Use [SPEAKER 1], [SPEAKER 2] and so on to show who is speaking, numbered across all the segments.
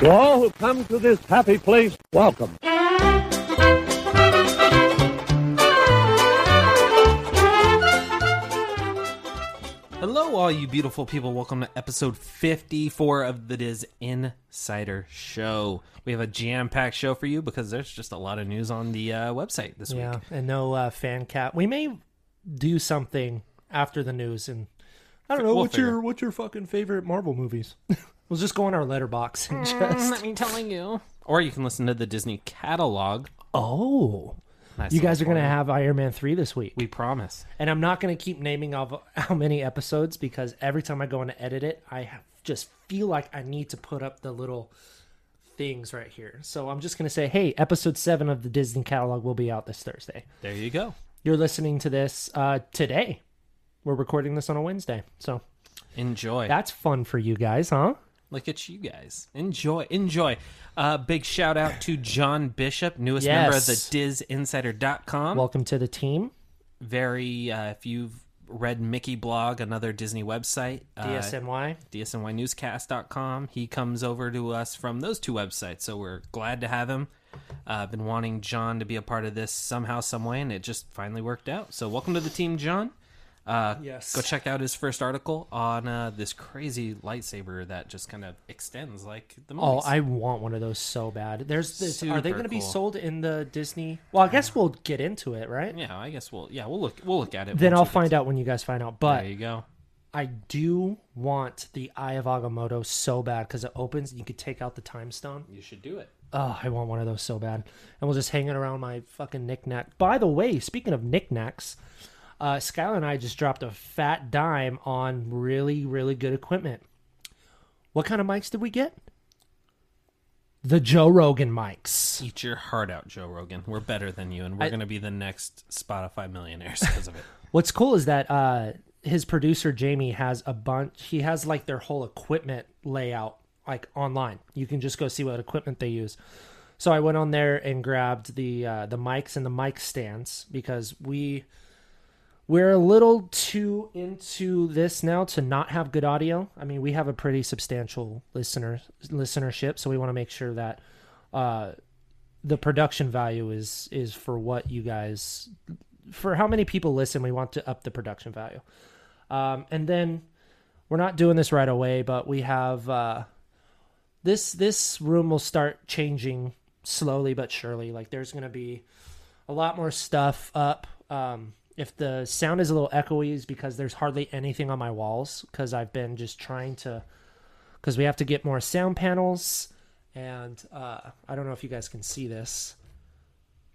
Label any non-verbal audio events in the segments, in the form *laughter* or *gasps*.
[SPEAKER 1] To all who come to this happy place, welcome.
[SPEAKER 2] Hello, all you beautiful people. Welcome to episode 54 of the Diz Insider Show. We have a jam packed show for you because there's just a lot of news on the uh, website this
[SPEAKER 3] Yeah,
[SPEAKER 2] week.
[SPEAKER 3] and no uh, fan cat. We may do something after the news, and I don't know
[SPEAKER 2] We'll
[SPEAKER 3] what's
[SPEAKER 2] figure.
[SPEAKER 3] your what's your fucking favorite Marvel movies. *laughs* we'll just go on our letterbox and just.
[SPEAKER 2] me telling you. Or you can listen to the Disney catalog.
[SPEAKER 3] *laughs* Oh,
[SPEAKER 2] Nice
[SPEAKER 3] you guys are
[SPEAKER 2] little
[SPEAKER 3] gonna
[SPEAKER 2] corner.
[SPEAKER 3] have Iron Man three this week,
[SPEAKER 2] We promise.
[SPEAKER 3] and I'm not gonna keep naming of *laughs* how many episodes because every time I go in to edit it, I have- just feel like I need to put up the little things right here. So I'm just gonna say, hey, episode seven of the Disney catalog will be out this Thursday.
[SPEAKER 2] There you go.
[SPEAKER 3] You're listening to this uh, today. We're recording this on a Wednesday, so
[SPEAKER 2] Enjoy.
[SPEAKER 3] That's fun for you guys, huh?
[SPEAKER 2] Look at you guys. Enjoy. Enjoy. Uh, big shout out to John Bishop, newest
[SPEAKER 3] Yes.
[SPEAKER 2] member of the DizInsider.com.
[SPEAKER 3] Welcome to the team.
[SPEAKER 2] Very, uh, if you've read Mickey Blog, another Disney website, uh,
[SPEAKER 3] DSNY.
[SPEAKER 2] dsnynewscast.com. He comes over to us from those two websites, so we're glad to have him. Uh, I've been wanting John to be a part of this somehow, some way, and it just finally worked out. So welcome to the team, John. Uh,
[SPEAKER 3] Yes.
[SPEAKER 2] Go check out his first article on uh, this crazy lightsaber that just kind of extends like the
[SPEAKER 3] Oh,
[SPEAKER 2] movies.
[SPEAKER 3] I want one of those so bad. There's this. are they
[SPEAKER 2] Super
[SPEAKER 3] going to be
[SPEAKER 2] cool.
[SPEAKER 3] sold in the Disney? Well, I guess we'll get into it, right?
[SPEAKER 2] yeah, I guess we'll yeah we'll look we'll look at it.
[SPEAKER 3] Then
[SPEAKER 2] once
[SPEAKER 3] I'll
[SPEAKER 2] we get
[SPEAKER 3] find
[SPEAKER 2] to-
[SPEAKER 3] out when you guys find out.
[SPEAKER 2] There
[SPEAKER 3] But
[SPEAKER 2] you go.
[SPEAKER 3] I do want the Eye of Agamotto so bad because it opens and you could take out the time stone.
[SPEAKER 2] You should do it.
[SPEAKER 3] Oh, I want one of those so bad. And we'll just hang it around my fucking knickknack. By the way, speaking of knickknacks, uh, Skylar and I just dropped a fat dime on really, really good equipment. What kind of mics did we get? The Joe Rogan mics.
[SPEAKER 2] Eat your heart out, Joe Rogan. We're better than you, and we're going to be the next Spotify millionaires because of it.
[SPEAKER 3] What's cool is that uh, his producer Jamie has a bunch. He has like their whole equipment layout like online. You can just go see what equipment they use. So I went on there and grabbed the uh, the mics and the mic stands because we we're a little too into this now to not have good audio. I mean, we have a pretty substantial listener listenership, so we want to make sure that uh, the production value is is for what you guys for how many people listen. We want to up the production value, um, and then we're not doing this right away, but we have uh, this this room will start changing slowly but surely. Like there's going to be a lot more stuff up. Um, if the sound is a little echoey, is because there's hardly anything on my walls because I've been just trying to because we have to get more sound panels. And uh, I don't know if you guys can see this,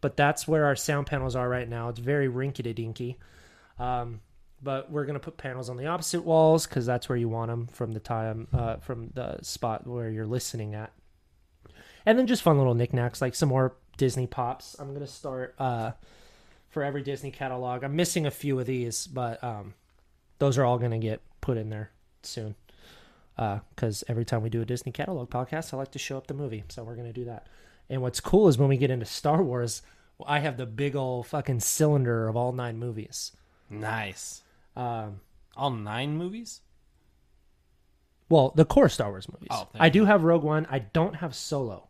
[SPEAKER 3] but that's where our sound panels are right now. It's very rinkety dinky. Um, but we're gonna put panels on the opposite walls because that's where you want them from the time uh, from the spot where you're listening at. And then just fun little knickknacks like some more Disney pops. I'm gonna start uh, for every Disney catalog. I'm missing a few of these, but um, those are all gonna get put in there soon. Because every time we do a Disney catalog podcast, I like to show up the movie, so we're gonna do that. And what's cool is when we get into Star Wars, I have the big old fucking cylinder of all nine movies.
[SPEAKER 2] Nice.
[SPEAKER 3] Um,
[SPEAKER 2] All nine movies?
[SPEAKER 3] Well, the core Star Wars movies.
[SPEAKER 2] Oh, thank
[SPEAKER 3] I do have Rogue One. I don't have Solo.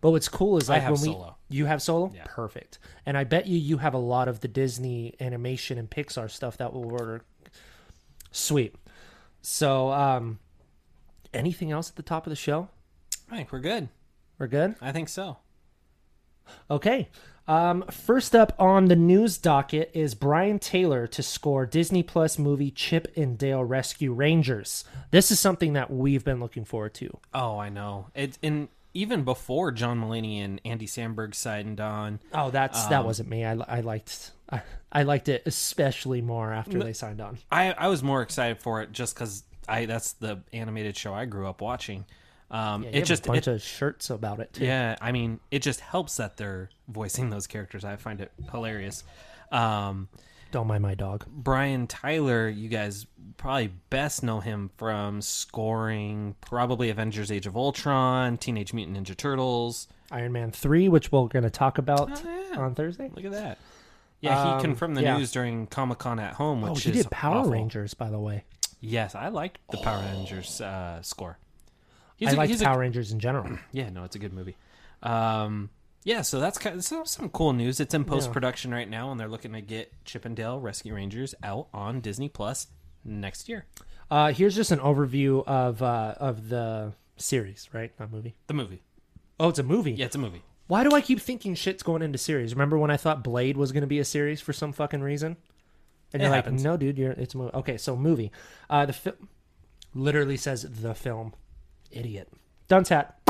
[SPEAKER 3] But what's cool is
[SPEAKER 2] I
[SPEAKER 3] like
[SPEAKER 2] have
[SPEAKER 3] when we
[SPEAKER 2] Solo.
[SPEAKER 3] you have Solo,
[SPEAKER 2] Yeah.
[SPEAKER 3] perfect. And I bet you you have a lot of the Disney animation and Pixar stuff that will order. Sweet. So, um, anything else at the top of the show?
[SPEAKER 2] I think we're good.
[SPEAKER 3] We're good.
[SPEAKER 2] I think so.
[SPEAKER 3] Okay. Um, first up on the news docket is Brian Taylor to score Disney Plus movie Chip and Dale Rescue Rangers. This is something that we've been looking forward to.
[SPEAKER 2] Oh, I know. It and even before John Mulaney and Andy Samberg signed on.
[SPEAKER 3] Oh, that's
[SPEAKER 2] um,
[SPEAKER 3] that wasn't me. I, li- I liked I, I liked it especially more after they signed on.
[SPEAKER 2] I I was more excited for it just because I that's the animated show I grew up watching. Um,
[SPEAKER 3] They
[SPEAKER 2] it
[SPEAKER 3] have
[SPEAKER 2] just
[SPEAKER 3] a bunch
[SPEAKER 2] it-
[SPEAKER 3] of shirts about it
[SPEAKER 2] *laughs*
[SPEAKER 3] too.
[SPEAKER 2] yeah. I mean, it just helps that they're voicing those characters. I find it hilarious. Um,
[SPEAKER 3] Don't mind my dog.
[SPEAKER 2] Brian Tyler, you guys probably best know him from scoring probably Avengers: Age of Ultron, Teenage Mutant Ninja Turtles.
[SPEAKER 3] Iron Man three, which we're gonna talk about
[SPEAKER 2] Oh, yeah.
[SPEAKER 3] on Thursday.
[SPEAKER 2] Look at that. Yeah, he
[SPEAKER 3] Um,
[SPEAKER 2] confirmed the
[SPEAKER 3] yeah.
[SPEAKER 2] news during Comic Con at home, which
[SPEAKER 3] Oh, he
[SPEAKER 2] is
[SPEAKER 3] did Power
[SPEAKER 2] awful.
[SPEAKER 3] Rangers, by the way.
[SPEAKER 2] Yes, I liked the Power Rangers uh, score. He's
[SPEAKER 3] I
[SPEAKER 2] a-
[SPEAKER 3] like
[SPEAKER 2] he's a-
[SPEAKER 3] Power Rangers in general.
[SPEAKER 2] Yeah, no, it's a good movie. Um, yeah, so that's kind of, so some cool news. It's in post production right now, and they're looking to get Chippendale Rescue Rangers out on Disney Plus next year.
[SPEAKER 3] Uh, here's just an overview of uh, of the series, right? Not movie.
[SPEAKER 2] The movie.
[SPEAKER 3] Oh, it's a movie.
[SPEAKER 2] Yeah, it's a movie.
[SPEAKER 3] Why do I keep thinking shit's going into series? Remember when I thought Blade was going to be a series for some fucking reason? And
[SPEAKER 2] It
[SPEAKER 3] you're
[SPEAKER 2] happens.
[SPEAKER 3] like, no, dude, you're it's a movie. Okay, so movie. Uh, the film literally says the film. Idiot. Dunce hat.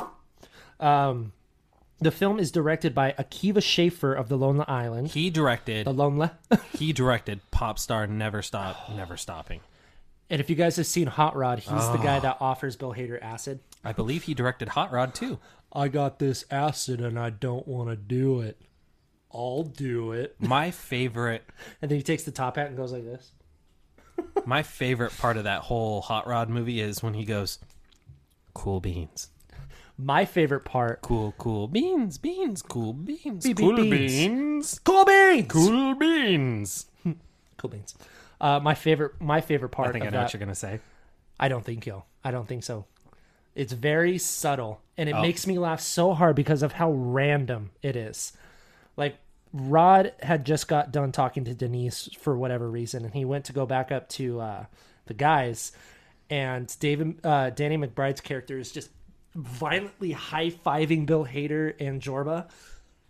[SPEAKER 3] Um, the film is directed by Akiva Schaffer of The Lonely Island.
[SPEAKER 2] He
[SPEAKER 3] The
[SPEAKER 2] directed.
[SPEAKER 3] Lonely. *laughs*
[SPEAKER 2] He directed Pop Star Never Stop, Never Stopping.
[SPEAKER 3] and if you guys have seen Hot Rod, he's the
[SPEAKER 2] Ah.
[SPEAKER 3] guy that offers Bill Hader acid.
[SPEAKER 2] I believe he directed Hot Rod too.
[SPEAKER 3] I got this acid and I don't want to do it. I'll do it.
[SPEAKER 2] My favorite,
[SPEAKER 3] And then he takes the top hat and goes like this.
[SPEAKER 2] my favorite part of that whole Hot Rod movie is when he goes, "Cool beans,
[SPEAKER 3] My favorite part
[SPEAKER 2] cool, cool beans, beans, cool beans,
[SPEAKER 3] Beep, beep,
[SPEAKER 2] cool
[SPEAKER 3] beans.
[SPEAKER 2] beans,
[SPEAKER 3] Cool beans.
[SPEAKER 2] cool beans."
[SPEAKER 3] Cool beans. Uh, my favorite. My favorite part.
[SPEAKER 2] I think
[SPEAKER 3] of
[SPEAKER 2] I know
[SPEAKER 3] that,
[SPEAKER 2] what you're gonna say.
[SPEAKER 3] I don't think so. I don't think so. It's very subtle, and
[SPEAKER 2] Oh.
[SPEAKER 3] it makes me laugh so hard because of how random it is. Like Rod had just got done talking to Denise for whatever reason, and he went to go back up to uh, the guys, and David uh, Danny McBride's character is just violently high fiving Bill Hader and Jorba.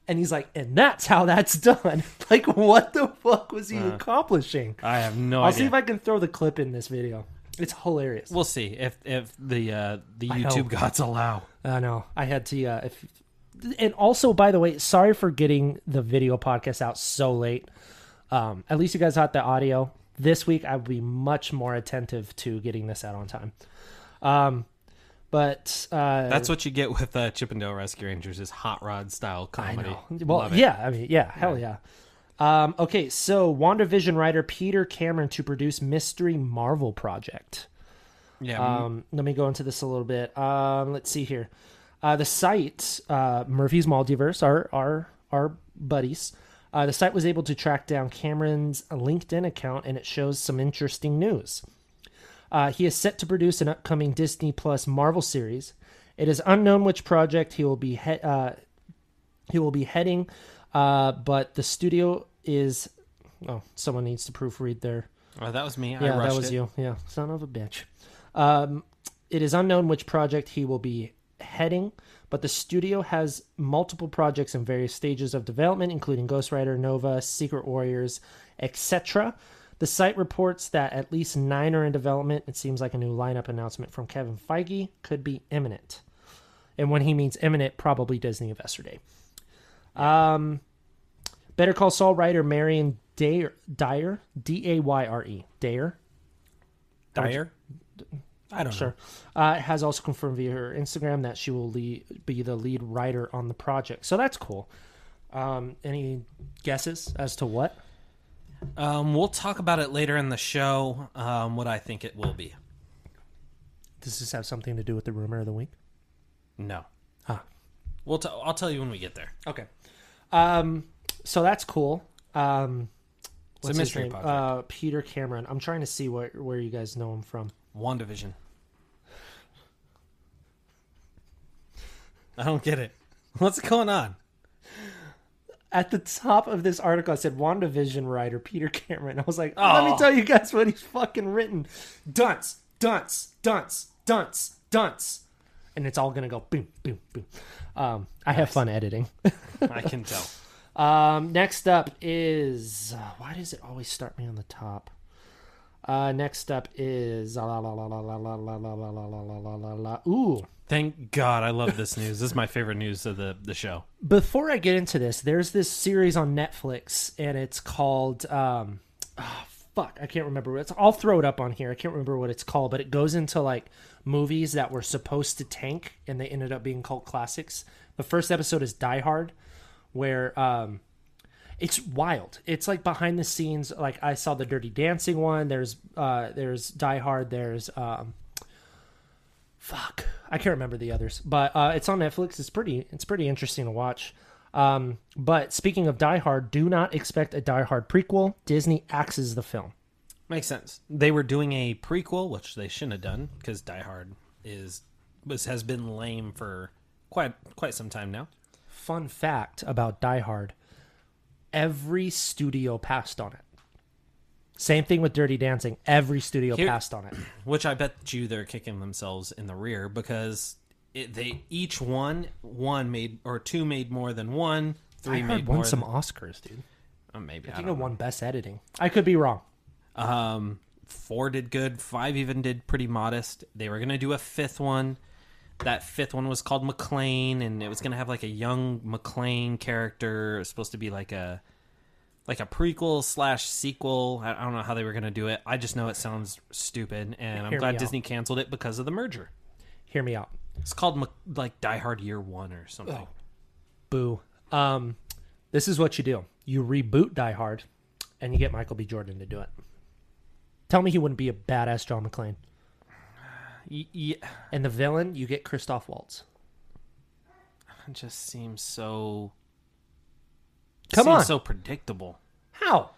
[SPEAKER 3] And he's like, and that's how that's done. *laughs* like, what the fuck was he accomplishing?
[SPEAKER 2] I have Uh. no
[SPEAKER 3] I'll
[SPEAKER 2] idea.
[SPEAKER 3] see if I can throw the clip in this video. It's hilarious.
[SPEAKER 2] we'll see if if the uh, the
[SPEAKER 3] hope.
[SPEAKER 2] YouTube gods allow.
[SPEAKER 3] I know. I had to. Uh, if, and also, by the way, sorry for getting the video podcast out so late. Um, at least you guys got the audio. This week, I will be much more attentive to getting this out on time. Um, but uh,
[SPEAKER 2] That's what you get with uh, Chippendale Rescue Rangers is hot rod style
[SPEAKER 3] I
[SPEAKER 2] comedy.
[SPEAKER 3] know. Well,
[SPEAKER 2] Love it.
[SPEAKER 3] yeah. I mean, yeah. Hell yeah. Um, okay, so WandaVision writer Peter Cameron to produce Mystery Marvel project.
[SPEAKER 2] yeah.
[SPEAKER 3] Um, let me go into this a little bit. Um, let's see here. Uh, the site, uh, Murphy's Multiverse, our our our buddies. Uh, the site was able to track down Cameron's LinkedIn account, and it shows some interesting news. Uh, he is set to produce an upcoming Disney Plus Marvel series. It is unknown which project he will be he- uh, he will be heading, uh, but the studio is. Oh, someone needs to proofread their
[SPEAKER 2] oh, that was me. I
[SPEAKER 3] yeah,
[SPEAKER 2] rushed
[SPEAKER 3] that was
[SPEAKER 2] it.
[SPEAKER 3] you. Yeah, son of a bitch. Um, it is unknown which project he will be heading, but the studio has multiple projects in various stages of development, including Ghost Rider, Nova, Secret Warriors, etc. The site reports that at least nine are in development. It seems like a new lineup announcement from Kevin Feige could be imminent. And when he means imminent, probably Disney Investor Day. Better Call Saul writer Marion Dyer, Dyer, D A Y R E, Dyer,
[SPEAKER 2] Dyer. I don't know.
[SPEAKER 3] Sure. Uh, has also confirmed via her Instagram that she will lead, be the lead writer on the project. So that's cool. Um, any guesses as to what?
[SPEAKER 2] Um, we'll talk about it later in the show. Um, what I think it will be.
[SPEAKER 3] Does this have something to do with the rumor of the week?
[SPEAKER 2] No.
[SPEAKER 3] Ah.
[SPEAKER 2] We'll. T- I'll tell you when we get there.
[SPEAKER 3] Okay. Um, so that's cool. Um, what's his
[SPEAKER 2] mystery
[SPEAKER 3] name?
[SPEAKER 2] project.
[SPEAKER 3] Uh, Peter Cameron. I'm trying to see what, where you guys know him from.
[SPEAKER 2] Wandavision. I don't get it. What's going on?
[SPEAKER 3] At the top of this article, I said WandaVision writer Peter Cameron. I was like, let me tell you guys what he's fucking written. Dunce, dunce, dunce, dunce, dunce. And it's all going to go boom, boom, boom. Um, I have fun editing.
[SPEAKER 2] I can tell.
[SPEAKER 3] Um, next up is uh, why does it always start me on the top? Uh, next up is la la la la la la la la la la la la la la la. Ooh,
[SPEAKER 2] *laughs* Thank God, I love this news. This is my favorite news of the the show.
[SPEAKER 3] before I get into this, there's this series on Netflix, and it's called um, ah, fuck, I can't remember. what It's I'll throw it up on here. I can't remember what it's called, but it goes into like movies that were supposed to tank, and they ended up being cult classics. The first episode is Die Hard, where um, it's wild. It's like behind the scenes. Like I saw the Dirty Dancing one. There's uh, there's Die Hard. There's um, fuck i can't remember the others but uh, it's on netflix it's pretty it's pretty interesting to watch um, but speaking of die hard do not expect a die hard prequel disney axes the film
[SPEAKER 2] Makes sense. They were doing a prequel, which they shouldn't have done because Die Hard is was has been lame for quite quite some time now.
[SPEAKER 3] Fun fact about Die Hard every studio passed on it. Same thing with Dirty Dancing. Every studio
[SPEAKER 2] Here-
[SPEAKER 3] passed on it.
[SPEAKER 2] Which I bet you they're kicking themselves in the rear because it, they each one one made or two made more than one. Three
[SPEAKER 3] I
[SPEAKER 2] made
[SPEAKER 3] heard
[SPEAKER 2] more
[SPEAKER 3] won some
[SPEAKER 2] than,
[SPEAKER 3] Oscars, dude.
[SPEAKER 2] oh, maybe
[SPEAKER 3] I
[SPEAKER 2] I
[SPEAKER 3] think
[SPEAKER 2] don't
[SPEAKER 3] it
[SPEAKER 2] know.
[SPEAKER 3] won Best Editing. I could be wrong.
[SPEAKER 2] Um, four did good. Five even did pretty modest. They were gonna do a fifth one. That fifth one was called McLean, and it was gonna have like a young McLean character. It was supposed to be like a like a prequel slash sequel. I, I don't know how they were gonna do it. I just know it sounds stupid, and I'm
[SPEAKER 3] Hear
[SPEAKER 2] glad
[SPEAKER 3] me out.
[SPEAKER 2] Disney canceled it because of the merger.
[SPEAKER 3] Hear me out.
[SPEAKER 2] It's called Mc, like Die Hard Year One or something.
[SPEAKER 3] Oh. Boo. Um, this is what you do. You reboot Die Hard, and you get Michael B. Jordan to do it. Tell me he wouldn't be a badass John McClane.
[SPEAKER 2] Y- yeah,
[SPEAKER 3] And the villain, you get Christoph Waltz.
[SPEAKER 2] it just seems so.
[SPEAKER 3] Come
[SPEAKER 2] seems
[SPEAKER 3] on.
[SPEAKER 2] so predictable.
[SPEAKER 3] How?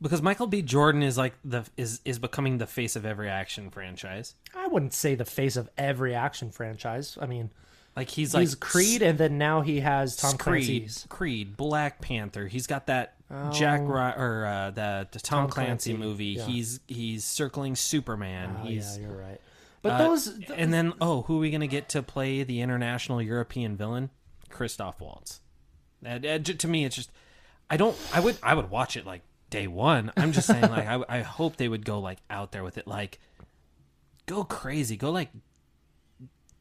[SPEAKER 2] because Michael B. Jordan is like the is is becoming the face of every action franchise.
[SPEAKER 3] I wouldn't say the face of every action franchise. I mean,
[SPEAKER 2] Like he's like
[SPEAKER 3] he's Creed,
[SPEAKER 2] S-
[SPEAKER 3] and then now he has Tom
[SPEAKER 2] Creed,
[SPEAKER 3] Clancy's. Oh.
[SPEAKER 2] Creed, Black Panther. He's got that Jack Ry- or uh, the, the Tom,
[SPEAKER 3] Tom
[SPEAKER 2] Clancy,
[SPEAKER 3] Clancy,
[SPEAKER 2] movie.
[SPEAKER 3] yeah.
[SPEAKER 2] He's he's circling Superman.
[SPEAKER 3] Oh,
[SPEAKER 2] he's
[SPEAKER 3] yeah, you're right. But
[SPEAKER 2] uh,
[SPEAKER 3] those,
[SPEAKER 2] and then oh, who are we gonna get to play the international European villain? Christoph Waltz. That- that j- to me, it's just I don't. I would I would watch it like day one. I'm just saying like I, I hope they would go like out there with it like go crazy, go like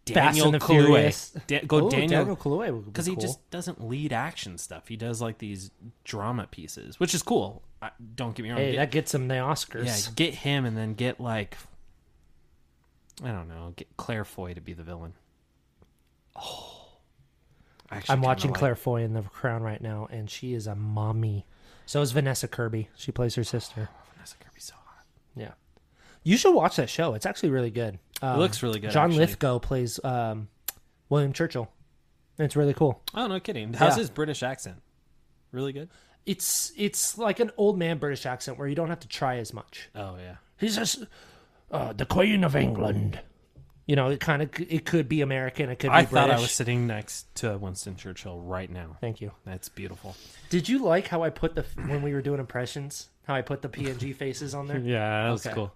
[SPEAKER 3] Fast
[SPEAKER 2] Daniel
[SPEAKER 3] and the Furious.
[SPEAKER 2] Kaluuya. Da- go
[SPEAKER 3] Ooh,
[SPEAKER 2] oh, Daniel
[SPEAKER 3] oh, Kaluuya would be
[SPEAKER 2] because he
[SPEAKER 3] cool.
[SPEAKER 2] just doesn't lead action stuff. He does like these drama pieces, which is cool. I, don't get me wrong.
[SPEAKER 3] hey,
[SPEAKER 2] Get-
[SPEAKER 3] that gets him the Oscars.
[SPEAKER 2] yeah, get him and then get like I don't know, get Claire Foy to be the villain. Oh.
[SPEAKER 3] I'm watching Claire Foy in The Crown right now, and she is a mommy. So is Vanessa Kirby. She plays her sister.
[SPEAKER 2] That's gonna be so hot.
[SPEAKER 3] Yeah, you should watch that show. It's actually really good. Um,
[SPEAKER 2] looks really good,
[SPEAKER 3] John
[SPEAKER 2] actually.
[SPEAKER 3] Lithgow plays um, William Churchill. It's really cool.
[SPEAKER 2] Oh no kidding. How's
[SPEAKER 3] Yeah.
[SPEAKER 2] his British accent? Really good?
[SPEAKER 3] It's it's like an old man British accent where you don't have to try as much.
[SPEAKER 2] Oh yeah.
[SPEAKER 3] He says, uh, "The Queen of England." You know, it kind of it could be American. It could be
[SPEAKER 2] I
[SPEAKER 3] British.
[SPEAKER 2] thought I was sitting next to Winston Churchill right now.
[SPEAKER 3] Thank you.
[SPEAKER 2] That's beautiful.
[SPEAKER 3] Did you like how I put the when we were doing impressions? How I put the PNG faces on there?
[SPEAKER 2] Yeah, that was
[SPEAKER 3] Okay. cool.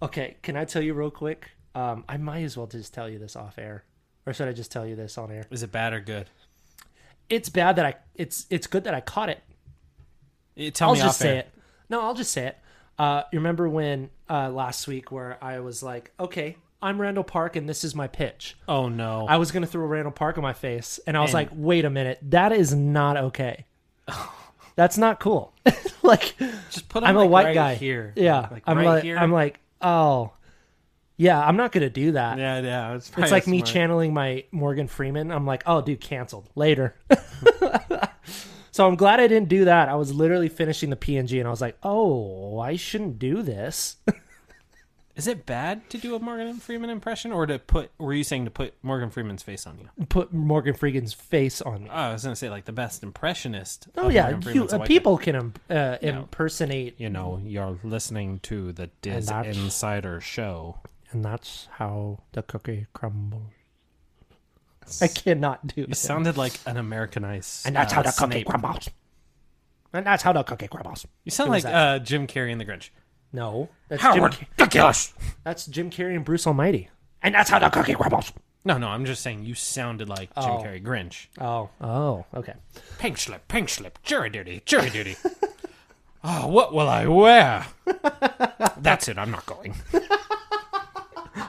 [SPEAKER 3] Okay, can I tell you real quick? Um, I might as well just tell you this off air, or should I just tell you this on air?
[SPEAKER 2] Is it bad or good?
[SPEAKER 3] It's bad that I. It's it's good that I caught it.
[SPEAKER 2] Eh, tell
[SPEAKER 3] I'll
[SPEAKER 2] me
[SPEAKER 3] just
[SPEAKER 2] off air.
[SPEAKER 3] say it. No, I'll just say it. Uh, you remember when uh, last week where I was like, okay, I'm Randall Park and this is my pitch.
[SPEAKER 2] Oh no.
[SPEAKER 3] I was gonna throw Randall Park in my face, and I was
[SPEAKER 2] And-
[SPEAKER 3] like, wait a minute, that is not okay. That's not cool. *laughs* like.
[SPEAKER 2] just put him,
[SPEAKER 3] I'm a
[SPEAKER 2] like,
[SPEAKER 3] white
[SPEAKER 2] right
[SPEAKER 3] guy
[SPEAKER 2] here.
[SPEAKER 3] Yeah,
[SPEAKER 2] Like
[SPEAKER 3] I'm
[SPEAKER 2] right
[SPEAKER 3] like
[SPEAKER 2] here.
[SPEAKER 3] I'm like oh, yeah. I'm not gonna do that.
[SPEAKER 2] Yeah, yeah. It's,
[SPEAKER 3] it's
[SPEAKER 2] probably
[SPEAKER 3] like me
[SPEAKER 2] smart.
[SPEAKER 3] channeling my Morgan Freeman. I'm like oh, dude, canceled later. *laughs* so I'm glad I didn't do that. I was literally finishing the PNG and I was like oh, I shouldn't do this. *laughs*
[SPEAKER 2] Is it bad to do a Morgan Freeman impression, or to put? Were you saying to put Morgan Freeman's face on you?
[SPEAKER 3] Put Morgan Freeman's face on me.
[SPEAKER 2] Oh, I was gonna say like the best impressionist.
[SPEAKER 3] Oh
[SPEAKER 2] of
[SPEAKER 3] yeah,
[SPEAKER 2] Morgan
[SPEAKER 3] you,
[SPEAKER 2] Freeman's
[SPEAKER 3] uh,
[SPEAKER 2] white
[SPEAKER 3] people can um, uh, impersonate,
[SPEAKER 2] guy. You know, you're listening to the Diz
[SPEAKER 3] And that's-
[SPEAKER 2] Insider Show.
[SPEAKER 3] and that's how the cookie crumbles. I cannot do.
[SPEAKER 2] You
[SPEAKER 3] that.
[SPEAKER 2] sounded like an Americanized.
[SPEAKER 3] And that's
[SPEAKER 2] uh,
[SPEAKER 3] how the cookie
[SPEAKER 2] Snape.
[SPEAKER 3] crumbles. And that's how the cookie crumbles.
[SPEAKER 2] You sound
[SPEAKER 3] Who
[SPEAKER 2] like
[SPEAKER 3] was
[SPEAKER 2] uh, Jim Carrey in The Grinch.
[SPEAKER 3] No, that's
[SPEAKER 2] How
[SPEAKER 3] Jim,
[SPEAKER 2] ridiculous!
[SPEAKER 3] that's Jim Carrey and Bruce Almighty. And that's how the cookie crumbles.
[SPEAKER 2] No, no, I'm just saying you sounded like Jim
[SPEAKER 3] Oh.
[SPEAKER 2] Carrey Grinch.
[SPEAKER 3] Oh, oh, okay.
[SPEAKER 2] Pink slip, pink slip, jury duty, jury duty. *laughs* oh, what will I *laughs* wear? That's it. I'm not going.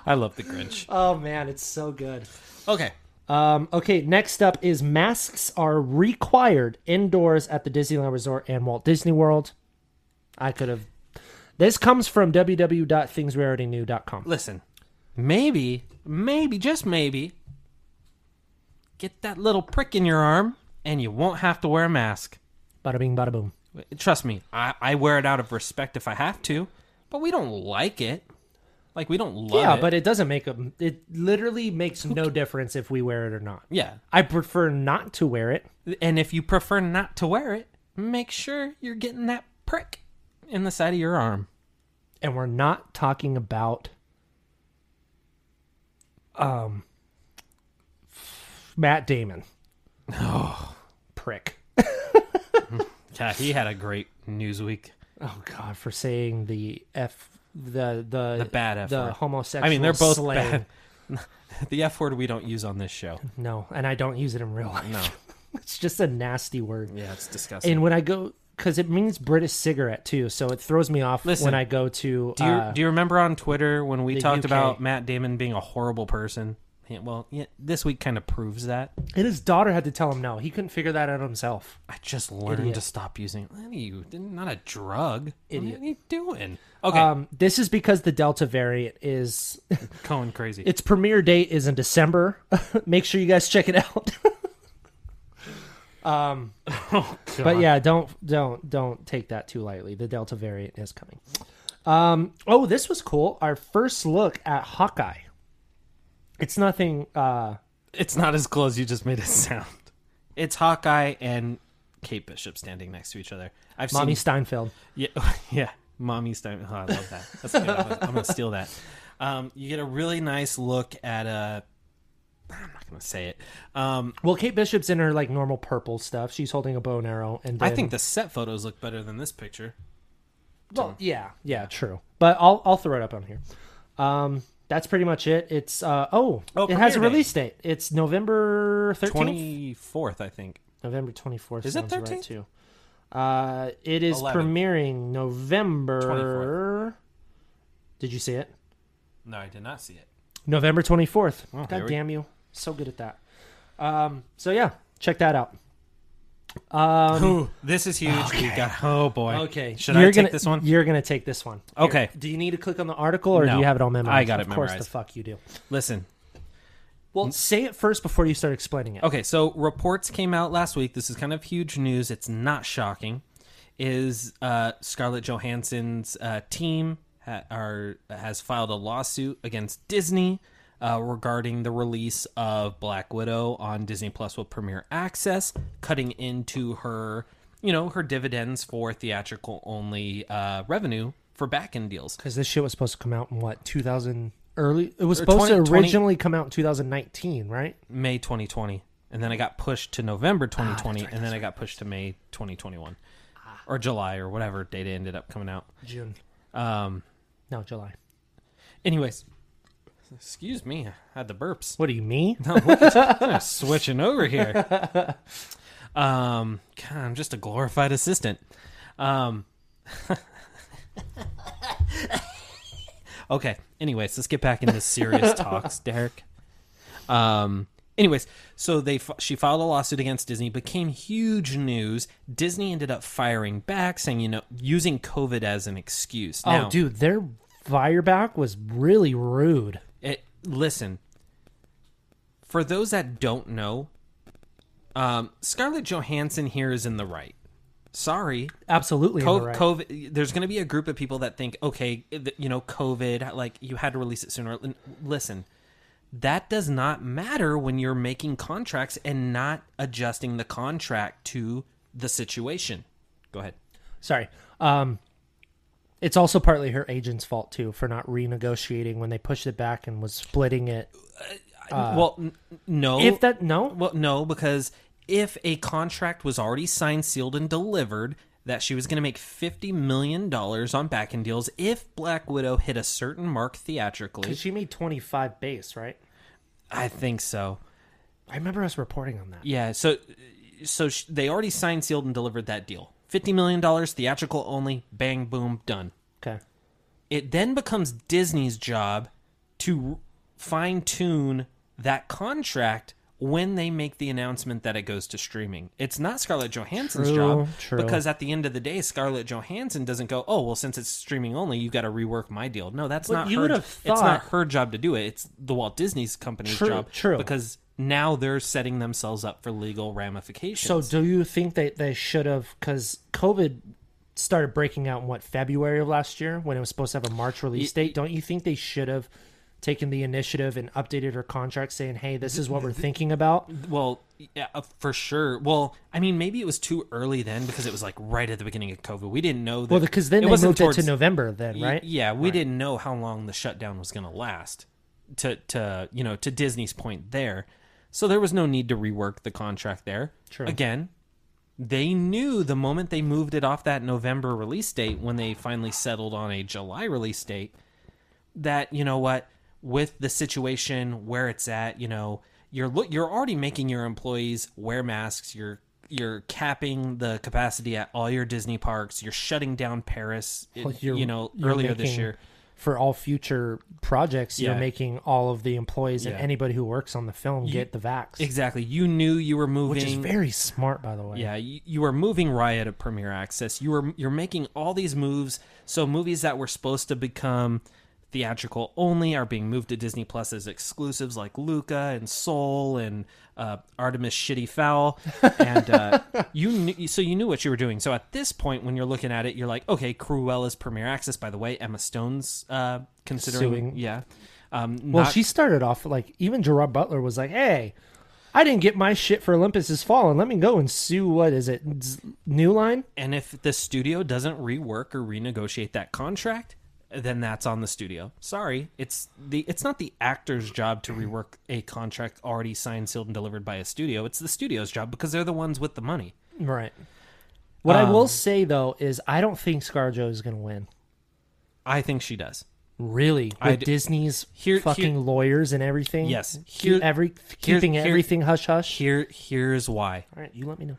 [SPEAKER 2] I love The Grinch.
[SPEAKER 3] Oh man, it's so good.
[SPEAKER 2] Okay.
[SPEAKER 3] Um, okay, next up is masks are required indoors at the Disneyland Resort and Walt Disney World. I could have. This comes from www.thingswealreadyknew.com.
[SPEAKER 2] Listen, maybe, maybe, just maybe, get that little prick in your arm and you won't have to wear a mask.
[SPEAKER 3] Bada bing, bada boom.
[SPEAKER 2] Trust me, I, I wear it out of respect if I have to, but we don't like it. Like, we don't love
[SPEAKER 3] Yeah,
[SPEAKER 2] it.
[SPEAKER 3] but it doesn't make a. It literally makes no difference if we wear it or not.
[SPEAKER 2] Yeah.
[SPEAKER 3] I prefer not to wear it.
[SPEAKER 2] And if you prefer not to wear it, make sure you're getting that prick in the side of your arm.
[SPEAKER 3] and we're not talking about um Matt Damon.
[SPEAKER 2] Oh.
[SPEAKER 3] prick.
[SPEAKER 2] Yeah, he had a great news week.
[SPEAKER 3] Oh God, for saying the f the the
[SPEAKER 2] The bad F
[SPEAKER 3] the
[SPEAKER 2] word.
[SPEAKER 3] homosexual.
[SPEAKER 2] I mean, they're both
[SPEAKER 3] slang.
[SPEAKER 2] bad. The F word we don't use on this show.
[SPEAKER 3] No, and I don't use it in real life.
[SPEAKER 2] No.
[SPEAKER 3] *laughs* it's just a nasty word.
[SPEAKER 2] Yeah, it's disgusting.
[SPEAKER 3] And when I go, because it means British cigarette too, so it throws me off
[SPEAKER 2] Listen,
[SPEAKER 3] when I go to.
[SPEAKER 2] do you,
[SPEAKER 3] uh,
[SPEAKER 2] do you remember on Twitter when we
[SPEAKER 3] the
[SPEAKER 2] talked
[SPEAKER 3] UK.
[SPEAKER 2] about Matt Damon being a horrible person? Yeah, well, yeah, this week kind of proves that.
[SPEAKER 3] and his daughter had to tell him no. He couldn't figure that out himself.
[SPEAKER 2] I just learned
[SPEAKER 3] Idiot.
[SPEAKER 2] to stop using. What are you not a drug?
[SPEAKER 3] Idiot.
[SPEAKER 2] What are you doing? Okay,
[SPEAKER 3] Um, this is because the Delta variant is
[SPEAKER 2] Cohen crazy.
[SPEAKER 3] its premiere date is in December. *laughs* Make sure you guys check it out. *laughs*
[SPEAKER 2] *laughs*
[SPEAKER 3] um,
[SPEAKER 2] Oh,
[SPEAKER 3] but yeah, don't don't don't take that too lightly. The Delta variant is coming. Um, oh, this was cool. Our first look at Hawkeye. It's nothing. Uh,
[SPEAKER 2] It's not as cool as you just made it sound. It's Hawkeye and Kate Bishop standing next to each other. I've
[SPEAKER 3] Mommy
[SPEAKER 2] seen
[SPEAKER 3] Steinfeld.
[SPEAKER 2] Yeah, *laughs* yeah. Mommy's time. Oh, I love that. That's good. I'm gonna- I'm gonna steal that. Um, you get a really nice look at a. I'm not gonna say it. Um,
[SPEAKER 3] Well, Kate Bishop's in her like normal purple stuff. She's holding a bow and arrow, and
[SPEAKER 2] I
[SPEAKER 3] then-
[SPEAKER 2] think the set photos look better than this picture.
[SPEAKER 3] Well, yeah, yeah, true. But I'll I'll throw it up on here. Um, that's pretty much it. It's uh oh,
[SPEAKER 2] Oh,
[SPEAKER 3] it has a
[SPEAKER 2] premiere date.
[SPEAKER 3] release date. It's November thirteenth,
[SPEAKER 2] Twenty fourth, I think.
[SPEAKER 3] November twenty fourth.
[SPEAKER 2] Is it 13th?
[SPEAKER 3] too? Uh, it is
[SPEAKER 2] 11th.
[SPEAKER 3] premiering November. Did you see it?
[SPEAKER 2] No, I did not see it.
[SPEAKER 3] November twenty fourth.
[SPEAKER 2] Oh, there
[SPEAKER 3] God
[SPEAKER 2] we-
[SPEAKER 3] damn you! So good at that. Um, so yeah, check that out. Um,
[SPEAKER 2] Ooh, this is huge. We got. Oh boy.
[SPEAKER 3] okay,
[SPEAKER 2] Should I
[SPEAKER 3] You're
[SPEAKER 2] take
[SPEAKER 3] gonna-
[SPEAKER 2] this one?
[SPEAKER 3] You're gonna take this one. Here.
[SPEAKER 2] Okay.
[SPEAKER 3] Do you need to click on the article, or do
[SPEAKER 2] No.
[SPEAKER 3] you have it all memorized?
[SPEAKER 2] I got it
[SPEAKER 3] Of course, the
[SPEAKER 2] memorized.
[SPEAKER 3] fuck you do.
[SPEAKER 2] Listen.
[SPEAKER 3] Well, say it first before you start explaining it.
[SPEAKER 2] Okay, so reports came out last week. This is kind of huge news. It's not shocking. Is uh, Scarlett Johansson's uh, team ha- are, has filed a lawsuit against Disney uh, regarding the release of Black Widow on Disney Plus with Premiere Access, cutting into her, you know, her dividends for theatrical only uh, revenue for back end deals.
[SPEAKER 3] Because this shit was supposed to come out in what 2000 early. It was
[SPEAKER 2] Or
[SPEAKER 3] supposed
[SPEAKER 2] 20
[SPEAKER 3] to originally come out in 2019, right?
[SPEAKER 2] May 2020, and then I got pushed to November 2020, and then I got pushed to May 2021, or July or whatever date it ended up coming out.
[SPEAKER 3] June.
[SPEAKER 2] Um,
[SPEAKER 3] No, July.
[SPEAKER 2] anyways, excuse me, I had the burps.
[SPEAKER 3] What do you mean?
[SPEAKER 2] Switching over here.
[SPEAKER 3] *laughs*
[SPEAKER 2] Um, God, I'm just a glorified assistant. Um, okay. Anyways, let's get back into
[SPEAKER 3] *laughs*
[SPEAKER 2] serious talks, Derek. Um. Anyways, so they fi- she filed a lawsuit against Disney, became huge news. Disney ended up firing back, saying you know using COVID as an excuse. Now,
[SPEAKER 3] oh, dude, their fireback was really rude.
[SPEAKER 2] it, Eh, listen, for those that don't know, um, Scarlett Johansson here is in the right. Sorry,
[SPEAKER 3] Absolutely. in the
[SPEAKER 2] Co-
[SPEAKER 3] right.
[SPEAKER 2] COVID. There's going to be a group of people that think, okay, th- you know, COVID, like you had to release it sooner. L- Listen, that does not matter when you're making contracts and not adjusting the contract to the situation. Go ahead.
[SPEAKER 3] Sorry. Um, it's also partly her agent's fault too for not renegotiating when they pushed it back and was splitting it. Uh,
[SPEAKER 2] well, n- no.
[SPEAKER 3] If that no,
[SPEAKER 2] Well, no, because if a contract was already signed, sealed, and delivered, that she was going to make fifty million dollars on back end deals if Black Widow hit a certain mark theatrically.
[SPEAKER 3] she made 25 base, right?
[SPEAKER 2] I think so.
[SPEAKER 3] I remember us reporting on that.
[SPEAKER 2] Yeah. So, so sh- they already signed, sealed, and delivered that deal. Fifty million dollars, theatrical only. Bang, boom, done.
[SPEAKER 3] Okay.
[SPEAKER 2] It then becomes Disney's job to fine tune that contract when they make the announcement that it goes to streaming. It's not Scarlett Johansson's
[SPEAKER 3] True,
[SPEAKER 2] job
[SPEAKER 3] true.
[SPEAKER 2] because at the end of the day, Scarlett Johansson doesn't go, "Oh, well, since it's streaming only, you got to rework my deal." No, that's
[SPEAKER 3] Well,
[SPEAKER 2] not.
[SPEAKER 3] you
[SPEAKER 2] her,
[SPEAKER 3] would've
[SPEAKER 2] it's not
[SPEAKER 3] thought-
[SPEAKER 2] her job to do it. It's the Walt Disney's company's
[SPEAKER 3] True,
[SPEAKER 2] job.
[SPEAKER 3] true.
[SPEAKER 2] Because now they're setting themselves up for legal ramifications.
[SPEAKER 3] So do you think that they should have because COVID started breaking out in what February of last year when it was supposed to have a March release date? Don't you think they should have taken the initiative and updated her contract saying, "Hey, this is what we're thinking about."
[SPEAKER 2] Well, yeah, uh, for sure. Well, I mean, maybe it was too early then because it was like right at the beginning of COVID. We didn't know. That
[SPEAKER 3] Well, because then they moved it to
[SPEAKER 2] towards-
[SPEAKER 3] November then,
[SPEAKER 2] y-
[SPEAKER 3] right?
[SPEAKER 2] Yeah, we didn't know how long the shutdown was going to last. To to you know to Disney's point there, So there was no need to rework the contract there.
[SPEAKER 3] True.
[SPEAKER 2] Again, they knew the moment they moved it off that November release date when they finally settled on a July release date that, you know what, with the situation where it's at, you know, you're look you're already making your employees wear masks, you're you're capping the capacity at all your Disney parks, you're shutting down Paris, it-
[SPEAKER 3] You're-
[SPEAKER 2] you know,
[SPEAKER 3] you're
[SPEAKER 2] earlier this
[SPEAKER 3] making-
[SPEAKER 2] year.
[SPEAKER 3] For all future projects,
[SPEAKER 2] Yeah.
[SPEAKER 3] you're making all of the employees and
[SPEAKER 2] Yeah.
[SPEAKER 3] anybody who works on the film get the vax,
[SPEAKER 2] Exactly. You knew you were moving
[SPEAKER 3] which is very smart, by the way.
[SPEAKER 2] Yeah, you, you were moving Riot at Premier Access. You were you're making all these moves. So movies that were supposed to become theatrical only are being moved to Disney Plus as exclusives, like Luca and Soul and uh, Artemis Shitty Fowl. And
[SPEAKER 3] *laughs*
[SPEAKER 2] uh, you knew, so you knew what you were doing. So at this point, when you're looking at it, you're like, okay, Cruella's Premier Access. By the way, Emma Stone's uh, considering.
[SPEAKER 3] Suing.
[SPEAKER 2] Yeah. Um,
[SPEAKER 3] Well,
[SPEAKER 2] not-
[SPEAKER 3] she started off like even Gerard Butler was like, "Hey, I didn't get my shit for Olympus this fall, and let me go and sue what is it, Z- New Line?"
[SPEAKER 2] And if the studio doesn't rework or renegotiate that contract, then that's on the studio. Sorry, it's the it's not the actor's job to rework a contract already signed, sealed, and delivered by a studio. It's the studio's job because they're the ones with the money.
[SPEAKER 3] Right. What I
[SPEAKER 2] Um,
[SPEAKER 3] will say though is I don't think ScarJo is going to win.
[SPEAKER 2] I think she does.
[SPEAKER 3] Really, with
[SPEAKER 2] I d-
[SPEAKER 3] Disney's
[SPEAKER 2] Here-
[SPEAKER 3] fucking
[SPEAKER 2] here-
[SPEAKER 3] lawyers and everything.
[SPEAKER 2] Yes.
[SPEAKER 3] Keep
[SPEAKER 2] Here-
[SPEAKER 3] every
[SPEAKER 2] here-
[SPEAKER 3] keeping
[SPEAKER 2] here-
[SPEAKER 3] everything hush hush.
[SPEAKER 2] Here here's why.
[SPEAKER 3] All right, you let me know.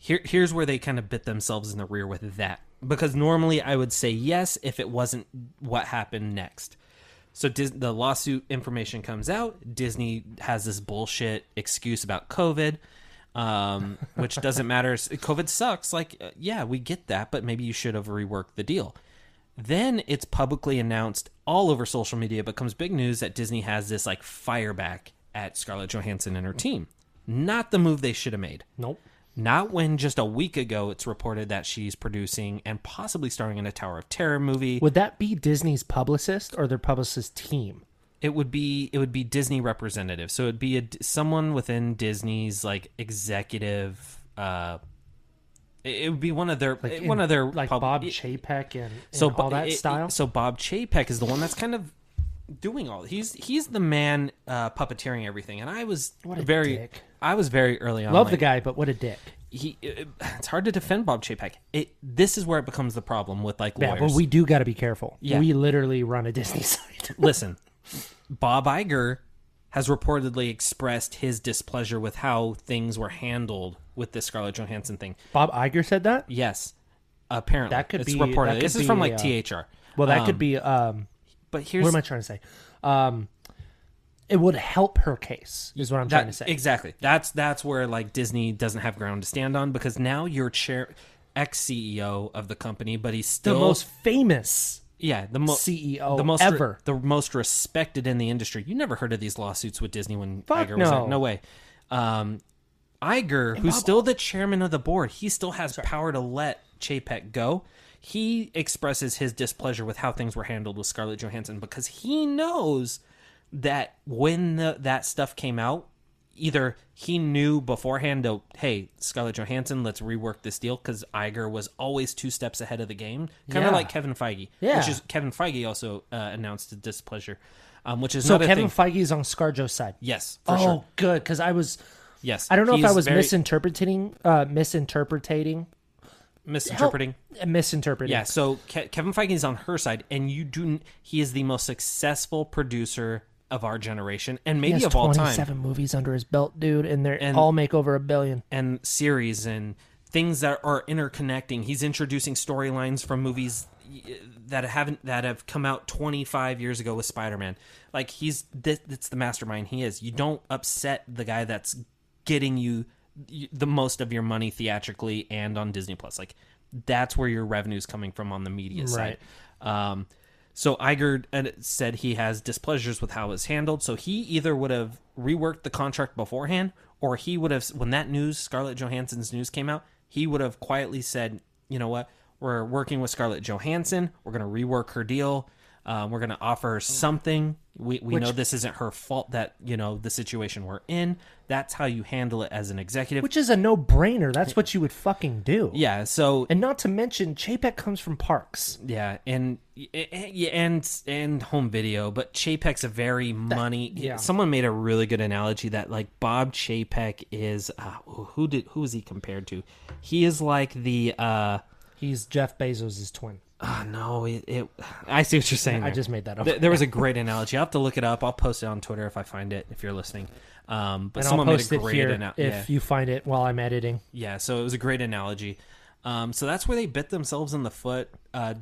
[SPEAKER 2] Here here's where they kind of bit themselves in the rear with that. Because normally I would say yes if it wasn't what happened next. So Dis- the lawsuit information comes out. Disney has this bullshit excuse about COVID, um, which doesn't matter. S- COVID sucks. Like, uh, yeah, we get that, but maybe you should have reworked the deal. Then it's publicly announced all over social media, becomes big news that Disney has this like fireback at Scarlett Johansson and her team. Not the move they should have made.
[SPEAKER 3] Nope.
[SPEAKER 2] Not when just a week ago it's reported that she's producing and possibly starring in a Tower of Terror movie.
[SPEAKER 3] Would that be Disney's publicist or their publicist team?
[SPEAKER 2] it would be it would be Disney representative. So it'd be a, someone within Disney's like executive. uh It, it would be one of their eh,
[SPEAKER 3] Like
[SPEAKER 2] one
[SPEAKER 3] in-
[SPEAKER 2] of their
[SPEAKER 3] like
[SPEAKER 2] pub-
[SPEAKER 3] Bob
[SPEAKER 2] it-
[SPEAKER 3] Chapek and, and
[SPEAKER 2] so
[SPEAKER 3] all
[SPEAKER 2] Bo-
[SPEAKER 3] that
[SPEAKER 2] it- it-
[SPEAKER 3] style.
[SPEAKER 2] So Bob Chapek is the one that's kind of doing all. He's he's the man uh puppeteering everything. And I was
[SPEAKER 3] What a
[SPEAKER 2] very
[SPEAKER 3] dick.
[SPEAKER 2] I was very early on.
[SPEAKER 3] Love the
[SPEAKER 2] like,
[SPEAKER 3] guy, but what a dick.
[SPEAKER 2] He it- it's hard to defend Bob Chapek. It this is where it becomes the problem with like
[SPEAKER 3] Yeah,
[SPEAKER 2] lawyers.
[SPEAKER 3] but we *laughs* do got to be careful.
[SPEAKER 2] Yeah.
[SPEAKER 3] We literally run a *laughs* Disney site.
[SPEAKER 2] listen, Bob Iger has reportedly expressed his displeasure with how things were handled with this Scarlett Johansson thing.
[SPEAKER 3] Bob Iger said that.
[SPEAKER 2] Yes, apparently
[SPEAKER 3] That could
[SPEAKER 2] it's
[SPEAKER 3] be-
[SPEAKER 2] reported.
[SPEAKER 3] that could
[SPEAKER 2] this is
[SPEAKER 3] be,
[SPEAKER 2] from like
[SPEAKER 3] uh,
[SPEAKER 2] THR.
[SPEAKER 3] Well, that
[SPEAKER 2] Um,
[SPEAKER 3] could be. Um,
[SPEAKER 2] But here's
[SPEAKER 3] what am I trying to say? Um, it would help her case. Is what I'm trying to
[SPEAKER 2] that-
[SPEAKER 3] say.
[SPEAKER 2] Exactly. That's that's where like Disney doesn't have ground to stand on because now you're chair ex CEO of the company, but he's
[SPEAKER 3] the
[SPEAKER 2] still
[SPEAKER 3] most famous.
[SPEAKER 2] yeah the most
[SPEAKER 3] CEO
[SPEAKER 2] the most
[SPEAKER 3] E ever.
[SPEAKER 2] the most respected in the industry. You never heard of these lawsuits with Disney when
[SPEAKER 3] Fuck
[SPEAKER 2] Iger was
[SPEAKER 3] no.
[SPEAKER 2] there. no way. Um, Iger, who's still the chairman of the board, he still has power to let Chapek go. He expresses his displeasure with how things were handled with Scarlett Johansson because he knows that when the, that stuff came out, either he knew beforehand, to, hey, Scarlett Johansson, let's rework this deal because Iger was always two steps ahead of the game, kind
[SPEAKER 3] Yeah.
[SPEAKER 2] of like Kevin Feige,
[SPEAKER 3] Yeah.
[SPEAKER 2] which is Kevin Feige also uh, announced his displeasure, um, which is
[SPEAKER 3] So
[SPEAKER 2] another
[SPEAKER 3] Kevin
[SPEAKER 2] thing.
[SPEAKER 3] Feige's on ScarJo's side.
[SPEAKER 2] yes, for
[SPEAKER 3] Oh,
[SPEAKER 2] sure.
[SPEAKER 3] good. Because I was.
[SPEAKER 2] Yes,
[SPEAKER 3] I don't know
[SPEAKER 2] He
[SPEAKER 3] if I
[SPEAKER 2] is
[SPEAKER 3] was
[SPEAKER 2] very
[SPEAKER 3] misinterpreting. Uh, misinterpreting.
[SPEAKER 2] misinterpreting.
[SPEAKER 3] Help- Uh, misinterpreting.
[SPEAKER 2] Yeah, so Ke- Kevin Feige is on her side, and you do. n- He is the most successful producer of our generation, and
[SPEAKER 3] He
[SPEAKER 2] maybe
[SPEAKER 3] has
[SPEAKER 2] of all time.
[SPEAKER 3] 27 movies under his belt, dude, and they
[SPEAKER 2] And-
[SPEAKER 3] all make over a billion.
[SPEAKER 2] and series and things that are interconnecting. He's introducing storylines from movies y- that haven't that have come out 25 years ago with Spider-Man. Like he's th- that's the mastermind he is. You don't upset the guy that's getting you y- the most of your money theatrically and on Disney Plus. Like that's where your revenue's coming from on the media side. Um, so Iger uh, said he has displeasures with how it's handled. So he either would have reworked the contract beforehand, or he would have, when that news, Scarlett Johansson's news came out, he would have quietly said, you know what, we're working with Scarlett Johansson. We're going to rework her deal. Um, we're going to offer her something. We, we
[SPEAKER 3] Which-
[SPEAKER 2] know this isn't her fault that, you know, the situation we're in. That's how you handle it as an executive.
[SPEAKER 3] which is a no brainer. That's what you would fucking do.
[SPEAKER 2] yeah. So,
[SPEAKER 3] And not to mention, Chapek comes from Parks.
[SPEAKER 2] yeah. And, eh, yeah, and, and home video, but Chapek's a very money.
[SPEAKER 3] yeah.
[SPEAKER 2] Someone made a really good analogy that, like, Bob Chapek is, uh, who did, who is he compared to? He is like the, uh,
[SPEAKER 3] He's Jeff Bezos' twin.
[SPEAKER 2] Oh, no, it, it. I see what you're saying.
[SPEAKER 3] I
[SPEAKER 2] there.
[SPEAKER 3] just made that up.
[SPEAKER 2] There,
[SPEAKER 3] *laughs*
[SPEAKER 2] there was a great analogy. I'll have to look it up. I'll post it on Twitter if I find it. If you're listening, um, but
[SPEAKER 3] And I'll
[SPEAKER 2] someone
[SPEAKER 3] post
[SPEAKER 2] made
[SPEAKER 3] it
[SPEAKER 2] a great
[SPEAKER 3] here
[SPEAKER 2] analogy.
[SPEAKER 3] if
[SPEAKER 2] Yeah,
[SPEAKER 3] you find it while I'm editing.
[SPEAKER 2] yeah. So it was a great analogy. Um, so that's where they bit themselves in the foot. Uh,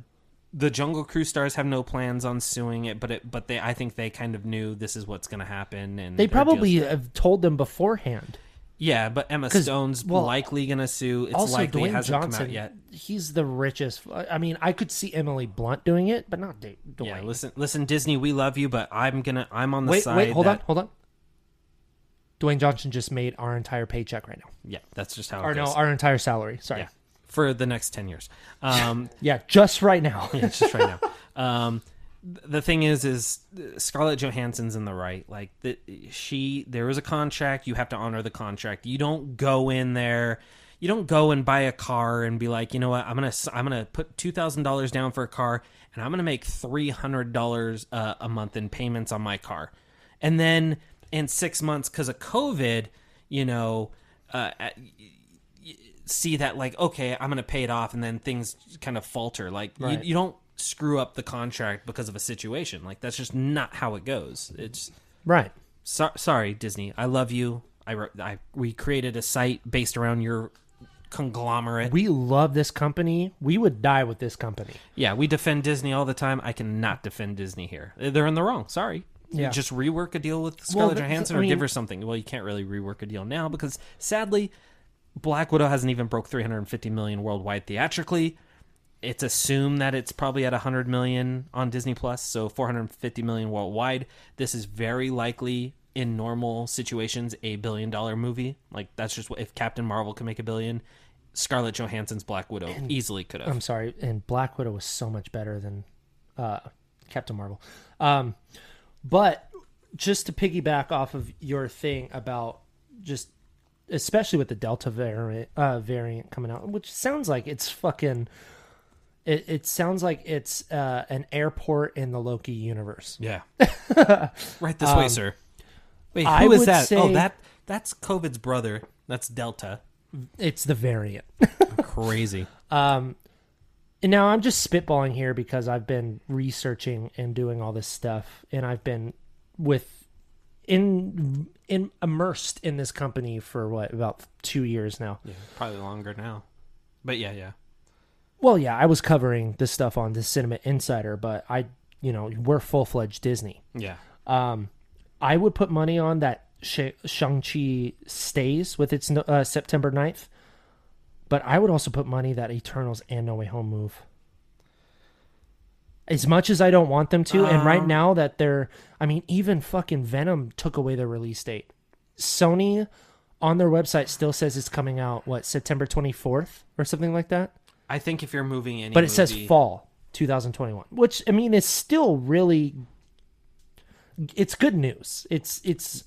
[SPEAKER 2] the Jungle Crew stars have no plans on suing it, but it, but they, I think they kind of knew this is what's going to happen, and
[SPEAKER 3] They
[SPEAKER 2] their deals-
[SPEAKER 3] probably have told them beforehand.
[SPEAKER 2] yeah. But Emma
[SPEAKER 3] 'Cause,
[SPEAKER 2] Stone's
[SPEAKER 3] well,
[SPEAKER 2] likely going to sue. It's
[SPEAKER 3] also,
[SPEAKER 2] likely it
[SPEAKER 3] Dwayne
[SPEAKER 2] hasn't
[SPEAKER 3] Johnson,
[SPEAKER 2] come out yet.
[SPEAKER 3] he's the richest. I mean, I could see Emily Blunt doing it, but not Du- Dwayne.
[SPEAKER 2] Yeah, listen, listen, Disney, we love you, but I'm gonna, I'm on the
[SPEAKER 3] wait,
[SPEAKER 2] side.
[SPEAKER 3] wait, hold
[SPEAKER 2] that,
[SPEAKER 3] on, hold on. Dwayne Johnson just made our entire paycheck right now,
[SPEAKER 2] Yeah, that's just how.
[SPEAKER 3] or
[SPEAKER 2] it
[SPEAKER 3] no,
[SPEAKER 2] goes.
[SPEAKER 3] our entire salary. Sorry,
[SPEAKER 2] yeah
[SPEAKER 3] yeah,
[SPEAKER 2] for the next 10 years um
[SPEAKER 3] just right now.
[SPEAKER 2] yeah, it's just right now *laughs* um th- the thing is is uh, scarlett johansson's in the right like the, she there is a contract you have to honor the contract you don't go in there you don't go and buy a car and be like you know what i'm gonna s- i'm gonna put $2000 down for a car and i'm gonna make $300 uh, a month in payments on my car and then in six months because of covid you know uh, see that like okay i'm gonna pay it off and then things kind of falter like
[SPEAKER 3] Right.
[SPEAKER 2] you, you don't screw up the contract because of a situation like that's just not how it goes it's
[SPEAKER 3] *laughs* right.
[SPEAKER 2] so- sorry disney i love you I, wrote, I we created a site based around your conglomerate
[SPEAKER 3] We love this company. We would die with this company.
[SPEAKER 2] yeah we defend disney all the time i cannot defend disney here Uh, they're in the wrong sorry
[SPEAKER 3] Yeah.
[SPEAKER 2] just rework a deal with scarlett
[SPEAKER 3] the-
[SPEAKER 2] johansson
[SPEAKER 3] I
[SPEAKER 2] or give
[SPEAKER 3] mean-
[SPEAKER 2] her something well you can't really rework a deal now because sadly black widow hasn't even broke 350 million worldwide theatrically it's assumed that it's probably at 100 million on Disney Plus, so 450 million worldwide. This is very likely in normal situations a billion dollar movie. Like that's just what if Captain Marvel can make a billion, Scarlett Johansson's Black Widow easily could have.
[SPEAKER 3] I'm sorry, and Black Widow was so much better than uh, Captain Marvel. Um, but just to piggyback off of your thing about just, especially with the Delta variant uh, variant coming out, which sounds like it's fucking. It, it sounds like it's uh, an airport in the Loki universe.
[SPEAKER 2] *laughs* yeah. right this way, sir. Wait, who is
[SPEAKER 3] I would
[SPEAKER 2] that?
[SPEAKER 3] say-
[SPEAKER 2] oh, that that's COVID's brother. That's Delta.
[SPEAKER 3] It's the variant.
[SPEAKER 2] Crazy.
[SPEAKER 3] And now I'm just spitballing here because I've been researching and doing all this stuff, and I've been with in in immersed in this company for what about two years now.
[SPEAKER 2] *laughs* yeah, probably longer now. But yeah, yeah.
[SPEAKER 3] Well, yeah, I was covering this stuff on the Cinema Insider, but I, you know, we're full fledged Disney.
[SPEAKER 2] Yeah.
[SPEAKER 3] I would put money on that Sh- Shang Chi stays with its no- uh, September 9th, but I would also put money that Eternals and No Way Home move. As much as I don't want them to, and right now that they're, I mean, even fucking Venom took away their release date. Sony on their website still says it's coming out what September 24th or something like that,
[SPEAKER 2] I think if you're moving any
[SPEAKER 3] but it says
[SPEAKER 2] movie-
[SPEAKER 3] fall 2021, which I mean is still really it's good news. It's it's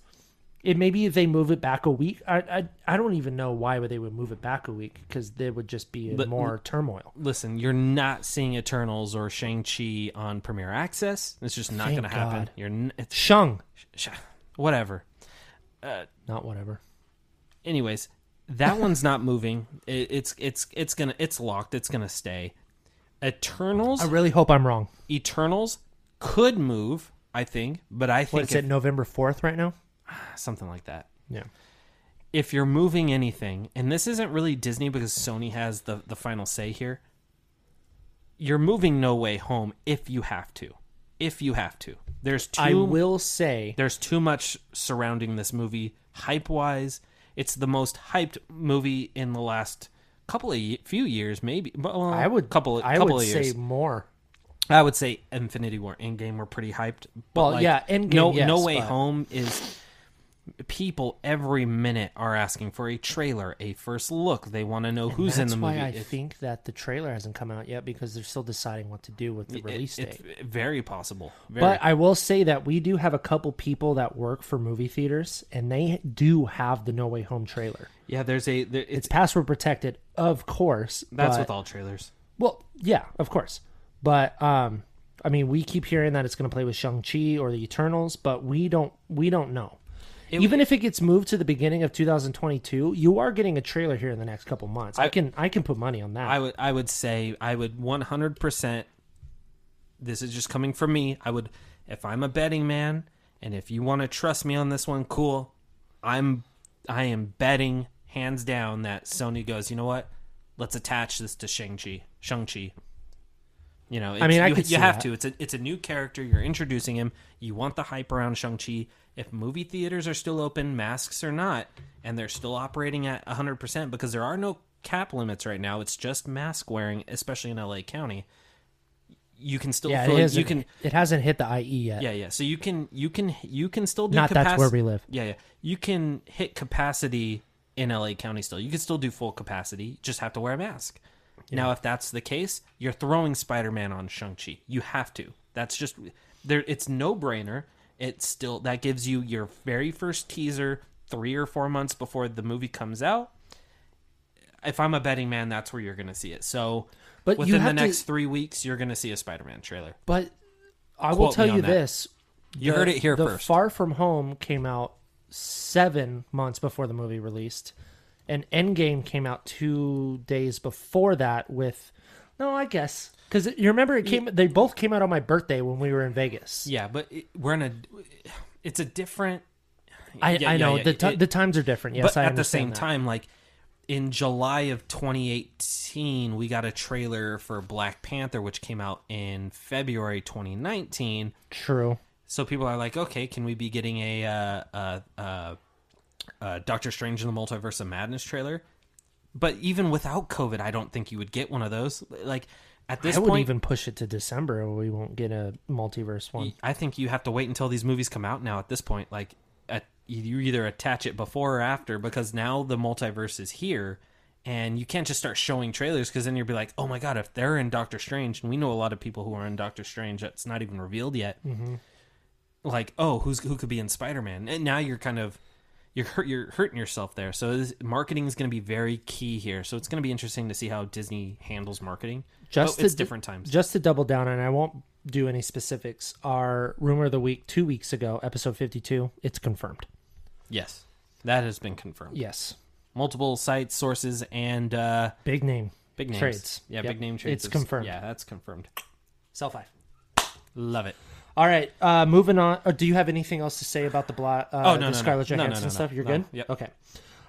[SPEAKER 3] it maybe if they move it back a week. I I, I don't even know why would they would move it back a week because there would just be
[SPEAKER 2] But-
[SPEAKER 3] more turmoil.
[SPEAKER 2] listen, you're not seeing Eternals or Shang Chi on Premiere Access. It's just not
[SPEAKER 3] Thank
[SPEAKER 2] going to happen.
[SPEAKER 3] God.
[SPEAKER 2] You're n- it's sh-
[SPEAKER 3] Shung,
[SPEAKER 2] sh- whatever.
[SPEAKER 3] not whatever.
[SPEAKER 2] Anyways, that one's not moving. It, it's it's it's gonna it's locked. It's gonna stay. Eternals
[SPEAKER 3] I really hope I'm wrong.
[SPEAKER 2] Eternals could move. I think, but I
[SPEAKER 3] What
[SPEAKER 2] think
[SPEAKER 3] is it? November fourth right now.
[SPEAKER 2] if- something like that.
[SPEAKER 3] Yeah.
[SPEAKER 2] If you're moving anything, and this isn't really Disney because Sony has the the final say here. You're moving No Way Home if you have to. If you have to. There's two
[SPEAKER 3] I will say
[SPEAKER 2] there's too much surrounding this movie hype wise it's the most hyped movie in the last couple of ye- few years maybe but well,
[SPEAKER 3] I would
[SPEAKER 2] couple
[SPEAKER 3] I
[SPEAKER 2] couple
[SPEAKER 3] would
[SPEAKER 2] of
[SPEAKER 3] say
[SPEAKER 2] years
[SPEAKER 3] more.
[SPEAKER 2] i would say infinity war endgame were pretty hyped but
[SPEAKER 3] Well,
[SPEAKER 2] like,
[SPEAKER 3] yeah, Endgame,
[SPEAKER 2] no
[SPEAKER 3] yes,
[SPEAKER 2] no way
[SPEAKER 3] but-
[SPEAKER 2] home is people every minute are asking for a trailer, a first look. They want to know who's in
[SPEAKER 3] That's
[SPEAKER 2] the movie.
[SPEAKER 3] why I
[SPEAKER 2] It-
[SPEAKER 3] think that the trailer hasn't come out yet because they're still deciding what to do with the
[SPEAKER 2] it-
[SPEAKER 3] release date.
[SPEAKER 2] it's very possible. Very
[SPEAKER 3] But I will say that we do have a couple people that work for movie theaters, and they do have the No Way Home trailer.
[SPEAKER 2] yeah, there's a there, it's,
[SPEAKER 3] It's password protected, of course.
[SPEAKER 2] that's
[SPEAKER 3] but,
[SPEAKER 2] with all trailers.
[SPEAKER 3] Well, yeah, of course. But um, I mean, we keep hearing that it's going to play with Shang Chi or the Eternals, but we don't we don't know. Even if it gets moved to the beginning of 2022, you are getting a trailer here in the next couple months. I, can I can put money on that.
[SPEAKER 2] I would I would say I would 100% this is just coming from me. I would if I'm a betting man and if you want to trust me on this one, cool. I'm I am betting hands down that Sony goes, "You know what? Let's attach this to Shang-Chi." Shang-Chi. You know, it's,
[SPEAKER 3] mean, I
[SPEAKER 2] you,
[SPEAKER 3] could
[SPEAKER 2] you
[SPEAKER 3] see
[SPEAKER 2] have
[SPEAKER 3] that.
[SPEAKER 2] to. It's a it's a new character. You're introducing him. You want the hype around Shang-Chi. If movie theaters are still open, masks or not, and they're still operating at 100% because there are no cap limits right now. It's just mask wearing, especially in LA County. You can still
[SPEAKER 3] yeah,
[SPEAKER 2] fill-
[SPEAKER 3] it hasn't,
[SPEAKER 2] you can
[SPEAKER 3] it hasn't hit the IE yet.
[SPEAKER 2] yeah, yeah. So you can you can you can still do
[SPEAKER 3] Not that's
[SPEAKER 2] capaci-
[SPEAKER 3] where we live.
[SPEAKER 2] Yeah, yeah. You can hit capacity in LA County still. You can still do full capacity. You just have to wear a mask. Now, if that's the case, you're throwing Spider Man on Shang Chi. You have to. That's just there. It's no brainer. It's still that gives you your very first teaser three or four months before the movie comes out. If I'm a betting man, that's where you're going to see it. So,
[SPEAKER 3] But you
[SPEAKER 2] within the
[SPEAKER 3] have to-
[SPEAKER 2] next three weeks, you're going to see a Spider Man trailer.
[SPEAKER 3] But I will
[SPEAKER 2] Quote
[SPEAKER 3] tell
[SPEAKER 2] me on
[SPEAKER 3] you
[SPEAKER 2] that.
[SPEAKER 3] this:
[SPEAKER 2] You heard it here
[SPEAKER 3] the
[SPEAKER 2] first.
[SPEAKER 3] Far From Home came out seven months before the movie released, and Endgame came out two days before that. With no, I guess because you remember it came. They both came out on my birthday when we were in Vegas.
[SPEAKER 2] Yeah, but it, we're in a. It's a different.
[SPEAKER 3] I,
[SPEAKER 2] Yeah,
[SPEAKER 3] I
[SPEAKER 2] yeah,
[SPEAKER 3] know
[SPEAKER 2] yeah,
[SPEAKER 3] the ti
[SPEAKER 2] it-
[SPEAKER 3] the times are different. Yes,
[SPEAKER 2] But at
[SPEAKER 3] I
[SPEAKER 2] the
[SPEAKER 3] understand
[SPEAKER 2] same
[SPEAKER 3] that.
[SPEAKER 2] time, like in July of 2018, we got a trailer for Black Panther, which came out in February 2019.
[SPEAKER 3] True.
[SPEAKER 2] So people are like, okay, can we be getting a uh, uh, uh, uh, Doctor Strange in the Multiverse of Madness trailer? But even without COVID, I don't think you would get one of those. Like at this
[SPEAKER 3] I would
[SPEAKER 2] point,
[SPEAKER 3] even push it to December. or We won't get a multiverse one.
[SPEAKER 2] I think you have to wait until these movies come out now at this point. Like, at, you either attach it before or after because now the multiverse is here and you can't just start showing trailers because then you'll be like, oh my God, if they're in Doctor Strange, and we know a lot of people who are in Doctor Strange that's not even revealed yet.
[SPEAKER 3] Mm-hmm.
[SPEAKER 2] Like, oh, who's who could be in Spider Man? And now you're kind of. You're, hurt, you're hurting yourself there. So this, marketing is going to be very key here. So it's going to be interesting to see how Disney handles marketing. Oh,
[SPEAKER 3] just to
[SPEAKER 2] it's
[SPEAKER 3] d-
[SPEAKER 2] different times.
[SPEAKER 3] Just to double down, and I won't do any specifics. Our rumor of the week two weeks ago, episode fifty-two, it's confirmed.
[SPEAKER 2] yes, that has been confirmed.
[SPEAKER 3] Yes,
[SPEAKER 2] multiple sites, sources, and uh,
[SPEAKER 3] big name,
[SPEAKER 2] big names.
[SPEAKER 3] trades.
[SPEAKER 2] Yeah,
[SPEAKER 3] Yep.
[SPEAKER 2] big name trades.
[SPEAKER 3] It's
[SPEAKER 2] is-
[SPEAKER 3] confirmed.
[SPEAKER 2] Yeah, that's confirmed.
[SPEAKER 3] Sell five.
[SPEAKER 2] Love it.
[SPEAKER 3] All right, uh, moving on. Or do you have anything else to say about the bla- uh,
[SPEAKER 2] Oh, no,
[SPEAKER 3] the
[SPEAKER 2] no, no.
[SPEAKER 3] Scarlett
[SPEAKER 2] No, no,
[SPEAKER 3] Johansson
[SPEAKER 2] no, no.
[SPEAKER 3] stuff? You're
[SPEAKER 2] No.
[SPEAKER 3] good.
[SPEAKER 2] Yep.
[SPEAKER 3] Okay.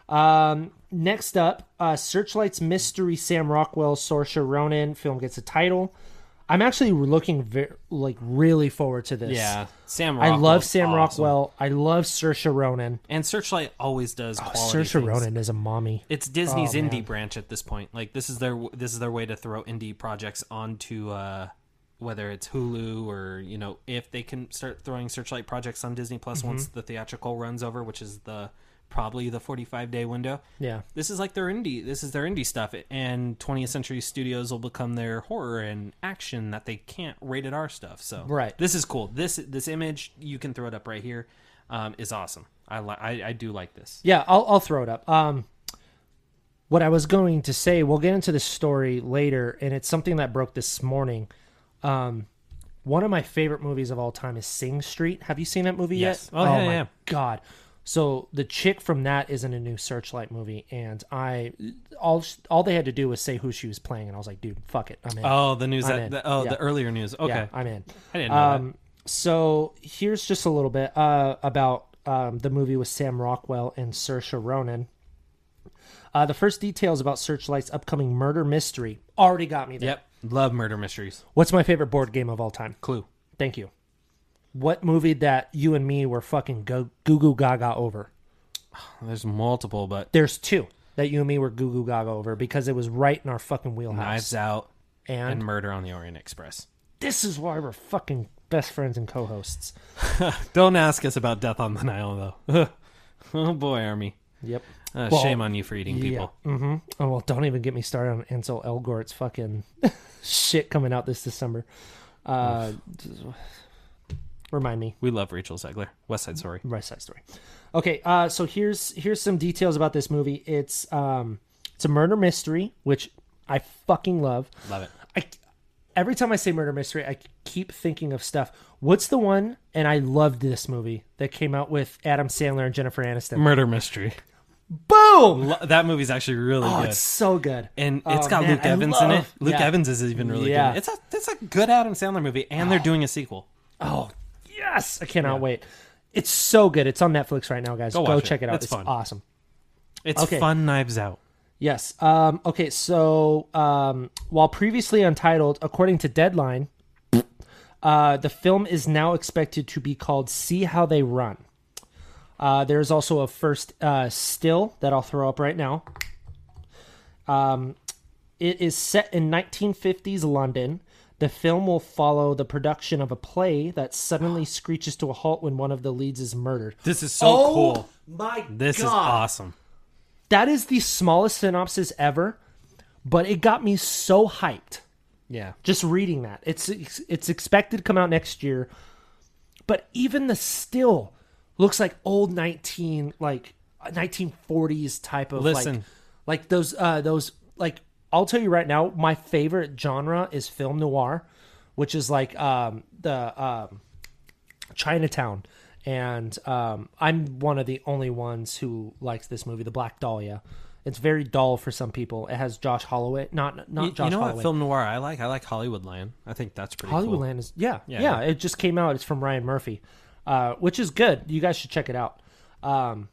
[SPEAKER 3] Um, next up, uh, Searchlight's mystery Sam Rockwell, Saoirse Ronan film gets a title. I'm actually looking ver- like really forward to this.
[SPEAKER 2] Yeah, Sam.
[SPEAKER 3] I
[SPEAKER 2] Rockwell's
[SPEAKER 3] love Sam
[SPEAKER 2] awesome.
[SPEAKER 3] Rockwell. I love Saoirse Ronan.
[SPEAKER 2] and Searchlight always does. quality
[SPEAKER 3] Saoirse
[SPEAKER 2] things.
[SPEAKER 3] Ronan is a mommy.
[SPEAKER 2] It's Disney's
[SPEAKER 3] Oh,
[SPEAKER 2] indie branch at this point. Like this is their this is their way to throw indie projects onto uh, whether it's Hulu or you know if they can start throwing Searchlight projects on Disney Plus once
[SPEAKER 3] Mm-hmm.
[SPEAKER 2] the theatrical runs over, which is the probably the forty five day window.
[SPEAKER 3] Yeah.
[SPEAKER 2] this is like their indie this is their indie stuff and 20th century studios will become their horror and action that they can't rated r stuff so
[SPEAKER 3] Right.
[SPEAKER 2] this is cool this this image you can throw it up right here um, is awesome I, li- I i do like this
[SPEAKER 3] Yeah, I'll, I'll throw it up. Um, what I was going to say, we'll get into this story later, and it's something that broke this morning. Um, one of my favorite movies of all time is Sing Street. Have you seen that movie
[SPEAKER 2] Yes.
[SPEAKER 3] yet?
[SPEAKER 2] Oh, yeah,
[SPEAKER 3] my
[SPEAKER 2] yeah.
[SPEAKER 3] god! So the chick from that is in a new Searchlight movie, and I all all they had to do was say who she was playing, and I was like, dude, fuck it, I'm in.
[SPEAKER 2] oh the news
[SPEAKER 3] I'm
[SPEAKER 2] that,
[SPEAKER 3] in.
[SPEAKER 2] the- oh
[SPEAKER 3] Yeah.
[SPEAKER 2] the earlier news okay
[SPEAKER 3] Yeah, I'm in.
[SPEAKER 2] I didn't know
[SPEAKER 3] Um, so here's just a little bit uh, about um, the movie with Sam Rockwell and Saoirse Ronan. Uh, the first details about Searchlight's upcoming murder mystery already got me
[SPEAKER 2] that
[SPEAKER 3] there.
[SPEAKER 2] yep love murder mysteries
[SPEAKER 3] What's my favorite board game of all time?
[SPEAKER 2] clue
[SPEAKER 3] Thank you. What movie that you and me were fucking go- goo goo gaga over?
[SPEAKER 2] there's multiple but
[SPEAKER 3] There's two that you and me were goo goo gaga over because it was right in our fucking wheelhouse.
[SPEAKER 2] knives out
[SPEAKER 3] And,
[SPEAKER 2] and murder on the orient express
[SPEAKER 3] this is why we're fucking best friends and co-hosts.
[SPEAKER 2] don't ask us about death on the nile though *laughs* Oh boy, Army.
[SPEAKER 3] Yep.
[SPEAKER 2] Uh,
[SPEAKER 3] Well,
[SPEAKER 2] shame on you for eating people.
[SPEAKER 3] Yeah. Mm-hmm. Oh well, don't even get me started on Ansel Elgort's fucking *laughs* shit coming out this December. Uh, *sighs* remind me,
[SPEAKER 2] We love Rachel Zegler. West Side Story.
[SPEAKER 3] West Side Story. Okay, uh, so here's here's some details about this movie. It's um, it's a murder mystery, which I fucking love.
[SPEAKER 2] Love it.
[SPEAKER 3] I every time I say murder mystery, I keep thinking of stuff. What's the one? And I loved this movie that came out with Adam Sandler and Jennifer Aniston.
[SPEAKER 2] Murder mystery.
[SPEAKER 3] Boom!
[SPEAKER 2] Lo- that movie's actually really
[SPEAKER 3] Oh,
[SPEAKER 2] good.
[SPEAKER 3] it's so good.
[SPEAKER 2] and it's
[SPEAKER 3] Oh,
[SPEAKER 2] got
[SPEAKER 3] man,
[SPEAKER 2] Luke
[SPEAKER 3] I
[SPEAKER 2] Evans in it.
[SPEAKER 3] love-
[SPEAKER 2] Luke
[SPEAKER 3] yeah.
[SPEAKER 2] Evans is even really
[SPEAKER 3] Yeah.
[SPEAKER 2] good. It's a it's a good Adam Sandler movie, and they're doing a sequel.
[SPEAKER 3] Oh, yes. I cannot wait. It's so good. It's on Netflix right now, guys. Go,
[SPEAKER 2] Go watch
[SPEAKER 3] check
[SPEAKER 2] it.
[SPEAKER 3] it, out.
[SPEAKER 2] It's
[SPEAKER 3] it's
[SPEAKER 2] fun.
[SPEAKER 3] awesome.
[SPEAKER 2] It's
[SPEAKER 3] Okay.
[SPEAKER 2] fun. Knives Out.
[SPEAKER 3] Yes. Um, okay, so um, while previously untitled, according to Deadline, uh, the film is now expected to be called See How They Run. Uh, there is also a first uh, still that I'll throw up right now. Um, it is set in 1950s London. The film will follow the production of a play that suddenly screeches to a halt when one of the leads is murdered.
[SPEAKER 2] This is so Oh
[SPEAKER 3] Oh
[SPEAKER 2] cool.
[SPEAKER 3] my
[SPEAKER 2] This is awesome.
[SPEAKER 3] that is the smallest synopsis ever, but it got me so hyped
[SPEAKER 2] Yeah.
[SPEAKER 3] just reading that. It's it's expected to come out next year, but even the still looks like old nineteen like uh, nineteen forties type of like
[SPEAKER 2] Listen.
[SPEAKER 3] like those uh those like I'll tell you right now, my favorite genre is film noir, which is like um the um Chinatown. And um, I'm one of the only ones who likes this movie, The Black Dahlia. It's very dull for some people. It has Josh Holloway, not not
[SPEAKER 2] You,
[SPEAKER 3] Josh
[SPEAKER 2] you know
[SPEAKER 3] Holloway.
[SPEAKER 2] what film noir I like? I like Hollywood Lion. I think that's pretty cool.
[SPEAKER 3] Hollywoodland is yeah, yeah,
[SPEAKER 2] Yeah.
[SPEAKER 3] It just came out. It's from Ryan Murphy, uh, which is good. You guys should check it out. Um,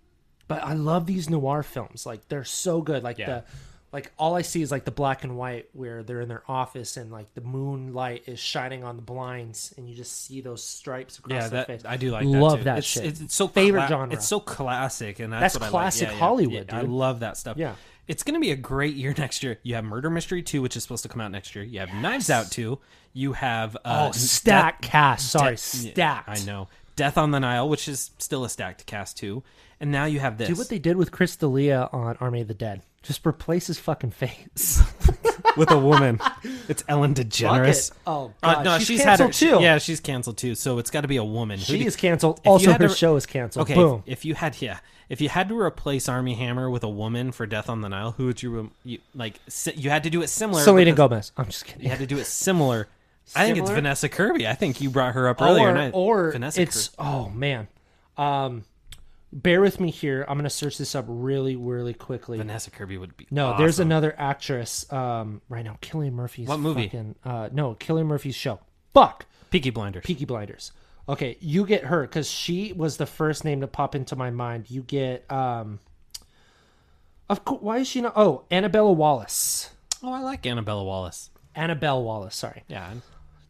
[SPEAKER 3] but I love these noir films. Like they're so good. Like the like all I see is like the black and white where they're in their office and like the moonlight is shining on the blinds and you just see those stripes across
[SPEAKER 2] Yeah,
[SPEAKER 3] their
[SPEAKER 2] that
[SPEAKER 3] face.
[SPEAKER 2] I do like. that, too.
[SPEAKER 3] Love that
[SPEAKER 2] it's,
[SPEAKER 3] shit.
[SPEAKER 2] It's, it's so
[SPEAKER 3] Favorite
[SPEAKER 2] cla-
[SPEAKER 3] genre.
[SPEAKER 2] It's so classic, and that's,
[SPEAKER 3] That's
[SPEAKER 2] what
[SPEAKER 3] classic
[SPEAKER 2] I like. Yeah, yeah,
[SPEAKER 3] Hollywood,
[SPEAKER 2] yeah, I
[SPEAKER 3] dude.
[SPEAKER 2] love that stuff.
[SPEAKER 3] Yeah.
[SPEAKER 2] it's gonna be a great year *laughs* next year. You have Murder Mystery Two, which is supposed to come out next year. You have Knives Out Two. You have uh,
[SPEAKER 3] oh, stacked cast. Sorry,
[SPEAKER 2] Yeah,
[SPEAKER 3] stacked.
[SPEAKER 2] I know. Death on the Nile, which is still a stacked cast too, and now you have this.
[SPEAKER 3] Do what they did with Chris D'Elia on Army of the Dead. Just replace his fucking face.
[SPEAKER 2] *laughs* with a woman. It's Ellen DeGeneres.
[SPEAKER 3] Fuck it. Oh,
[SPEAKER 2] Uh,
[SPEAKER 3] God.
[SPEAKER 2] no,
[SPEAKER 3] She's
[SPEAKER 2] she's, had her,
[SPEAKER 3] canceled, too.
[SPEAKER 2] Yeah, she's canceled too. So it's got to be a woman. Who
[SPEAKER 3] she
[SPEAKER 2] do-
[SPEAKER 3] is canceled.
[SPEAKER 2] if you
[SPEAKER 3] Also,
[SPEAKER 2] had
[SPEAKER 3] her
[SPEAKER 2] to-
[SPEAKER 3] show is canceled.
[SPEAKER 2] Okay, if-
[SPEAKER 3] Boom.
[SPEAKER 2] If, you had yeah, if you had to replace Army Hammer with a woman for Death on the Nile, who would you, rem- you like? si- You had to do it similar.
[SPEAKER 3] Selena
[SPEAKER 2] because
[SPEAKER 3] Gomez. I'm just kidding.
[SPEAKER 2] You had to do it similar. I think it's
[SPEAKER 3] Similar?
[SPEAKER 2] Vanessa Kirby. I think you brought her up earlier.
[SPEAKER 3] or
[SPEAKER 2] and I-
[SPEAKER 3] or
[SPEAKER 2] Vanessa
[SPEAKER 3] it's
[SPEAKER 2] Kirby.
[SPEAKER 3] oh man. Um, bear with me here. I'm gonna search this up really, really quickly.
[SPEAKER 2] Vanessa Kirby would be
[SPEAKER 3] no, there's
[SPEAKER 2] awesome.
[SPEAKER 3] another actress um, right now. Killian Murphy's
[SPEAKER 2] What movie?
[SPEAKER 3] Fucking, uh, no, Killian Murphy's show. Fuck,
[SPEAKER 2] Peaky Blinders.
[SPEAKER 3] Peaky Blinders. Okay, you get her because she was the first name to pop into my mind. You get um, of course. Why is she not? Oh, Annabella Wallace.
[SPEAKER 2] oh, I like Annabella Wallace.
[SPEAKER 3] Annabelle Wallace. Sorry.
[SPEAKER 2] Yeah,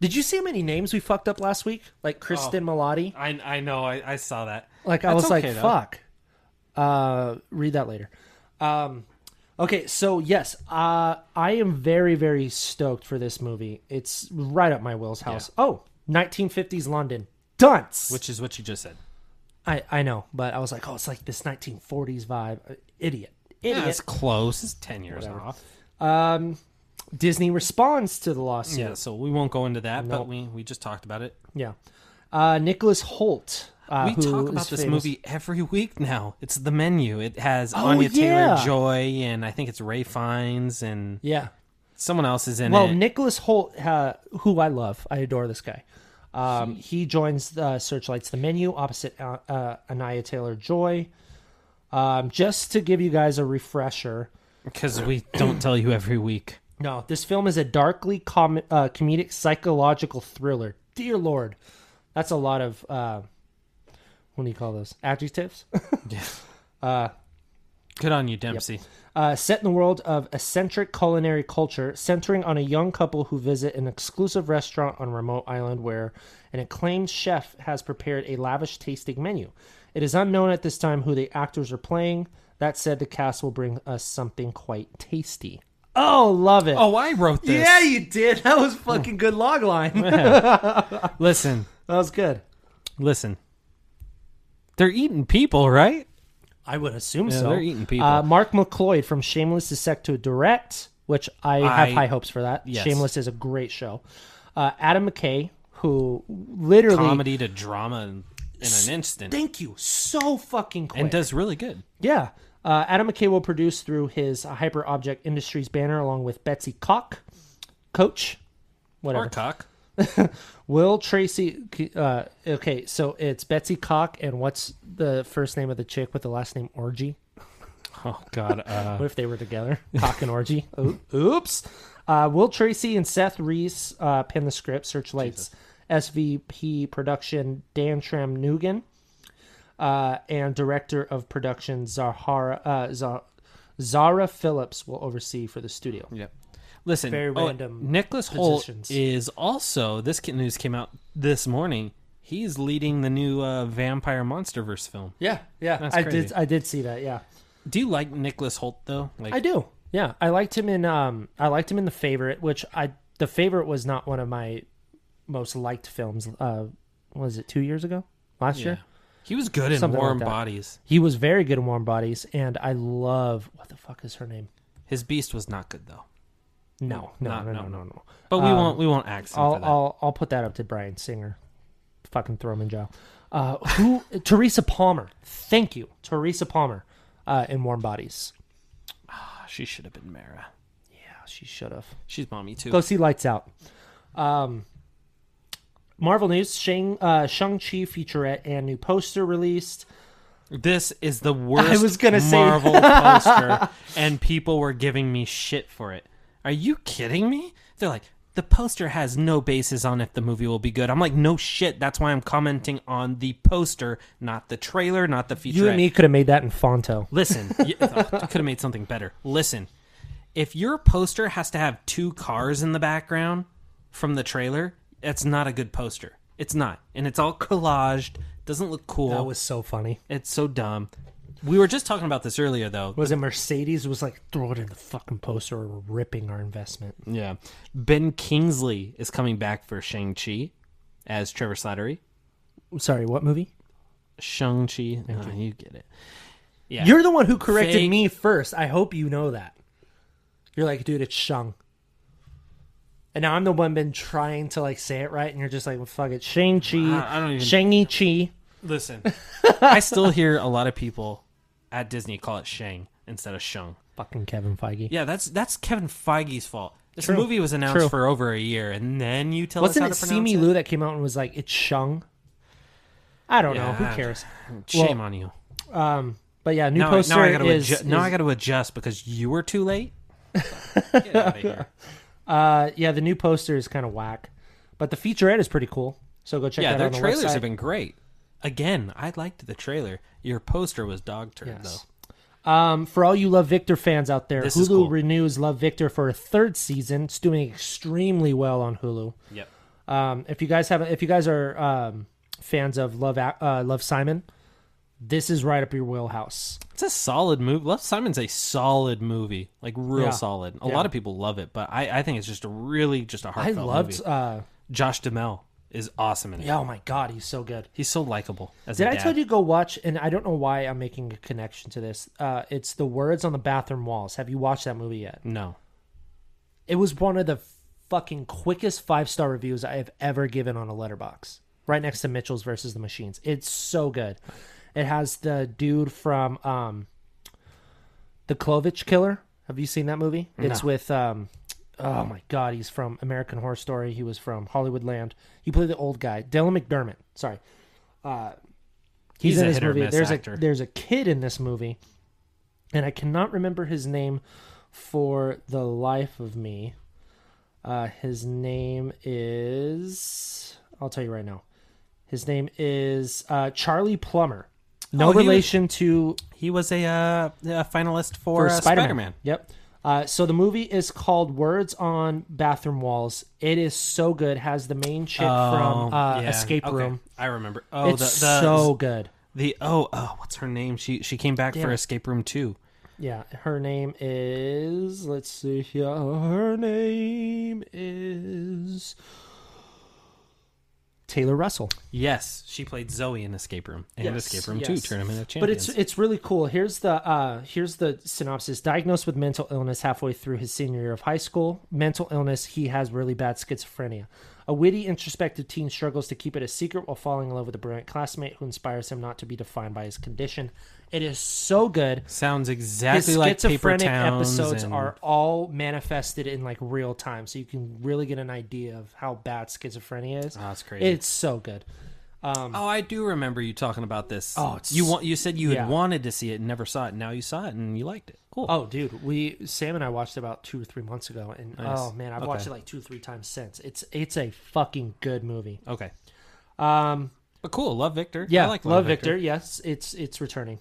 [SPEAKER 3] Did you see how many names we fucked up last week? Like Kristen
[SPEAKER 2] Oh.
[SPEAKER 3] Milotti.
[SPEAKER 2] I I know. I, I saw that.
[SPEAKER 3] Like I
[SPEAKER 2] That's
[SPEAKER 3] was
[SPEAKER 2] okay,
[SPEAKER 3] like,
[SPEAKER 2] though.
[SPEAKER 3] fuck. Uh, read that later. Um, okay, so yes, uh, I am very very stoked for this movie. It's right up my Will's house. Oh, 1950s London. Dunce.
[SPEAKER 2] Which is what you just said.
[SPEAKER 3] I I know, but I was like, oh, it's like this 1940s vibe. Uh, Idiot.
[SPEAKER 2] Yeah, it's
[SPEAKER 3] Idiot.
[SPEAKER 2] close. It's ten years off.
[SPEAKER 3] um, Disney responds to the lawsuit.
[SPEAKER 2] Yeah, so we won't go into that, but we we just talked about it.
[SPEAKER 3] Yeah. Uh, Nicholas Holt. Uh,
[SPEAKER 2] We
[SPEAKER 3] who
[SPEAKER 2] talk
[SPEAKER 3] is
[SPEAKER 2] about this
[SPEAKER 3] famous- Oh,
[SPEAKER 2] movie every week now. It's the menu. It has Anya
[SPEAKER 3] yeah.
[SPEAKER 2] Taylor Joy and I think it's Ray Fiennes and
[SPEAKER 3] Yeah.
[SPEAKER 2] someone else is in
[SPEAKER 3] Well,
[SPEAKER 2] it.
[SPEAKER 3] Nicholas Holt, uh, who I love, I adore this guy. Um, he joins uh, Searchlight's The Menu opposite uh, uh, Anaya Taylor Joy. Um, just to give you guys a refresher,
[SPEAKER 2] Because we don't tell you every week.
[SPEAKER 3] no, this film is a darkly com- uh, comedic psychological thriller. Dear Lord, that's a lot of uh, what do you call those adjectives?
[SPEAKER 2] Good on you, Dempsey.
[SPEAKER 3] uh, set in the world of eccentric culinary culture, centering on a young couple who visit an exclusive restaurant on a remote island where an acclaimed chef has prepared a lavish tasting menu. It is unknown at this time who the actors are playing. That said, the cast will bring us something quite tasty. Oh, love it.
[SPEAKER 2] Oh, I wrote this.
[SPEAKER 3] you did. *laughs* That was fucking good log line. *laughs* that
[SPEAKER 2] Listen,
[SPEAKER 3] was good.
[SPEAKER 2] listen. They're eating people, right?
[SPEAKER 3] I would assume
[SPEAKER 2] Yeah,
[SPEAKER 3] so.
[SPEAKER 2] they're eating people.
[SPEAKER 3] Uh, Mark McCloyd from Shameless is set to direct, which I have
[SPEAKER 2] I-
[SPEAKER 3] high hopes for that.
[SPEAKER 2] Yes.
[SPEAKER 3] Shameless is a great show. Uh, Adam McKay, who literally
[SPEAKER 2] Comedy to drama in, in an instant,
[SPEAKER 3] thank you so fucking quick.
[SPEAKER 2] and does really good.
[SPEAKER 3] yeah, uh, Adam McKay will produce through his uh, Hyper Object Industries banner along with Betsy Cock, Coach, whatever.
[SPEAKER 2] Or cock.
[SPEAKER 3] Will Tracy? Uh, okay, so it's Betsy Cock, and what's the first name of the chick with the last name Orgy?
[SPEAKER 2] Oh God. Uh,
[SPEAKER 3] What if they were together? *laughs* Cock and orgy. O- Oops. Uh, Will Tracy and Seth Reese uh, pen the script. Searchlights SVP production Dan Tram Nugan uh, and director of production Zahara uh, Za- Zara Phillips will oversee for the studio.
[SPEAKER 2] yep. Listen,
[SPEAKER 3] Very
[SPEAKER 2] oh,
[SPEAKER 3] random
[SPEAKER 2] Nicholas Holt
[SPEAKER 3] positions.
[SPEAKER 2] is also this ki- news came out this morning. He's leading the new uh, vampire monsterverse film.
[SPEAKER 3] Yeah, yeah.
[SPEAKER 2] That's
[SPEAKER 3] I
[SPEAKER 2] crazy.
[SPEAKER 3] did. I did see that. Yeah,
[SPEAKER 2] Do you like Nicholas Holt though? Like
[SPEAKER 3] I do. Yeah, I liked him in. Um, I liked him in the favorite, which I the favorite was not one of my most liked films. Uh, was it two years ago? Last
[SPEAKER 2] yeah.
[SPEAKER 3] year?
[SPEAKER 2] He was good in
[SPEAKER 3] Something like
[SPEAKER 2] Warm
[SPEAKER 3] that.
[SPEAKER 2] Bodies.
[SPEAKER 3] He was very good in Warm Bodies, and I love what the fuck is her name?
[SPEAKER 2] His Beast was not good though.
[SPEAKER 3] No, no,
[SPEAKER 2] Not-
[SPEAKER 3] no, no,
[SPEAKER 2] no,
[SPEAKER 3] no, no.
[SPEAKER 2] But we won't we won't axe him
[SPEAKER 3] I'll,
[SPEAKER 2] for that.
[SPEAKER 3] Um, I'll, I'll put that up to Brian Singer. Fucking throw him in jail. Uh, who? *laughs* Teresa Palmer. Thank you, Teresa Palmer, uh, in Warm Bodies.
[SPEAKER 2] Ah, she should have been Mara.
[SPEAKER 3] Yeah, she should have.
[SPEAKER 2] She's mommy too.
[SPEAKER 3] Go see Lights Out. Um, Marvel News: Shang uh, Shang Chi featurette and new poster released.
[SPEAKER 2] This is the worst
[SPEAKER 3] was gonna say- *laughs*
[SPEAKER 2] Marvel poster, and people were giving me shit for it. Are you kidding me? They're like, the poster has no basis on if the movie will be good. I'm like, no shit. That's why I'm commenting on the poster, not the trailer, not the feature.
[SPEAKER 3] You and me could have made that in Fonto.
[SPEAKER 2] Listen,
[SPEAKER 3] *laughs*
[SPEAKER 2] uh, you, could have made something better. Listen, if your poster has to have two cars in the background from the trailer, it's not a good poster. It's not, and it's all collaged. Doesn't look cool.
[SPEAKER 3] That was so funny.
[SPEAKER 2] It's so dumb. We were just talking about this earlier, though.
[SPEAKER 3] Was it Mercedes was like throw it in the fucking poster or we're ripping our investment?
[SPEAKER 2] Yeah. Ben Kingsley is coming back for Shang-Chi as Trevor Slattery.
[SPEAKER 3] Sorry, what movie?
[SPEAKER 2] Shang-Chi. Oh, you get it. Yeah.
[SPEAKER 3] You're the one who corrected
[SPEAKER 2] Fake.
[SPEAKER 3] me first. I hope you know that. You're like, dude, it's Shung. And now I'm the one been trying to like say it right, and you're just like, well, fuck it, Shang
[SPEAKER 2] I- I don't
[SPEAKER 3] Chi,
[SPEAKER 2] even-
[SPEAKER 3] Shang Chi.
[SPEAKER 2] Listen, *laughs* I still hear a lot of people at Disney call it Shang instead of Shung.
[SPEAKER 3] Fucking Kevin Feige.
[SPEAKER 2] Yeah, that's that's Kevin Feige's fault. This
[SPEAKER 3] True.
[SPEAKER 2] movie was announced
[SPEAKER 3] True.
[SPEAKER 2] for over a year, and then you tell
[SPEAKER 3] Wasn't it
[SPEAKER 2] us how to pronounce
[SPEAKER 3] Simi
[SPEAKER 2] it.
[SPEAKER 3] Lou that came out and was like, it's Shung? I don't know.
[SPEAKER 2] Yeah.
[SPEAKER 3] Who cares?
[SPEAKER 2] Shame
[SPEAKER 3] Well,
[SPEAKER 2] on you.
[SPEAKER 3] But yeah, new
[SPEAKER 2] Now, I-
[SPEAKER 3] poster
[SPEAKER 2] now I got to
[SPEAKER 3] is,
[SPEAKER 2] adjust. Now
[SPEAKER 3] is-
[SPEAKER 2] I got to adjust because you were too
[SPEAKER 3] *laughs*
[SPEAKER 2] late. Get out of here.
[SPEAKER 3] uh, yeah, the new poster is kind of whack, but the featurette is pretty cool. So go check
[SPEAKER 2] Yeah,
[SPEAKER 3] that
[SPEAKER 2] their
[SPEAKER 3] out on the
[SPEAKER 2] trailers
[SPEAKER 3] website.
[SPEAKER 2] have been great. Again, I liked the trailer. Your poster was dog turd
[SPEAKER 3] Yes.
[SPEAKER 2] though.
[SPEAKER 3] Um, for all you Love Victor fans out there,
[SPEAKER 2] This
[SPEAKER 3] Hulu
[SPEAKER 2] is cool.
[SPEAKER 3] renews Love Victor for a third season. It's doing extremely well on Hulu.
[SPEAKER 2] Yep.
[SPEAKER 3] Um, if you guys have, if you guys are um, fans of Love Ac- uh, Love Simon, this is right up your wheelhouse.
[SPEAKER 2] It's a solid movie. Love Simon's a solid movie. Like real
[SPEAKER 3] Yeah.
[SPEAKER 2] solid. A
[SPEAKER 3] Yeah.
[SPEAKER 2] lot of people love it, but I, I think it's just a really just a
[SPEAKER 3] I
[SPEAKER 2] heartfelt
[SPEAKER 3] loved.
[SPEAKER 2] movie.
[SPEAKER 3] Uh,
[SPEAKER 2] Josh Duhamel is awesome in it.
[SPEAKER 3] yeah, oh my god, he's so good.
[SPEAKER 2] He's so likable as
[SPEAKER 3] Did
[SPEAKER 2] a
[SPEAKER 3] I
[SPEAKER 2] dad.
[SPEAKER 3] tell you to go watch? And I don't know why I'm making a connection to this. Uh, it's the words on the bathroom walls. Have you watched that movie yet?
[SPEAKER 2] No.
[SPEAKER 3] It was one of the fucking quickest five star reviews I have ever given on a letterbox. Right next to Mitchell's versus the Machines. It's so good. It has the dude from um The Klovich Killer. Have you seen that movie? It's with um oh my god, he's from American Horror Story. He was from Hollywood Land. He played the old guy. Dylan McDermott. Sorry. Uh he's,
[SPEAKER 2] He's
[SPEAKER 3] in
[SPEAKER 2] a
[SPEAKER 3] this
[SPEAKER 2] hit or
[SPEAKER 3] movie.
[SPEAKER 2] miss
[SPEAKER 3] there's
[SPEAKER 2] actor.
[SPEAKER 3] a there's a kid in this movie, and I cannot remember his name for the life of me. Uh, his name is. I'll tell you right now. His name is uh, Charlie Plummer. No
[SPEAKER 2] Oh, he was-
[SPEAKER 3] relation to
[SPEAKER 2] He was a, uh, a finalist for,
[SPEAKER 3] for
[SPEAKER 2] uh,
[SPEAKER 3] Spider-Man.
[SPEAKER 2] Spider-Man.
[SPEAKER 3] Yep. Uh, so the movie is called Words on Bathroom Walls. It is so good. Has the main chick
[SPEAKER 2] Oh,
[SPEAKER 3] from uh,
[SPEAKER 2] yeah.
[SPEAKER 3] Escape
[SPEAKER 2] Okay.
[SPEAKER 3] Room.
[SPEAKER 2] I remember. Oh,
[SPEAKER 3] it's
[SPEAKER 2] the, the
[SPEAKER 3] so good.
[SPEAKER 2] the oh, oh what's her name? She she came back for
[SPEAKER 3] it.
[SPEAKER 2] Escape Room 2.
[SPEAKER 3] Yeah, her name is. Let's see here. Her name is. Taylor Russell.
[SPEAKER 2] Yes, she played Zoe in Escape Room and
[SPEAKER 3] Yes,
[SPEAKER 2] Escape Room
[SPEAKER 3] yes.
[SPEAKER 2] 2, Tournament of Champions.
[SPEAKER 3] But it's it's really cool. Here's the uh, here's the synopsis. Diagnosed with mental illness halfway through his senior year of high school, mental illness he has really bad schizophrenia. A witty, introspective teen struggles to keep it a secret while falling in love with a brilliant classmate who inspires him not to be defined by his condition. It is so good.
[SPEAKER 2] sounds
[SPEAKER 3] His
[SPEAKER 2] exactly like Paper
[SPEAKER 3] schizophrenic
[SPEAKER 2] Towns.
[SPEAKER 3] episodes
[SPEAKER 2] and-
[SPEAKER 3] are all manifested in like real time, so you can really get an idea of how bad schizophrenia is.
[SPEAKER 2] Ah, that's crazy.
[SPEAKER 3] It's so good.
[SPEAKER 2] Oh, I do remember you talking about this.
[SPEAKER 3] um, Oh, it's-
[SPEAKER 2] you want you said you
[SPEAKER 3] yeah.
[SPEAKER 2] had wanted to see it and never saw it, and now you saw it and you liked it. Cool.
[SPEAKER 3] Oh, dude, we Sam and I watched it about two or three months ago, and
[SPEAKER 2] Nice.
[SPEAKER 3] oh man, I've watched it
[SPEAKER 2] Okay.
[SPEAKER 3] like two or three times since. It's it's a fucking good movie.
[SPEAKER 2] Oh, okay.
[SPEAKER 3] Um,
[SPEAKER 2] But cool. Love Victor.
[SPEAKER 3] yeah,
[SPEAKER 2] I like
[SPEAKER 3] Love Victor. Yes, it's it's returning.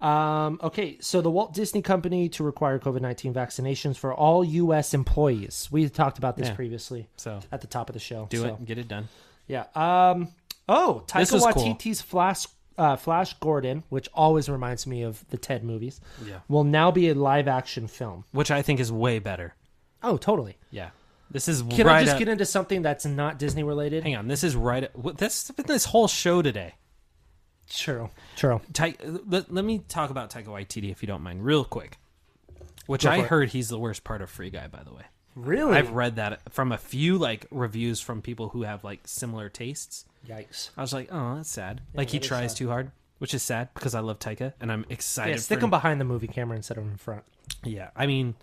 [SPEAKER 3] Um, okay, so the Walt Disney Company to require COVID nineteen vaccinations for all U.S. employees. We talked about this
[SPEAKER 2] Yeah.
[SPEAKER 3] previously
[SPEAKER 2] So
[SPEAKER 3] at the top of the show.
[SPEAKER 2] do
[SPEAKER 3] so,
[SPEAKER 2] it. and Get it done.
[SPEAKER 3] Yeah. Um. Oh,
[SPEAKER 2] This
[SPEAKER 3] Taika
[SPEAKER 2] is cool.
[SPEAKER 3] Waititi's Flash uh, Flash Gordon, which always reminds me of the Ted movies,
[SPEAKER 2] Yeah.
[SPEAKER 3] will now be a live action film.
[SPEAKER 2] Which I think is way better.
[SPEAKER 3] Oh, totally.
[SPEAKER 2] Yeah. This is
[SPEAKER 3] Can
[SPEAKER 2] right
[SPEAKER 3] I just
[SPEAKER 2] up-
[SPEAKER 3] get into something that's not Disney related?
[SPEAKER 2] Hang on. This is right. up- What, this been this whole show today.
[SPEAKER 3] True. True.
[SPEAKER 2] Ty, let, let me talk about Taika Waititi if you don't mind, real quick. Which
[SPEAKER 3] Go
[SPEAKER 2] I
[SPEAKER 3] for it.
[SPEAKER 2] heard he's the worst part of Free Guy, by the way.
[SPEAKER 3] Really?
[SPEAKER 2] I've read that from a few like reviews from people who have like similar tastes.
[SPEAKER 3] Yikes.
[SPEAKER 2] I was like, oh, that's sad. like he
[SPEAKER 3] that is
[SPEAKER 2] tries
[SPEAKER 3] sad.
[SPEAKER 2] too hard, which is sad because I love Taika and I'm excited.
[SPEAKER 3] Yeah, stick
[SPEAKER 2] for
[SPEAKER 3] them behind the movie camera instead of in front.
[SPEAKER 2] Yeah, I mean,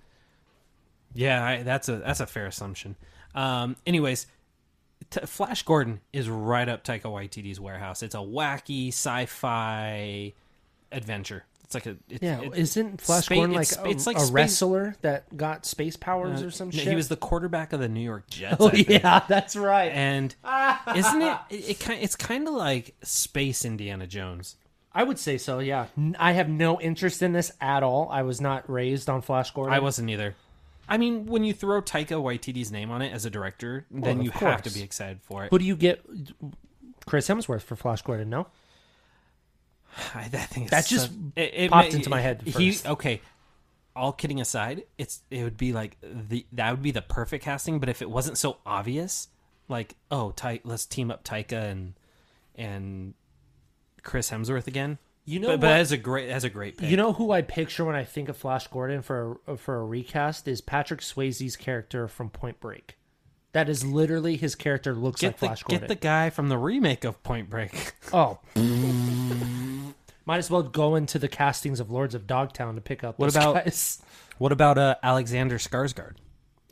[SPEAKER 2] yeah, I, that's a that's a fair assumption. Um, anyways, t- Flash Gordon is right up Taika Waititi's warehouse. It's a wacky sci-fi adventure. It's like a it's,
[SPEAKER 3] Yeah.
[SPEAKER 2] it-
[SPEAKER 3] isn't Flash
[SPEAKER 2] spa-
[SPEAKER 3] Gordon like,
[SPEAKER 2] it's-
[SPEAKER 3] a,
[SPEAKER 2] it's like
[SPEAKER 3] a
[SPEAKER 2] space-
[SPEAKER 3] wrestler that got space powers
[SPEAKER 2] uh,
[SPEAKER 3] or some
[SPEAKER 2] no,
[SPEAKER 3] shit?
[SPEAKER 2] He was the quarterback of the New York Jets.
[SPEAKER 3] Oh
[SPEAKER 2] I think.
[SPEAKER 3] yeah, *laughs* that's right. *laughs*
[SPEAKER 2] and isn't it? It, it kind it's kind of like space Indiana Jones.
[SPEAKER 3] I would say so. Yeah. N- I have no interest in this at all. I was not raised on Flash Gordon.
[SPEAKER 2] I wasn't either. I mean, when you throw Taika Waititi's name on it as a director, then
[SPEAKER 3] of
[SPEAKER 2] you have to
[SPEAKER 3] course.
[SPEAKER 2] be excited for it.
[SPEAKER 3] Who do you get? Chris Hemsworth for Flash Gordon? No.
[SPEAKER 2] I, I think it's
[SPEAKER 3] That just
[SPEAKER 2] so- it, it
[SPEAKER 3] popped
[SPEAKER 2] may-
[SPEAKER 3] into my head
[SPEAKER 2] He
[SPEAKER 3] first.
[SPEAKER 2] okay. All kidding aside, it's it would be like the that would be the perfect casting. But if it wasn't so obvious, like oh, Ty, let's team up Taika and and Chris Hemsworth again.
[SPEAKER 3] You know
[SPEAKER 2] but, but
[SPEAKER 3] what-
[SPEAKER 2] as a great as a great pick.
[SPEAKER 3] You know who I picture when I think of Flash Gordon for a, uh, for a recast is Patrick Swayze's character from Point Break. That is literally his character looks
[SPEAKER 2] get
[SPEAKER 3] like
[SPEAKER 2] the
[SPEAKER 3] Flash
[SPEAKER 2] get
[SPEAKER 3] Gordon.
[SPEAKER 2] the guy from the remake of Point Break. *laughs*
[SPEAKER 3] Oh. *laughs* Might as well go into the castings of Lords of Dogtown to pick up.
[SPEAKER 2] What
[SPEAKER 3] those
[SPEAKER 2] about-
[SPEAKER 3] guys. *laughs*
[SPEAKER 2] what about uh, Alexander Skarsgård?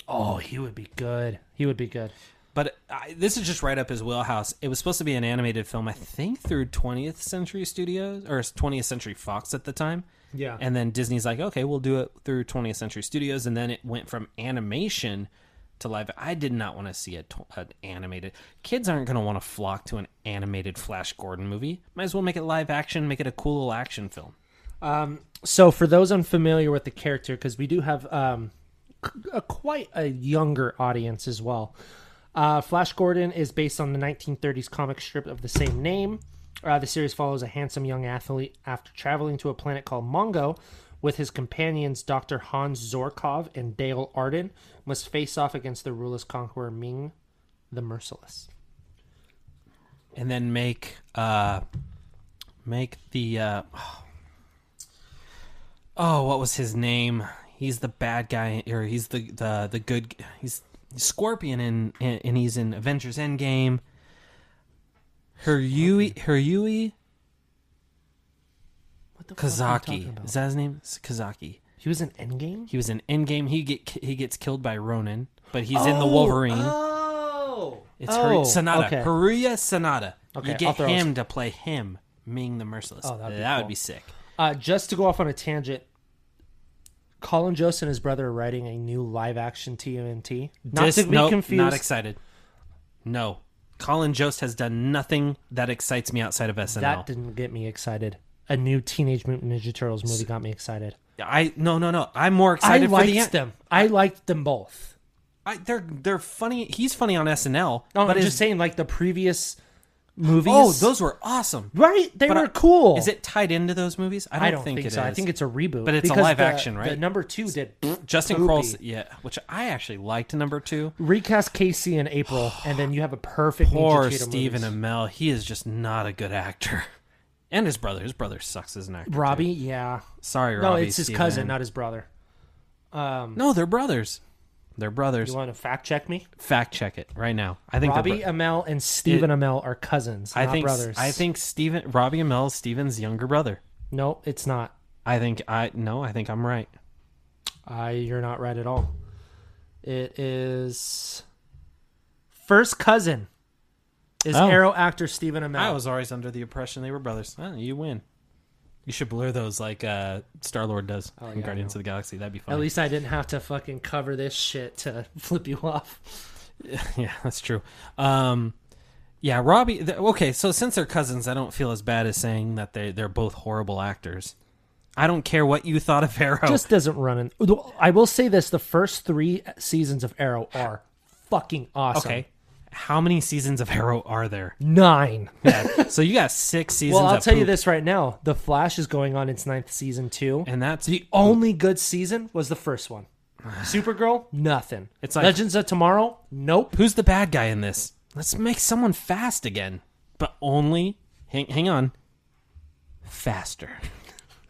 [SPEAKER 3] Oh, he would be good. He would be good.
[SPEAKER 2] But I, this is just right up his wheelhouse. It was supposed to be an animated film, I think, through 20th Century Studios or 20th Century Fox at the time.
[SPEAKER 3] Yeah.
[SPEAKER 2] And then Disney's like, okay, we'll do it through 20th Century Studios, and then it went from animation to live. I did not want to see a tw- an animated. Kids aren't going to want to flock to an animated Flash Gordon movie. Might as well make it live action, make it a cool little action film.
[SPEAKER 3] So, for those unfamiliar with the character, because we do have um, c- a, quite a younger audience as well, uh, Flash Gordon is based on the 1930s comic strip of the same name. Uh, the series follows a handsome young athlete after traveling to a planet called Mongo with his companions Dr. Hans Zorkov and Dale Arden, must face off against the ruthless conqueror Ming the Merciless.
[SPEAKER 2] and then make uh make the uh oh what was his name he's the bad guy or he's the the the good he's scorpion in and, and he's in avengers endgame Hiryui Hiryui
[SPEAKER 3] What the fuck are you talking
[SPEAKER 2] Kazaki
[SPEAKER 3] about?
[SPEAKER 2] is that his name it's Kazaki
[SPEAKER 3] He was in Endgame?
[SPEAKER 2] he was in Endgame he get he gets killed by Ronin but he's in the Wolverine
[SPEAKER 3] Oh!
[SPEAKER 2] it's Hiru-
[SPEAKER 3] Oh,
[SPEAKER 2] Sonata
[SPEAKER 3] okay,
[SPEAKER 2] Haruya Sonata
[SPEAKER 3] Okay,
[SPEAKER 2] you
[SPEAKER 3] I'll
[SPEAKER 2] get
[SPEAKER 3] throw
[SPEAKER 2] him to play him Ming the Merciless
[SPEAKER 3] Oh, that'd be
[SPEAKER 2] that
[SPEAKER 3] cool.
[SPEAKER 2] would be sick
[SPEAKER 3] Uh, just to go off on a tangent, Colin Jost and his brother are writing a new live action TMNT. Not
[SPEAKER 2] Dis-
[SPEAKER 3] to be
[SPEAKER 2] nope,
[SPEAKER 3] confused.
[SPEAKER 2] Not excited. No. Colin Jost has done nothing that excites me outside of SNL.
[SPEAKER 3] that didn't get me excited. A new Teenage Mutant Ninja Turtles movie got me excited.
[SPEAKER 2] I no no no. I'm more
[SPEAKER 3] I
[SPEAKER 2] excited for
[SPEAKER 3] liked
[SPEAKER 2] the end.
[SPEAKER 3] them. I liked them both.
[SPEAKER 2] I, they're they're funny. He's funny on SNL,
[SPEAKER 3] No,
[SPEAKER 2] but
[SPEAKER 3] I'm
[SPEAKER 2] his,
[SPEAKER 3] just saying, like the previous movies.
[SPEAKER 2] Oh, those were awesome.
[SPEAKER 3] right? They
[SPEAKER 2] But
[SPEAKER 3] were
[SPEAKER 2] I-
[SPEAKER 3] cool.
[SPEAKER 2] Is it tied into those movies? I don't,
[SPEAKER 3] I don't think,
[SPEAKER 2] it is.
[SPEAKER 3] so. I think it's a reboot,
[SPEAKER 2] But it's a
[SPEAKER 3] because
[SPEAKER 2] live
[SPEAKER 3] the-
[SPEAKER 2] action, right?
[SPEAKER 3] The number two
[SPEAKER 2] *sniffs*
[SPEAKER 3] did
[SPEAKER 2] Justin
[SPEAKER 3] poopy.
[SPEAKER 2] Crowley. Yeah, which I actually liked. Number two.
[SPEAKER 3] recast Casey in April, and then you have a perfect
[SPEAKER 2] Poor
[SPEAKER 3] Ninja Cheetah
[SPEAKER 2] Stephen
[SPEAKER 3] movies.
[SPEAKER 2] Amell. He is just not a good actor. *laughs* And his brother. His brother sucks as an actor. too.
[SPEAKER 3] Robbie. Yeah,
[SPEAKER 2] Sorry,
[SPEAKER 3] no,
[SPEAKER 2] Robbie.
[SPEAKER 3] it's his
[SPEAKER 2] Stephen.
[SPEAKER 3] cousin, not his brother. Um,
[SPEAKER 2] No, they're brothers. They're brothers.
[SPEAKER 3] you want to fact check me?
[SPEAKER 2] Fact check it right now. I think they're
[SPEAKER 3] Robbie
[SPEAKER 2] bro-
[SPEAKER 3] Amell and Stephen Amell are cousins,
[SPEAKER 2] I
[SPEAKER 3] not
[SPEAKER 2] think
[SPEAKER 3] brothers.
[SPEAKER 2] I think Stephen Robbie Amell is Stephen's younger brother.
[SPEAKER 3] no, it's not.
[SPEAKER 2] I think I no. I think I'm right.
[SPEAKER 3] I you're not right at all. It is first cousin is
[SPEAKER 2] Oh.
[SPEAKER 3] Arrow actor Stephen Amell.
[SPEAKER 2] I was always under the impression they were brothers. Oh, you win. You should blur those like uh, Star Lord does in
[SPEAKER 3] Oh, yeah, I
[SPEAKER 2] Guardians of the Galaxy. That'd be fun.
[SPEAKER 3] At least I didn't have to fucking cover this shit to *laughs* flip you off.
[SPEAKER 2] *laughs* yeah, that's true. Um, yeah, Robbie. Th- okay, so since they're cousins, I don't feel as bad as saying that they they're both horrible actors. I don't care what you thought of Arrow.
[SPEAKER 3] Just doesn't run in. I will say this: the first three seasons of Arrow are fucking awesome.
[SPEAKER 2] okay. How many seasons of Arrow are
[SPEAKER 3] *laughs*
[SPEAKER 2] there?
[SPEAKER 3] nine.
[SPEAKER 2] Yeah, so you got six seasons.
[SPEAKER 3] Well, I'll
[SPEAKER 2] of
[SPEAKER 3] tell you
[SPEAKER 2] poop,
[SPEAKER 3] this right now: the Flash is going on its ninth season too.
[SPEAKER 2] and that's the
[SPEAKER 3] only good season was the
[SPEAKER 2] *sighs*
[SPEAKER 3] first one. Supergirl, nothing.
[SPEAKER 2] It's like-
[SPEAKER 3] Legends of Tomorrow, nope.
[SPEAKER 2] Who's the bad guy in this? Let's make someone fast again, but only hang, hang on, faster.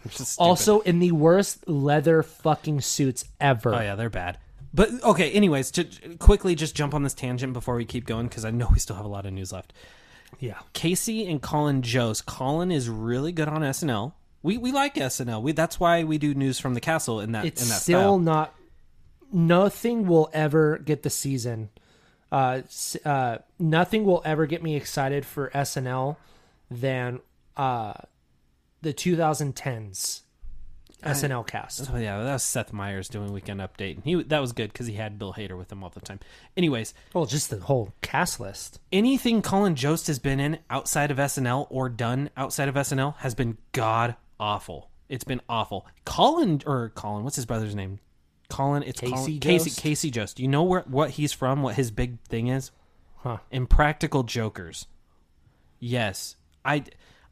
[SPEAKER 2] Which is stupid.
[SPEAKER 3] Also in the worst leather fucking suits ever.
[SPEAKER 2] oh yeah, they're bad. But okay, anyways, to quickly just jump on this tangent before we keep going because I know we still have a lot of news left.
[SPEAKER 3] Yeah.
[SPEAKER 2] Casey and Colin Jost. Colin is really good on SNL. We we like SNL. We that's why we do news from the castle in that
[SPEAKER 3] It's
[SPEAKER 2] in that
[SPEAKER 3] still
[SPEAKER 2] style.
[SPEAKER 3] not. Nothing will ever get the season. Uh, s- uh, nothing will ever get me excited for SNL than uh, the 2010s SNL cast.
[SPEAKER 2] Oh yeah, that was Seth Meyers doing Weekend Update, and he that was good because he had Bill Hader with him all the time. Anyways,
[SPEAKER 3] Well, just the whole cast list.
[SPEAKER 2] anything Colin Jost has been in outside of SNL or done outside of SNL has been god awful. It's been awful. Colin or Colin, what's his brother's name? Colin. It's
[SPEAKER 3] Casey
[SPEAKER 2] Colin,
[SPEAKER 3] Jost?
[SPEAKER 2] Casey Casey Jost. You know where what he's from? What his big thing is?
[SPEAKER 3] Huh.
[SPEAKER 2] Impractical Jokers. Yes, I.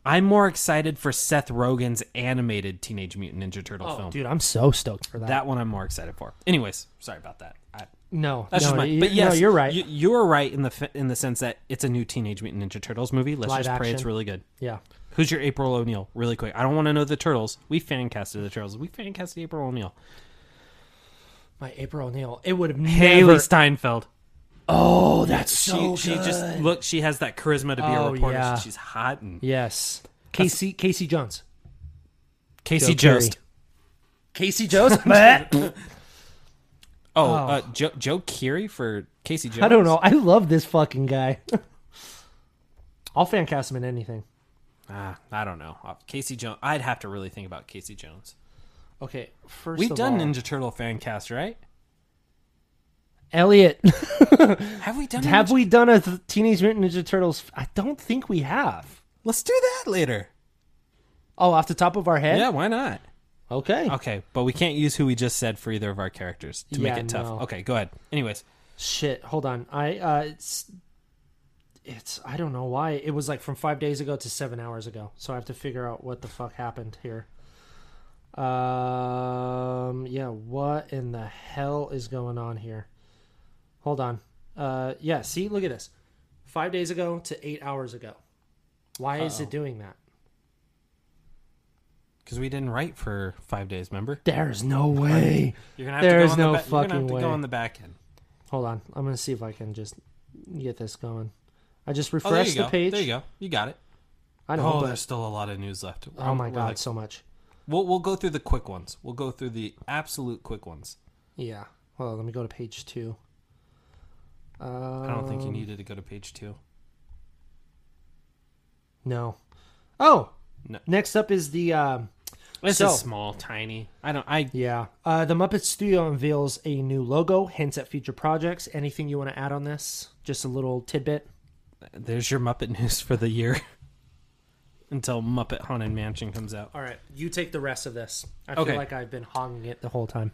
[SPEAKER 2] I'm more excited for Seth Rogen's animated Teenage Mutant Ninja Turtle film.
[SPEAKER 3] Oh, Dude, I'm so stoked for that.
[SPEAKER 2] That one I'm more excited for. Anyways, sorry about that. I,
[SPEAKER 3] no,
[SPEAKER 2] that's
[SPEAKER 3] no,
[SPEAKER 2] just my.
[SPEAKER 3] you-
[SPEAKER 2] But yes,
[SPEAKER 3] no, you're right.
[SPEAKER 2] You, you're right in the f- in the sense that it's a new Teenage Mutant Ninja Turtles movie. Let's
[SPEAKER 3] Live
[SPEAKER 2] just pray it's
[SPEAKER 3] action.
[SPEAKER 2] really good.
[SPEAKER 3] yeah.
[SPEAKER 2] Who's your April O'Neil? Really quick. I don't want to know the Turtles. We fan casted the Turtles. We fan casted April O'Neil.
[SPEAKER 3] My April O'Neil. It would have
[SPEAKER 2] Haley
[SPEAKER 3] never.
[SPEAKER 2] Steinfeld.
[SPEAKER 3] Oh, that's
[SPEAKER 2] She
[SPEAKER 3] so
[SPEAKER 2] she
[SPEAKER 3] good.
[SPEAKER 2] just look. She has that charisma to be
[SPEAKER 3] Oh,
[SPEAKER 2] a reporter.
[SPEAKER 3] yeah.
[SPEAKER 2] She's hot and
[SPEAKER 3] Yes. Casey Casey Jones.
[SPEAKER 2] Casey
[SPEAKER 3] Joe
[SPEAKER 2] Jost.
[SPEAKER 3] Casey
[SPEAKER 2] *laughs*
[SPEAKER 3] Jones. *laughs*
[SPEAKER 2] Oh, Uh, Joe Joe Keery for Casey Jones.
[SPEAKER 3] I don't know. I love this fucking guy. *laughs* I'll fan cast him in anything.
[SPEAKER 2] Ah, I don't know. Uh, Casey Jones. I'd have to really think about Casey Jones.
[SPEAKER 3] Okay, first
[SPEAKER 2] We've
[SPEAKER 3] of
[SPEAKER 2] done
[SPEAKER 3] all,
[SPEAKER 2] Ninja Turtle fan cast, right?
[SPEAKER 3] Elliot. *laughs*
[SPEAKER 2] Have we done?
[SPEAKER 3] have
[SPEAKER 2] Ninja-
[SPEAKER 3] we done a th- Teenage Mutant Ninja Turtles? I don't think we have.
[SPEAKER 2] Let's do that later.
[SPEAKER 3] Oh, off the top of our head.
[SPEAKER 2] Yeah, why not?
[SPEAKER 3] Okay.
[SPEAKER 2] Okay, but we can't use who we just said for either of our characters to
[SPEAKER 3] Yeah,
[SPEAKER 2] make it tough.
[SPEAKER 3] no.
[SPEAKER 2] Okay, go ahead. Anyways,
[SPEAKER 3] Shit. Hold on. I uh, it's it's I don't know why it was like from five days ago to seven hours ago. So I have to figure out what the fuck happened here. Um. Yeah. What in the hell is going on here? Hold on. Uh. Yeah. See. Look at this. Five days ago to eight hours ago. Why is it doing that?
[SPEAKER 2] because we didn't write for five days, remember?
[SPEAKER 3] There's no way.
[SPEAKER 2] You're gonna have
[SPEAKER 3] There
[SPEAKER 2] to go
[SPEAKER 3] is
[SPEAKER 2] on the
[SPEAKER 3] no
[SPEAKER 2] ba- You're gonna
[SPEAKER 3] fucking
[SPEAKER 2] have to
[SPEAKER 3] way.
[SPEAKER 2] go on the back end.
[SPEAKER 3] Hold on. I'm gonna see if I can just get this going. I just
[SPEAKER 2] Oh, there
[SPEAKER 3] refreshed
[SPEAKER 2] you go.
[SPEAKER 3] the page.
[SPEAKER 2] There you go. You got it.
[SPEAKER 3] I know.
[SPEAKER 2] Oh,
[SPEAKER 3] but-
[SPEAKER 2] there's still a lot of news left.
[SPEAKER 3] oh my
[SPEAKER 2] We're
[SPEAKER 3] god,
[SPEAKER 2] like-
[SPEAKER 3] so much.
[SPEAKER 2] we'll we'll go through the quick ones. We'll go through the absolute quick ones.
[SPEAKER 3] Yeah. Well, let me go to page two. Uh,
[SPEAKER 2] I don't think you needed to go to page two.
[SPEAKER 3] no. Oh.
[SPEAKER 2] No.
[SPEAKER 3] Next up is the um,
[SPEAKER 2] This
[SPEAKER 3] So-
[SPEAKER 2] is small, tiny. I don't. I
[SPEAKER 3] yeah. Uh, the Muppet Studio unveils a new logo. Hints at future projects. Anything you want to add on this? Just a little tidbit.
[SPEAKER 2] there's your Muppet *laughs* news for the year. Until Muppet Haunted Mansion comes out.
[SPEAKER 3] All right, you take the rest of this. I
[SPEAKER 2] Okay.
[SPEAKER 3] feel like I've been hogging it the whole time.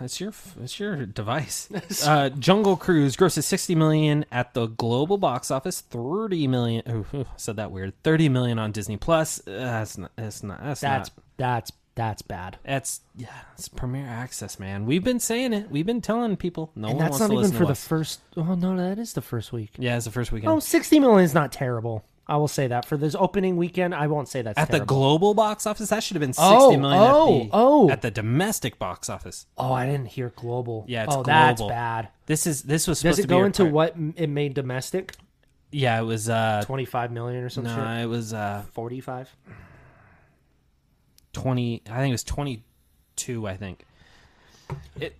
[SPEAKER 2] That's your that's your
[SPEAKER 3] *laughs*
[SPEAKER 2] device. uh, Jungle Cruise grosses 60 million at the global box office, 30 million. Ooh, ooh, said that weird. 30 million on Disney Plus. Uh, that's not. That's not. That's,
[SPEAKER 3] That's
[SPEAKER 2] not.
[SPEAKER 3] that's that's bad.
[SPEAKER 2] That's yeah. It's Premier Access, man. We've been saying it. We've been telling people. No
[SPEAKER 3] And
[SPEAKER 2] one
[SPEAKER 3] that's
[SPEAKER 2] wants
[SPEAKER 3] not
[SPEAKER 2] to
[SPEAKER 3] even
[SPEAKER 2] listen
[SPEAKER 3] for
[SPEAKER 2] to
[SPEAKER 3] the
[SPEAKER 2] us.
[SPEAKER 3] first. Oh no, that is the first week.
[SPEAKER 2] yeah, it's the first weekend
[SPEAKER 3] Oh, 60 million is not terrible. I will say that for this opening weekend, I won't say that's
[SPEAKER 2] at the
[SPEAKER 3] terrible.
[SPEAKER 2] global box office. That should have been
[SPEAKER 3] Oh,
[SPEAKER 2] sixty million.
[SPEAKER 3] oh,
[SPEAKER 2] at the,
[SPEAKER 3] oh.
[SPEAKER 2] At the domestic box office,
[SPEAKER 3] oh, I didn't hear global.
[SPEAKER 2] Yeah, it's
[SPEAKER 3] oh, that's
[SPEAKER 2] global.
[SPEAKER 3] bad.
[SPEAKER 2] this is this was supposed
[SPEAKER 3] Does it
[SPEAKER 2] to be
[SPEAKER 3] go
[SPEAKER 2] your
[SPEAKER 3] into
[SPEAKER 2] part-
[SPEAKER 3] what m- it made domestic?
[SPEAKER 2] Yeah, it was. uh
[SPEAKER 3] 25 million or some
[SPEAKER 2] No,
[SPEAKER 3] shit.
[SPEAKER 2] it was. uh
[SPEAKER 3] 45.
[SPEAKER 2] 20 i think it was 22 i think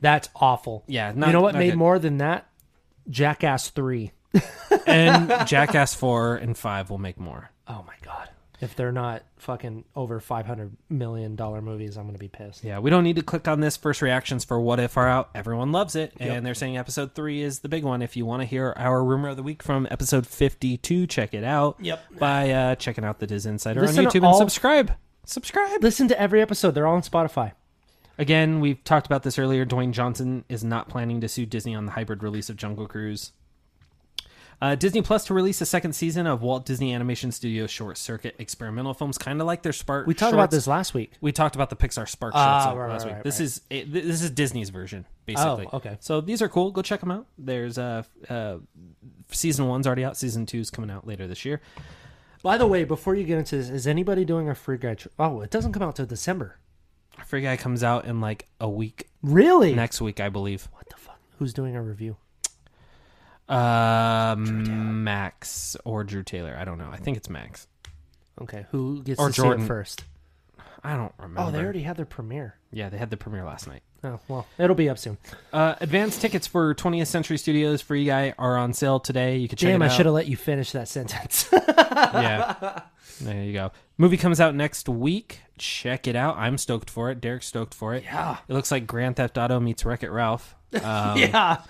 [SPEAKER 3] That's awful.
[SPEAKER 2] Yeah,
[SPEAKER 3] you
[SPEAKER 2] not-
[SPEAKER 3] know what
[SPEAKER 2] not
[SPEAKER 3] made
[SPEAKER 2] good.
[SPEAKER 3] more than that? Jackass 3.
[SPEAKER 2] and jackass 4 and 5 will make more
[SPEAKER 3] Oh my god. If they're not fucking over 500 million dollar movies, I'm going to be pissed.
[SPEAKER 2] yeah we don't need to click on this first reactions for what if are out everyone loves it and they're saying episode 3 is the big one if you want to hear our rumor of the week from episode 52 check it out
[SPEAKER 3] Yep.
[SPEAKER 2] by uh, checking out the diz insider
[SPEAKER 3] Listen
[SPEAKER 2] on
[SPEAKER 3] to
[SPEAKER 2] youtube and
[SPEAKER 3] all-
[SPEAKER 2] subscribe subscribe
[SPEAKER 3] Listen to every episode. They're all on Spotify.
[SPEAKER 2] again we've talked about this earlier dwayne johnson is not planning to sue disney on the hybrid release of jungle cruise Uh, Disney Plus to release a second season of Walt Disney Animation Studios short circuit experimental films, kind of like their Spark.
[SPEAKER 3] We talked about this last week.
[SPEAKER 2] We talked about the Pixar Spark
[SPEAKER 3] Ah,
[SPEAKER 2] shorts
[SPEAKER 3] right,
[SPEAKER 2] last
[SPEAKER 3] right,
[SPEAKER 2] week.
[SPEAKER 3] right,
[SPEAKER 2] this
[SPEAKER 3] right.
[SPEAKER 2] is it, th- this is Disney's version, basically.
[SPEAKER 3] Oh, okay.
[SPEAKER 2] So these are cool. Go check them out. There's uh, f- uh, season one's already out. Season two's coming out later this year.
[SPEAKER 3] By the way, before you get into this, is anybody doing a free guy? Tr- oh, it doesn't come out till December.
[SPEAKER 2] Free Guy comes out in like a week
[SPEAKER 3] Really?
[SPEAKER 2] next week, I believe.
[SPEAKER 3] What the fuck? Who's doing a review?
[SPEAKER 2] Uh, Max or Drew Taylor. I don't know. I think it's Max.
[SPEAKER 3] Okay, who gets
[SPEAKER 2] Or
[SPEAKER 3] to see
[SPEAKER 2] Jordan.
[SPEAKER 3] it first?
[SPEAKER 2] I don't remember.
[SPEAKER 3] Oh, they already had their premiere.
[SPEAKER 2] Yeah, they had the premiere last night.
[SPEAKER 3] Oh well, it'll be up soon.
[SPEAKER 2] Uh, advanced tickets for 20th Century Studios Free Guy are on sale today. You can check
[SPEAKER 3] Damn,
[SPEAKER 2] it
[SPEAKER 3] I
[SPEAKER 2] out.
[SPEAKER 3] should have let you finish that sentence. *laughs*
[SPEAKER 2] yeah. There you go. Movie comes out next week. Check it out. I'm stoked for it. Derek's stoked for it.
[SPEAKER 3] Yeah.
[SPEAKER 2] It looks like Grand Theft Auto meets Wreck It
[SPEAKER 3] *laughs*
[SPEAKER 2] Ralph. Um,
[SPEAKER 3] yeah,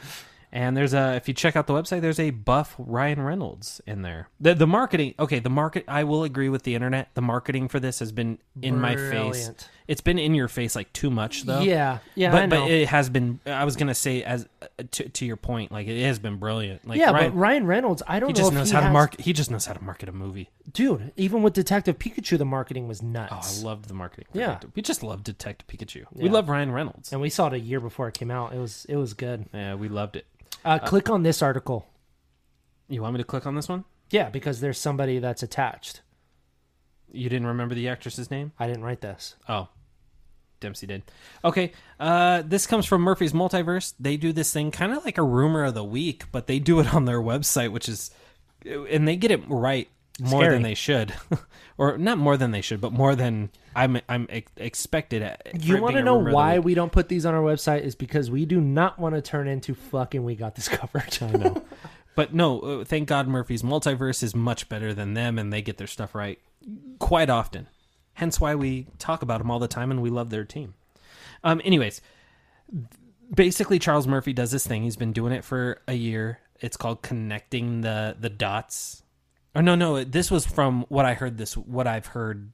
[SPEAKER 2] And there's a, if you check out the website, there's a buff Ryan Reynolds in there. The, the marketing, okay, the market, I will agree with the internet. The marketing for this has been in my face.
[SPEAKER 3] Brilliant.
[SPEAKER 2] It's been in your face like too much, though.
[SPEAKER 3] yeah, yeah.
[SPEAKER 2] but,
[SPEAKER 3] I know.
[SPEAKER 2] but it has been, I was going to say, as uh, to, to your point, like it has been brilliant. Like,
[SPEAKER 3] yeah,
[SPEAKER 2] Ryan,
[SPEAKER 3] but Ryan Reynolds, I don't
[SPEAKER 2] he
[SPEAKER 3] know
[SPEAKER 2] just
[SPEAKER 3] if
[SPEAKER 2] knows
[SPEAKER 3] he
[SPEAKER 2] how to
[SPEAKER 3] has-
[SPEAKER 2] market, he just knows how to market a movie.
[SPEAKER 3] Dude, even with Detective Pikachu, the marketing was
[SPEAKER 2] Oh, I
[SPEAKER 3] nuts.
[SPEAKER 2] loved the marketing.
[SPEAKER 3] Yeah.
[SPEAKER 2] Detective. we just love Detective Pikachu. We
[SPEAKER 3] Yeah.
[SPEAKER 2] love Ryan Reynolds.
[SPEAKER 3] and we saw it a year before it came out. It was it was good.
[SPEAKER 2] Yeah, we loved it.
[SPEAKER 3] Uh, click on this article.
[SPEAKER 2] You want me to click on this one?
[SPEAKER 3] Yeah, because there's somebody that's attached.
[SPEAKER 2] You didn't remember the actress's name?
[SPEAKER 3] I didn't write this.
[SPEAKER 2] Oh, Dempsey did. Okay, uh, this comes from Murphy's Multiverse. They do this thing kind of like a rumor of the week, but they do it on their website, which is, and they get it right more
[SPEAKER 3] Scary.
[SPEAKER 2] than they should, *laughs* or not more than they should, but more than I'm I'm ex- expected. At,
[SPEAKER 3] You
[SPEAKER 2] want
[SPEAKER 3] want to know why we don't put these on our website is because we do not want to turn into fucking we got this *laughs* covered. I know.
[SPEAKER 2] But no, uh, thank God Murphy's Multiverse is much better than them, and they get their stuff right quite often. Hence why we talk about them all the time, and we love their team. Um, anyways, basically Charles Murphy does this thing. He's been doing it for a year. It's called connecting the the dots. Or no, no, this was from what I heard this what I've heard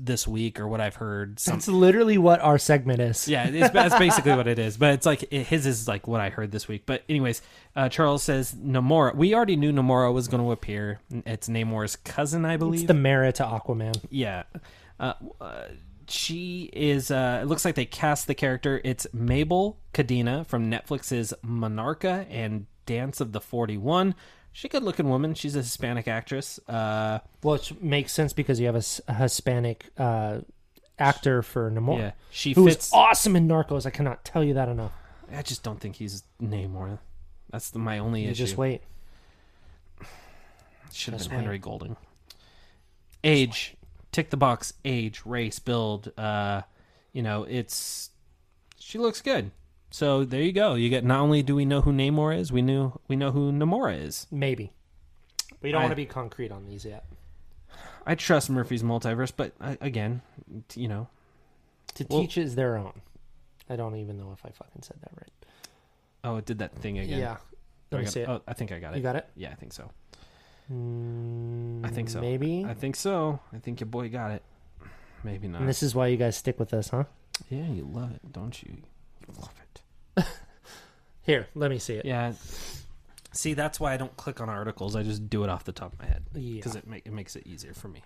[SPEAKER 2] this week or what I've heard. Some,
[SPEAKER 3] That's literally what our segment is.
[SPEAKER 2] yeah, it's, that's basically what it is. But it's like it, his is like what I heard this week. But anyways, uh, Charles says Namora. We already knew Namora was going to appear. It's Namor's cousin, I believe.
[SPEAKER 3] It's the Mara to Aquaman.
[SPEAKER 2] yeah. Uh, uh, she is. Uh, it looks like they cast the character. It's Mabel Cadena from Netflix's Monarca and Dance of the Forty One. She's a good-looking woman. She's a Hispanic actress. Uh,
[SPEAKER 3] Which makes sense because you have a, s- a Hispanic uh, actor for Namor.
[SPEAKER 2] yeah, she
[SPEAKER 3] Who
[SPEAKER 2] fits.
[SPEAKER 3] is awesome in Narcos. I cannot tell you that enough.
[SPEAKER 2] I just don't think he's Namor. That's the, my only
[SPEAKER 3] You
[SPEAKER 2] issue.
[SPEAKER 3] just wait.
[SPEAKER 2] Should have
[SPEAKER 3] Just
[SPEAKER 2] been Henry Golding. Age, tick the box. Age, race, build. Uh, you know, it's she looks good. So there you go. You get not only do we know who Namor is, we knew we know who Namora is.
[SPEAKER 3] Maybe. We don't
[SPEAKER 2] I-
[SPEAKER 3] want to be concrete on these yet.
[SPEAKER 2] I trust Murphy's multiverse, but I, again, t- you know,
[SPEAKER 3] To
[SPEAKER 2] Well-
[SPEAKER 3] teach is their own. I don't even know if I fucking said that right.
[SPEAKER 2] oh, it did that thing again.
[SPEAKER 3] Yeah.
[SPEAKER 2] I,
[SPEAKER 3] Let me
[SPEAKER 2] got-
[SPEAKER 3] see it.
[SPEAKER 2] oh, I think I got it.
[SPEAKER 3] You got it?
[SPEAKER 2] Yeah, I think so.
[SPEAKER 3] Mm,
[SPEAKER 2] I think so.
[SPEAKER 3] Maybe.
[SPEAKER 2] I think so. I think your boy got it. Maybe not.
[SPEAKER 3] And this is why you guys stick with us, huh?
[SPEAKER 2] Yeah, you love it, don't you? You love it.
[SPEAKER 3] Here, let me see it.
[SPEAKER 2] Yeah. See, that's why I don't click on articles. I just do it off the top of my head
[SPEAKER 3] Yeah.
[SPEAKER 2] because it, make, it makes it easier for me.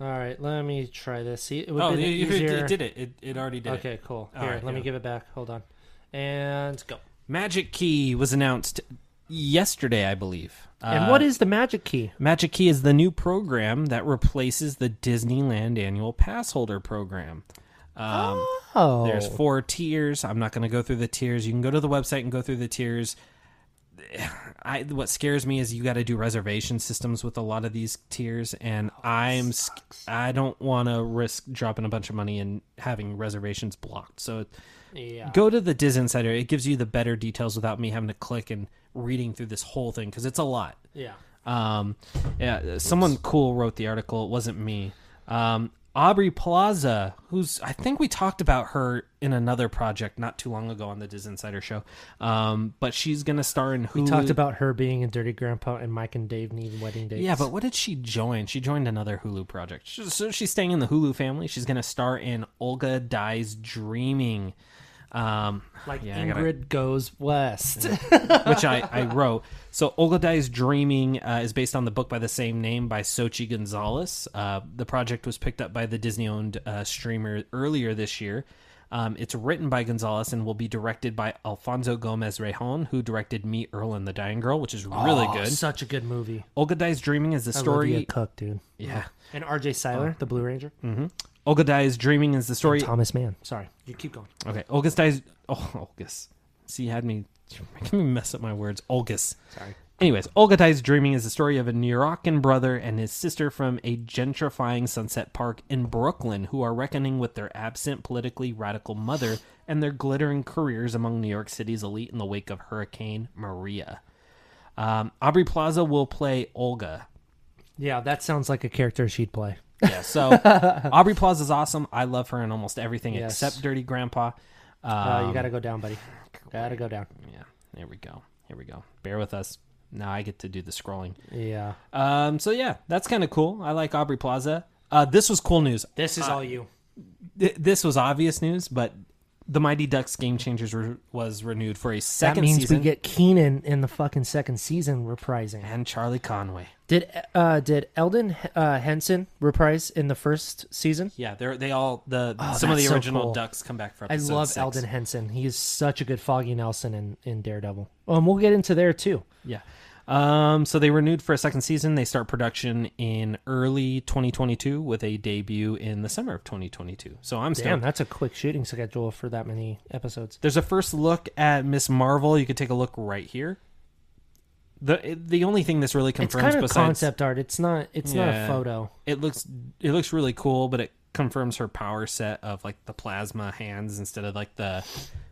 [SPEAKER 3] All right, let me try this. See, it would
[SPEAKER 2] oh,
[SPEAKER 3] be
[SPEAKER 2] you- you-
[SPEAKER 3] easier.
[SPEAKER 2] it did it. It, it already did. it.
[SPEAKER 3] Okay, cool.
[SPEAKER 2] All
[SPEAKER 3] Here,
[SPEAKER 2] right,
[SPEAKER 3] let me
[SPEAKER 2] yeah.
[SPEAKER 3] give it back. Hold on. And go.
[SPEAKER 2] Magic Key was announced yesterday, I believe. Uh,
[SPEAKER 3] and what is the magic key?
[SPEAKER 2] Magic Key is the new program that replaces the Disneyland annual pass holder program. Um,
[SPEAKER 3] Oh,
[SPEAKER 2] There's four tiers. I'm not going to go through the tiers. You can go to the website and go through the tiers. *sighs* I what scares me is you got to do reservation systems with a lot of these tiers, and I'm sc- I don't want to risk dropping a bunch of money and having reservations blocked. So
[SPEAKER 3] yeah.
[SPEAKER 2] go to the Diz Insider. It gives you the better details without me having to click and reading through this whole thing because it's a lot.
[SPEAKER 3] Yeah.
[SPEAKER 2] Um, yeah, someone cool wrote the article. It wasn't me. Um, Aubrey Plaza, who's I think we talked about her in another project not too long ago on the Diz Insider show. Um, but she's gonna star in Hulu.
[SPEAKER 3] We talked about her being a dirty grandpa and Mike and Dave need wedding dates.
[SPEAKER 2] yeah, but what did she join? She joined another Hulu project. She- So she's staying in the Hulu family. She's gonna star in Olga Dies Dreaming. Um,
[SPEAKER 3] like
[SPEAKER 2] yeah, I gotta-
[SPEAKER 3] Ingrid goes west.
[SPEAKER 2] which I, I wrote. So Oglodai's Dreaming uh, is based on the book by the same name by Sochi Gonzalez. Uh, the project was picked up by the Disney-owned uh, streamer earlier this year. Um, it's written by Gonzalez and will be directed by Alfonso Gomez Rejon, who directed Me, Earl, and the Dying Girl, which is really
[SPEAKER 3] Oh,
[SPEAKER 2] good.
[SPEAKER 3] *laughs* Such a good movie.
[SPEAKER 2] Oglodai's Dreaming is the
[SPEAKER 3] Olivia
[SPEAKER 2] story.
[SPEAKER 3] Cook, dude.
[SPEAKER 2] Yeah.
[SPEAKER 3] And R.J. Seiler, the Blue Ranger.
[SPEAKER 2] Oglodai's Dreaming is the story.
[SPEAKER 3] Thomas Mann. Sorry, you keep going.
[SPEAKER 2] Okay. Olgus dies. Oh, *laughs* Olgus. See, you had me. *laughs* You're making me mess up my words. Olgus. Sorry. Anyways, Olga Dies Dreaming is the story of a New Yorkan brother and his sister from a gentrifying Sunset Park in Brooklyn who are reckoning with their absent, politically radical mother and their glittering careers among New York City's elite in the wake of Hurricane Maria. Um, Aubrey Plaza will play Olga,
[SPEAKER 3] Yeah, that sounds like a character she'd play.
[SPEAKER 2] yeah. So Aubrey Plaza is awesome. I love her in almost everything
[SPEAKER 3] Yes.
[SPEAKER 2] except Dirty Grandpa. Um,
[SPEAKER 3] Uh, you gotta go down, buddy. Gotta go down.
[SPEAKER 2] yeah. There we go. Here we go. Bear with us. Now I get to do the scrolling.
[SPEAKER 3] Yeah.
[SPEAKER 2] Um. So yeah, that's kind of cool. I like Aubrey Plaza. Uh, this was cool news.
[SPEAKER 3] This is all you.
[SPEAKER 2] Th- this was obvious news, but the Mighty Ducks Game Changers re- was renewed for a
[SPEAKER 3] That
[SPEAKER 2] second
[SPEAKER 3] means
[SPEAKER 2] season,
[SPEAKER 3] we get Keenan in the fucking second season reprising.
[SPEAKER 2] and Charlie Conway.
[SPEAKER 3] Did uh did Eldon uh, Henson reprise in the first season?
[SPEAKER 2] Yeah, they're they all the
[SPEAKER 3] Oh,
[SPEAKER 2] some of
[SPEAKER 3] that's
[SPEAKER 2] the
[SPEAKER 3] so
[SPEAKER 2] original
[SPEAKER 3] cool.
[SPEAKER 2] Ducks come back for
[SPEAKER 3] I
[SPEAKER 2] episode
[SPEAKER 3] love
[SPEAKER 2] six.
[SPEAKER 3] Eldon Henson. He is such a good Foggy Nelson in, in Daredevil. Um, we'll get into there too.
[SPEAKER 2] Yeah. Um, so they renewed for a second season. They start production in early 2022 with a debut in the summer of 2022. So I'm
[SPEAKER 3] Damn,
[SPEAKER 2] stoked.
[SPEAKER 3] that's a quick shooting schedule for that many episodes.
[SPEAKER 2] There's a first look at Miss Marvel. You could take a look right here. The the only thing this really
[SPEAKER 3] It's
[SPEAKER 2] confirms
[SPEAKER 3] kind of
[SPEAKER 2] besides
[SPEAKER 3] concept art. It's not. It's not a
[SPEAKER 2] Yeah.
[SPEAKER 3] photo.
[SPEAKER 2] it looks it looks really cool, but it confirms her power set of like the plasma hands instead of like the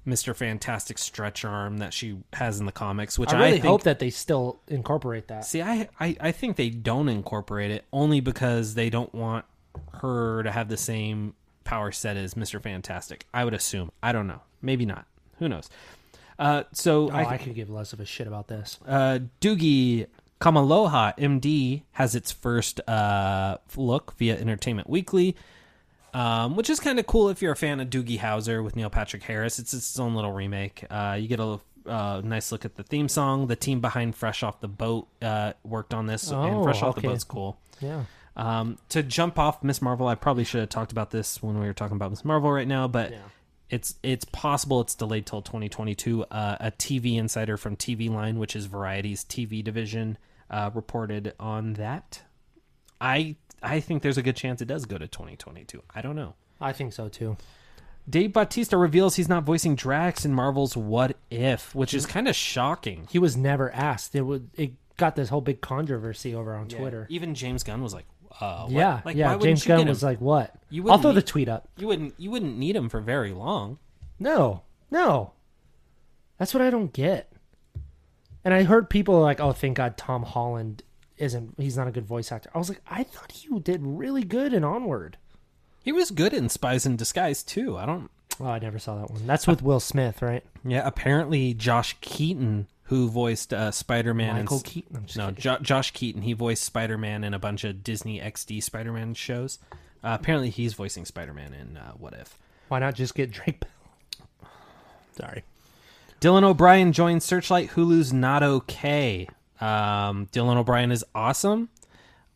[SPEAKER 2] Mr. Fantastic stretch arm that she has in the comics, which
[SPEAKER 3] I
[SPEAKER 2] I,
[SPEAKER 3] really
[SPEAKER 2] think
[SPEAKER 3] hope that they still incorporate that.
[SPEAKER 2] See, I, I I think they don't incorporate it only because they don't want her to have the same power set as Mister Fantastic. I would assume. I don't know. Maybe not. Who knows? Uh, so
[SPEAKER 3] Oh,
[SPEAKER 2] I,
[SPEAKER 3] I could give less of a shit about this.
[SPEAKER 2] uh, Doogie Kamaloha, MD, has its first uh, look via Entertainment Weekly, um, which is kind of cool if you're a fan of Doogie Howser with Neil Patrick Harris. It's its own little remake. Uh, you get a uh, nice look at the theme song. The team behind Fresh Off the Boat uh, worked on this, and
[SPEAKER 3] Oh,
[SPEAKER 2] Fresh Off
[SPEAKER 3] okay.
[SPEAKER 2] the Boat's cool.
[SPEAKER 3] Yeah.
[SPEAKER 2] Um, to jump off Miss Marvel, I probably should have talked about this when we were talking about Miss Marvel right now, but it's it's possible it's delayed till 2022. Uh, a TV insider from TV Line, which is Variety's TV division, uh, reported on that. I I think there's a good chance it does go to 2022. I don't know.
[SPEAKER 3] I think so too.
[SPEAKER 2] Dave Bautista reveals he's not voicing Drax in Marvel's What If, which
[SPEAKER 3] Mm-hmm.
[SPEAKER 2] is kind of shocking.
[SPEAKER 3] He was never asked. It would. It got this whole big controversy over on Twitter.
[SPEAKER 2] Even James Gunn was like, uh, what?
[SPEAKER 3] Yeah,
[SPEAKER 2] like, why
[SPEAKER 3] yeah.
[SPEAKER 2] wouldn't
[SPEAKER 3] James
[SPEAKER 2] you get
[SPEAKER 3] Gunn
[SPEAKER 2] him?
[SPEAKER 3] was like, "What?
[SPEAKER 2] You
[SPEAKER 3] I'll
[SPEAKER 2] wouldn't e-
[SPEAKER 3] throw the
[SPEAKER 2] need-
[SPEAKER 3] tweet up."
[SPEAKER 2] you wouldn't you wouldn't need him for very long.
[SPEAKER 3] No, no. That's what I don't get. And I heard people like, "Oh, thank God Tom Holland isn't. He's not a good voice actor." I was like, "I thought he did really good in Onward."
[SPEAKER 2] He was good in Spies in Disguise too. I don't.
[SPEAKER 3] Oh, I never saw that one. That's with Will Smith, right?
[SPEAKER 2] Yeah, apparently Josh Keaton, who voiced uh, Spider Man,
[SPEAKER 3] Michael Keaton. I'm just
[SPEAKER 2] No,
[SPEAKER 3] kidding.
[SPEAKER 2] jo- Josh Keaton. He voiced Spider Man in a bunch of Disney XD Spider Man shows. Uh, apparently, he's voicing Spider Man in uh, What If.
[SPEAKER 3] Why not just get Drake Bell? Sorry.
[SPEAKER 2] Dylan O'Brien joined Searchlight Hulu's Not Okay. Um, Dylan O'Brien is awesome.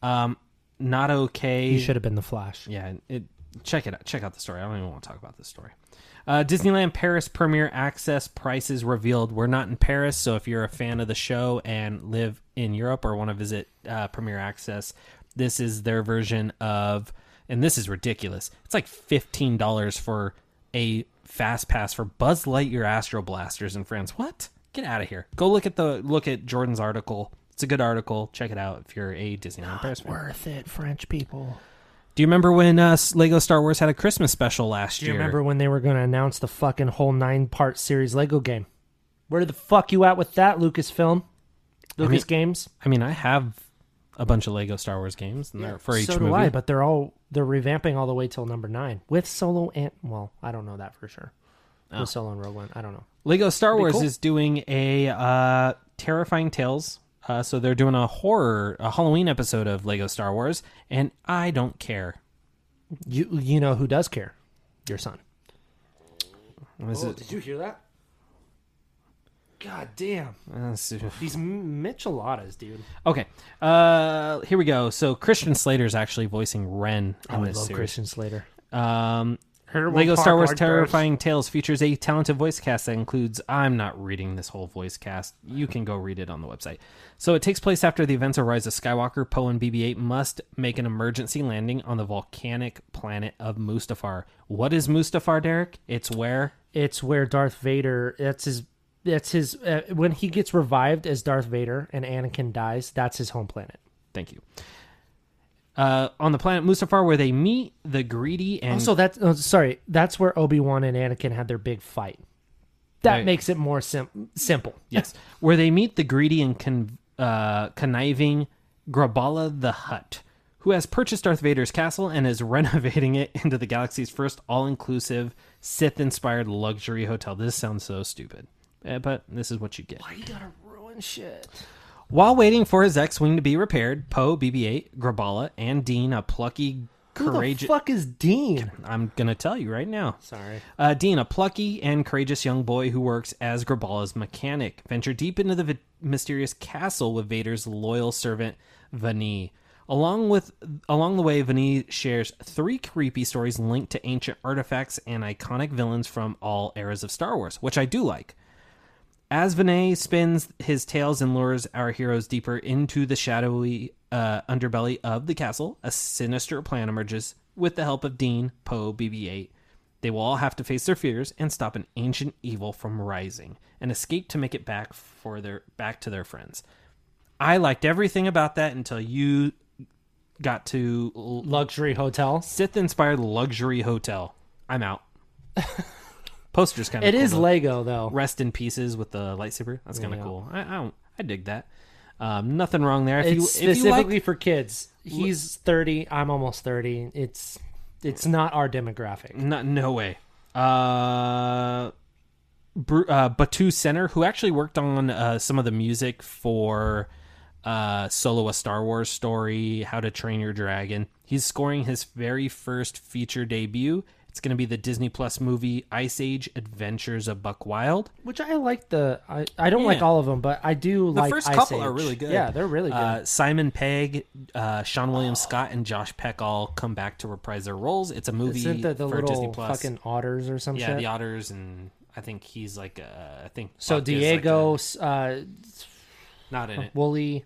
[SPEAKER 2] Um, not okay.
[SPEAKER 3] He should have been the Flash.
[SPEAKER 2] Yeah, it, check it out. Check out the story. I don't even want to talk about this story. Uh, Disneyland Paris premiere access prices revealed. We're not in Paris, so if you're a fan of the show and live in Europe or want to visit uh, premiere access, this is their version of, and this is ridiculous. It's like fifteen dollars for a fast pass for Buzz Lightyear Astro Blasters in France. What? Get out of here. Go look at the look at Jordan's article. It's a good article. Check it out if you're a Disneyland Paris fan.
[SPEAKER 3] Worth it, French people.
[SPEAKER 2] Do you remember when uh, Lego Star Wars had a Christmas special last
[SPEAKER 3] Do you
[SPEAKER 2] year?
[SPEAKER 3] remember when they were going to announce the fucking whole nine part series Lego game? Where the fuck you at with that, Lucasfilm? Lucas
[SPEAKER 2] mean-
[SPEAKER 3] Games?
[SPEAKER 2] I mean, I have a bunch of Lego Star Wars games, and they're for each
[SPEAKER 3] so
[SPEAKER 2] movie.
[SPEAKER 3] do I, but they're all they're revamping all the way till number nine with Solo and well, I don't know that for sure.
[SPEAKER 2] Oh.
[SPEAKER 3] With Solo and Rogue One, I don't know.
[SPEAKER 2] Lego Star Wars
[SPEAKER 3] cool.
[SPEAKER 2] is doing a uh, terrifying tales. Uh, so they're doing a horror, a Halloween episode of Lego Star Wars, and I don't care.
[SPEAKER 3] You you know who does care? Your son.
[SPEAKER 2] This is-
[SPEAKER 3] Oh, you hear that? God damn.
[SPEAKER 2] uh, this is-
[SPEAKER 3] These M- Micheladas, dude.
[SPEAKER 2] *laughs* okay, uh, here we go. So Christian Slater's actually voicing Ren in
[SPEAKER 3] I
[SPEAKER 2] this
[SPEAKER 3] love
[SPEAKER 2] series.
[SPEAKER 3] Christian Slater.
[SPEAKER 2] Um,
[SPEAKER 3] Here we'll
[SPEAKER 2] Lego
[SPEAKER 3] talk
[SPEAKER 2] Star Wars
[SPEAKER 3] like
[SPEAKER 2] Terrifying Tales features a talented voice cast that includes. I'm not reading this whole voice cast. You can go read it on the website. So it takes place after the events of Rise of Skywalker. Poe and BB 8 must make an emergency landing on the volcanic planet of Mustafar. What is Mustafar, Derek? It's where?
[SPEAKER 3] It's where Darth Vader. That's his. That's his. Uh, when he gets revived as Darth Vader and Anakin dies, that's his home planet.
[SPEAKER 2] Thank you. Uh, on the planet Mustafar, where they meet the greedy and
[SPEAKER 3] Also, that's oh, sorry. That's where Obi Wan and Anakin had their big fight. That
[SPEAKER 2] Right.
[SPEAKER 3] makes it more sim- simple.
[SPEAKER 2] yes, *laughs* where they meet the greedy and con- uh, conniving Grabala the Hutt, who has purchased Darth Vader's castle and is *laughs* renovating it into the galaxy's first all-inclusive Sith-inspired luxury hotel. This sounds so stupid, eh, but this is what you get.
[SPEAKER 3] You gotta ruin shit.
[SPEAKER 2] While waiting for his X-wing to be repaired, Poe, BB-8, Grabala, and Dean, a plucky,
[SPEAKER 3] Who
[SPEAKER 2] courageous.
[SPEAKER 3] the fuck is Dean?
[SPEAKER 2] I'm gonna tell you right now.
[SPEAKER 3] Sorry.
[SPEAKER 2] Uh, Dean, a plucky and courageous young boy who works as Grabala's mechanic, venture deep into the vi- mysterious castle with Vader's loyal servant Vani. Along with along the way, Vani shares three creepy stories linked to ancient artifacts and iconic villains from all eras of Star Wars, which I do like. As Vinay spins his tails and lures our heroes deeper into the shadowy uh, underbelly of the castle, a sinister plan emerges with the help of Dean, Poe, BB 8. They will all have to face their fears and stop an ancient evil from rising and escape to make it back for their back to their friends. I liked everything about that until you got to l-
[SPEAKER 3] Luxury hotel.
[SPEAKER 2] Sith inspired luxury hotel. I'm
[SPEAKER 3] *laughs*
[SPEAKER 2] out. Posters kind of
[SPEAKER 3] It is Lego though.
[SPEAKER 2] rest in pieces with the lightsaber. That's kind of cool. I, I don't. I dig that. Um, nothing wrong there. If
[SPEAKER 3] It's
[SPEAKER 2] you if you
[SPEAKER 3] specifically
[SPEAKER 2] like,
[SPEAKER 3] for kids. He's thirty. I'm almost thirty. It's it's not our demographic.
[SPEAKER 2] no, no way. Uh, Bru- uh, Batu Center, who actually worked on uh, some of the music for uh, Solo: A Star Wars Story, How to Train Your Dragon, he's scoring his very first feature debut. It's going to be the Disney Plus movie Ice Age: Adventures of Buck Wild.
[SPEAKER 3] Which I like the I, I don't like
[SPEAKER 2] Yeah.
[SPEAKER 3] all of them, but I do
[SPEAKER 2] The
[SPEAKER 3] like
[SPEAKER 2] first
[SPEAKER 3] Ice
[SPEAKER 2] couple are
[SPEAKER 3] Age.
[SPEAKER 2] really good.
[SPEAKER 3] Yeah, they're really good.
[SPEAKER 2] Uh, Simon Pegg, uh, Sean William Scott, and Josh Peck all come back to reprise their roles. It's a movie
[SPEAKER 3] Isn't that the
[SPEAKER 2] for Disney
[SPEAKER 3] little
[SPEAKER 2] Plus.
[SPEAKER 3] fucking otters or some
[SPEAKER 2] yeah,
[SPEAKER 3] shit?
[SPEAKER 2] the Otters, and I think he's like uh, I think
[SPEAKER 3] so
[SPEAKER 2] Buck is like
[SPEAKER 3] Diego,
[SPEAKER 2] a-
[SPEAKER 3] s uh,
[SPEAKER 2] not in it.
[SPEAKER 3] Wooly,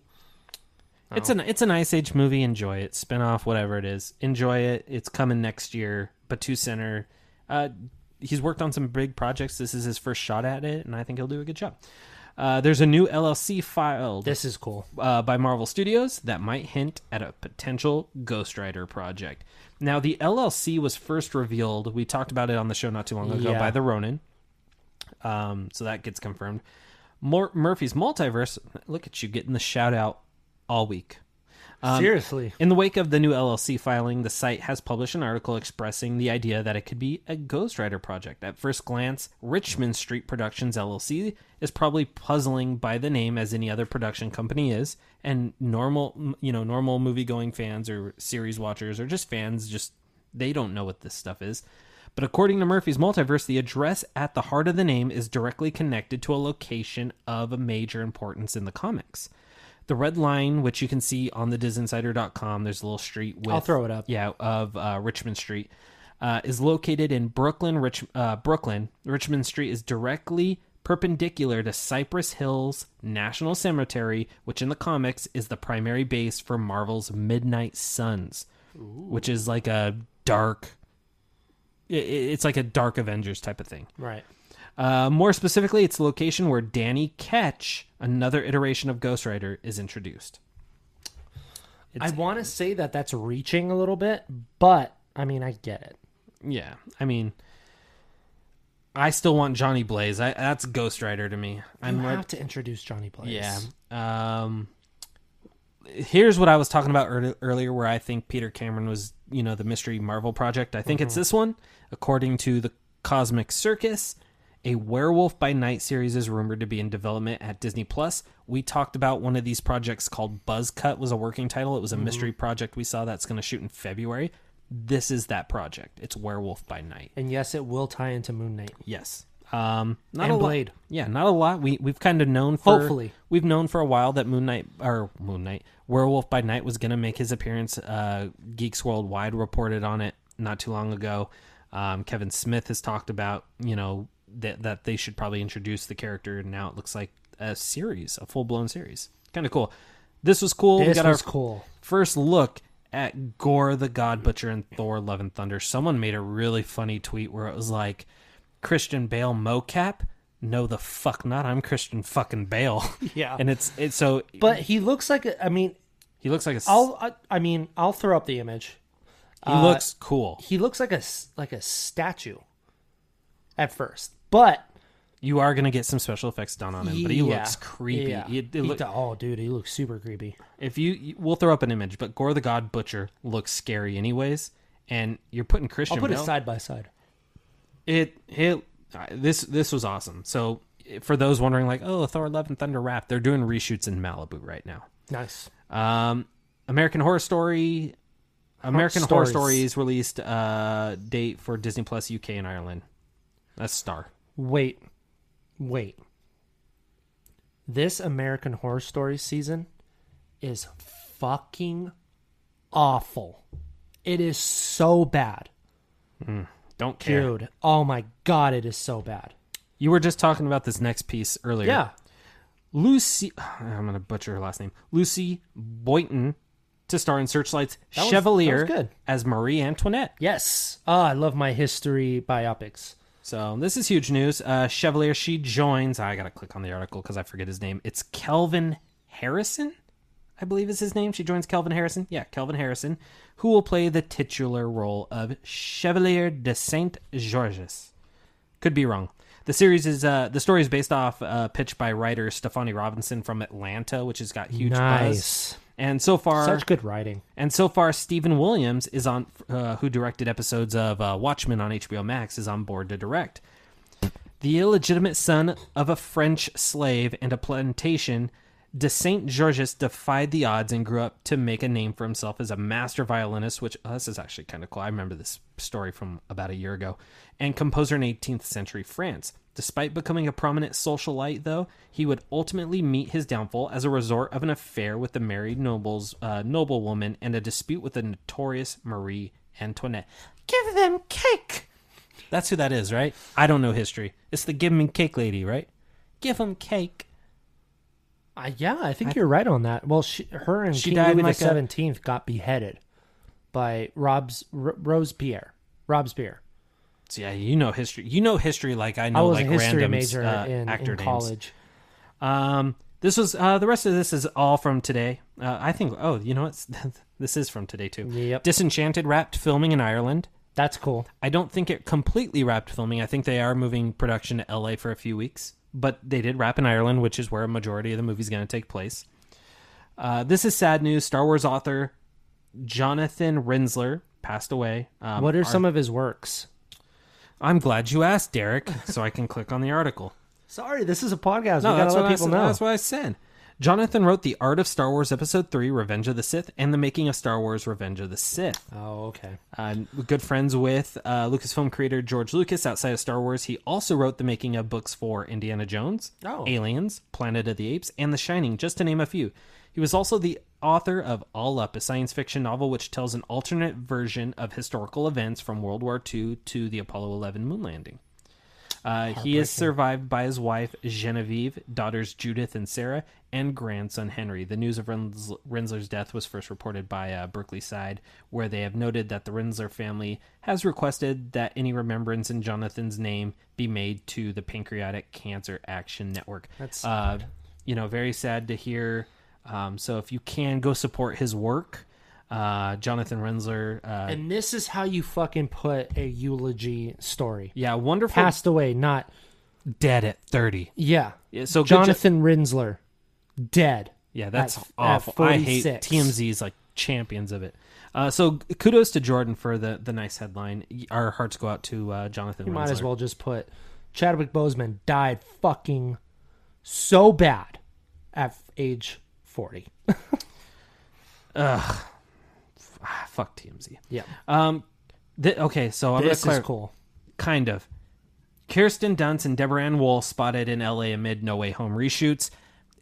[SPEAKER 2] It's an it's an Ice Age movie. Enjoy it. Spin off, whatever it is. Enjoy it. It's coming next year. Batu Center. Uh, he's worked on some big projects. This is his first shot at it, and I think he'll do a good job. Uh, there's a new LLC filed.
[SPEAKER 3] this is cool.
[SPEAKER 2] uh, by Marvel Studios that might hint at a potential Ghost Rider project. Now, the LLC was first revealed. We talked about it on the show not too long ago
[SPEAKER 3] Yeah.
[SPEAKER 2] by the Ronin. Um, so that gets confirmed. Mor- Murphy's Multiverse. Look at you getting the shout out all week.
[SPEAKER 3] Um, Seriously,
[SPEAKER 2] In the wake of the new LLC filing, the site has published an article expressing the idea that it could be a Ghost Rider project. At first glance, Richmond Street Productions LLC is probably puzzling by the name as any other production company is, and normal, you know, normal movie-going fans or series watchers or just fans just they don't know what this stuff is. But according to Murphy's Multiverse, the address at the heart of the name is directly connected to a location of major importance in the comics. The red line, which you can see on the disinsider.com, there's a little street with
[SPEAKER 3] I'll throw it up.
[SPEAKER 2] yeah, of uh, Richmond Street, uh, is located in Brooklyn. Rich, uh, Brooklyn Richmond Street is directly perpendicular to Cypress Hills National Cemetery, which in the comics is the primary base for Marvel's Midnight Suns, which is like a dark. i- i- It's like a dark Avengers type of thing.
[SPEAKER 3] Right.
[SPEAKER 2] Uh, more specifically, it's the location where Danny Ketch, another iteration of Ghost Rider, is introduced.
[SPEAKER 3] I want to say that that's reaching a little bit, but I mean, I get it.
[SPEAKER 2] Yeah, I mean, I still want Johnny Blaze. I, that's Ghost Rider to me.
[SPEAKER 3] You
[SPEAKER 2] I'm
[SPEAKER 3] have
[SPEAKER 2] right.
[SPEAKER 3] to introduce Johnny Blaze.
[SPEAKER 2] Yeah. Um, here's what I was talking about earl- earlier, where I think Peter Cameron was, you know, the mystery Marvel project. I think it's this one. According to the Cosmic Circus, a Werewolf by Night series is rumored to be in development at Disney Plus. We talked about one of these projects called Buzz Cut was a working title. It was a mystery project we saw that's going to shoot in February. This is that project. It's Werewolf by Night.
[SPEAKER 3] And yes, it will tie into Moon Knight.
[SPEAKER 2] Yes. Um, not
[SPEAKER 3] And
[SPEAKER 2] a lot-
[SPEAKER 3] Blade.
[SPEAKER 2] Yeah, not a lot. We we've kind of known for
[SPEAKER 3] Hopefully.
[SPEAKER 2] we've known for a while that Moon Knight or Moon Knight Werewolf by Night was gonna make his appearance. Uh, Geeks Worldwide reported on it not too long ago. Um, Kevin Smith has talked about you know that that they should probably introduce the character. And now it looks like a series, a full blown series. Kind of cool. This was cool. we
[SPEAKER 3] This
[SPEAKER 2] got
[SPEAKER 3] was
[SPEAKER 2] our
[SPEAKER 3] cool.
[SPEAKER 2] first look at Gore the God Butcher and Thor Love and Thunder, someone made a really funny tweet where it was like, Christian Bale mocap? No, the fuck not. I'm Christian fucking Bale.
[SPEAKER 3] *laughs* Yeah.
[SPEAKER 2] And it's, it's so,
[SPEAKER 3] But he looks like a, I mean,
[SPEAKER 2] he looks like a, s-
[SPEAKER 3] I'll uh, I, I mean, I'll throw up the image.
[SPEAKER 2] he looks cool.
[SPEAKER 3] He looks like a s- like a statue at first. But
[SPEAKER 2] You are going to get some special effects done on him, but he
[SPEAKER 3] yeah,
[SPEAKER 2] looks creepy.
[SPEAKER 3] yeah.
[SPEAKER 2] It- it
[SPEAKER 3] He
[SPEAKER 2] look-
[SPEAKER 3] do- oh dude, he looks super creepy.
[SPEAKER 2] if you, you- we'll throw up an image, but Gore the God Butcher looks scary anyways. And you're putting Christian
[SPEAKER 3] I'll put it
[SPEAKER 2] Bale-
[SPEAKER 3] side by side.
[SPEAKER 2] it it uh, this this was awesome. So for those wondering, like, oh, Thor: Love and Thunder wrap, they're doing reshoots in Malibu right now.
[SPEAKER 3] Nice.
[SPEAKER 2] Um, American Horror Story, American Horror
[SPEAKER 3] Stories.
[SPEAKER 2] Stories released uh date for Disney Plus UK and Ireland. That's Star.
[SPEAKER 3] Wait. Wait. This American Horror Story season is fucking awful. It is so bad.
[SPEAKER 2] Don't care.
[SPEAKER 3] Dude, oh my god, it is so bad.
[SPEAKER 2] You were just talking about this next piece earlier.
[SPEAKER 3] Yeah.
[SPEAKER 2] Lucy. *sighs* I'm gonna butcher her last name. Lucy Boynton to star in Searchlights
[SPEAKER 3] was- that was
[SPEAKER 2] Chevalier
[SPEAKER 3] good.
[SPEAKER 2] as Marie Antoinette.
[SPEAKER 3] Yes. Oh, I love my history biopics.
[SPEAKER 2] So this is huge news. Uh, Chevalier, she joins. I gotta click on the article because I forget his name. It's Kelvin Harrison, I believe is his name. She joins Kelvin Harrison. Yeah, Kelvin Harrison, who will play the titular role of Chevalier de Saint Georges. Could be wrong. The series is uh, the story is based off uh, pitch by writer Stefani Robinson from Atlanta, which has got huge
[SPEAKER 3] Nice.
[SPEAKER 2] buzz. And so far,
[SPEAKER 3] Such good writing.
[SPEAKER 2] and so far, Stephen Williams is on, uh, who directed episodes of uh, Watchmen on HBO Max, is on board to direct. The illegitimate son of a French slave and a plantation, de Saint Georges defied the odds and grew up to make a name for himself as a master violinist. Which oh, this is actually kind of cool. I remember this story from about a year ago, and composer in 18th century France. Despite becoming a prominent socialite, though, he would ultimately meet his downfall as a result of an affair with the married noble's uh, noblewoman and a dispute with the notorious Marie Antoinette. Give them cake. That's who that is, right? I don't know history. It's the give me cake lady, right? Give them cake.
[SPEAKER 3] Uh, yeah, I think you're right on that. Well, she, her and
[SPEAKER 2] She
[SPEAKER 3] King
[SPEAKER 2] died in
[SPEAKER 3] Louis
[SPEAKER 2] like a-
[SPEAKER 3] the Seventeenth got beheaded by Rob's R- Rose Pierre. Rob's Pierre.
[SPEAKER 2] So yeah, you know history. You know history like I know
[SPEAKER 3] I was
[SPEAKER 2] like
[SPEAKER 3] a history
[SPEAKER 2] randoms,
[SPEAKER 3] major
[SPEAKER 2] uh,
[SPEAKER 3] in,
[SPEAKER 2] actor
[SPEAKER 3] in
[SPEAKER 2] names.
[SPEAKER 3] college.
[SPEAKER 2] Um, this was uh, the rest of this is all from today. Uh, I think. Oh, you know what? *laughs* this is from today too.
[SPEAKER 3] Yep.
[SPEAKER 2] Disenchanted wrapped filming in Ireland.
[SPEAKER 3] That's cool.
[SPEAKER 2] I don't think it completely wrapped filming. I think they are moving production to LA for a few weeks, but they did wrap in Ireland, which is where a majority of the movie's going to take place. Uh, this is sad news. Star Wars author Jonathan Rinsler passed away. Um,
[SPEAKER 3] what are some of his works?
[SPEAKER 2] I'm glad you asked, Derek, so I can click on the article.
[SPEAKER 3] *laughs* Sorry, this is a podcast.
[SPEAKER 2] No,
[SPEAKER 3] we gotta
[SPEAKER 2] that's,
[SPEAKER 3] let
[SPEAKER 2] what I,
[SPEAKER 3] people
[SPEAKER 2] said-
[SPEAKER 3] know.
[SPEAKER 2] that's what I said. Jonathan wrote The Art of Star Wars Episode 3 Revenge of the Sith and The Making of Star Wars Revenge of the Sith.
[SPEAKER 3] Oh, okay.
[SPEAKER 2] Uh, good friends with uh, Lucasfilm creator George Lucas outside of Star Wars. He also wrote the making of books for Indiana Jones,
[SPEAKER 3] Oh.
[SPEAKER 2] Aliens, Planet of the Apes, and The Shining, just to name a few. He was also the author of All Up, a science fiction novel which tells an alternate version of historical events from World War II to the Apollo 11 moon landing. Uh, he is survived by his wife Genevieve, daughters Judith and Sarah, and grandson Henry. The news of Rens- Rensler's death was first reported by uh, Berkeley Side, where they have noted that the Rensler family has requested that any remembrance in Jonathan's name be made to the Pancreatic Cancer Action Network.
[SPEAKER 3] That's
[SPEAKER 2] uh, you know very sad to hear. Um, so if you can go support his work, uh, Jonathan Rensler. Uh,
[SPEAKER 3] And this is how you fucking put a eulogy story.
[SPEAKER 2] yeah, wonderful.
[SPEAKER 3] Passed away, not
[SPEAKER 2] dead at thirty.
[SPEAKER 3] yeah.
[SPEAKER 2] Yeah, so good jo-
[SPEAKER 3] Jonathan Rinsler, dead.
[SPEAKER 2] Yeah, that's
[SPEAKER 3] at
[SPEAKER 2] awful. I hate
[SPEAKER 3] 46.
[SPEAKER 2] TMZ's like champions of it. Uh, so kudos to Jordan for the the nice headline. Our hearts go out to uh, Jonathan.
[SPEAKER 3] You might as
[SPEAKER 2] Rensler.
[SPEAKER 3] well just put Chadwick Boseman died fucking so bad at age forty.
[SPEAKER 2] Ah, fuck TMZ.
[SPEAKER 3] Yeah,
[SPEAKER 2] Um, th- okay, so I'm
[SPEAKER 3] this
[SPEAKER 2] gonna
[SPEAKER 3] is
[SPEAKER 2] clar-
[SPEAKER 3] cool.
[SPEAKER 2] Kind of. Kirsten Dunst and Deborah Ann Wool spotted in L.A. amid No Way Home reshoots.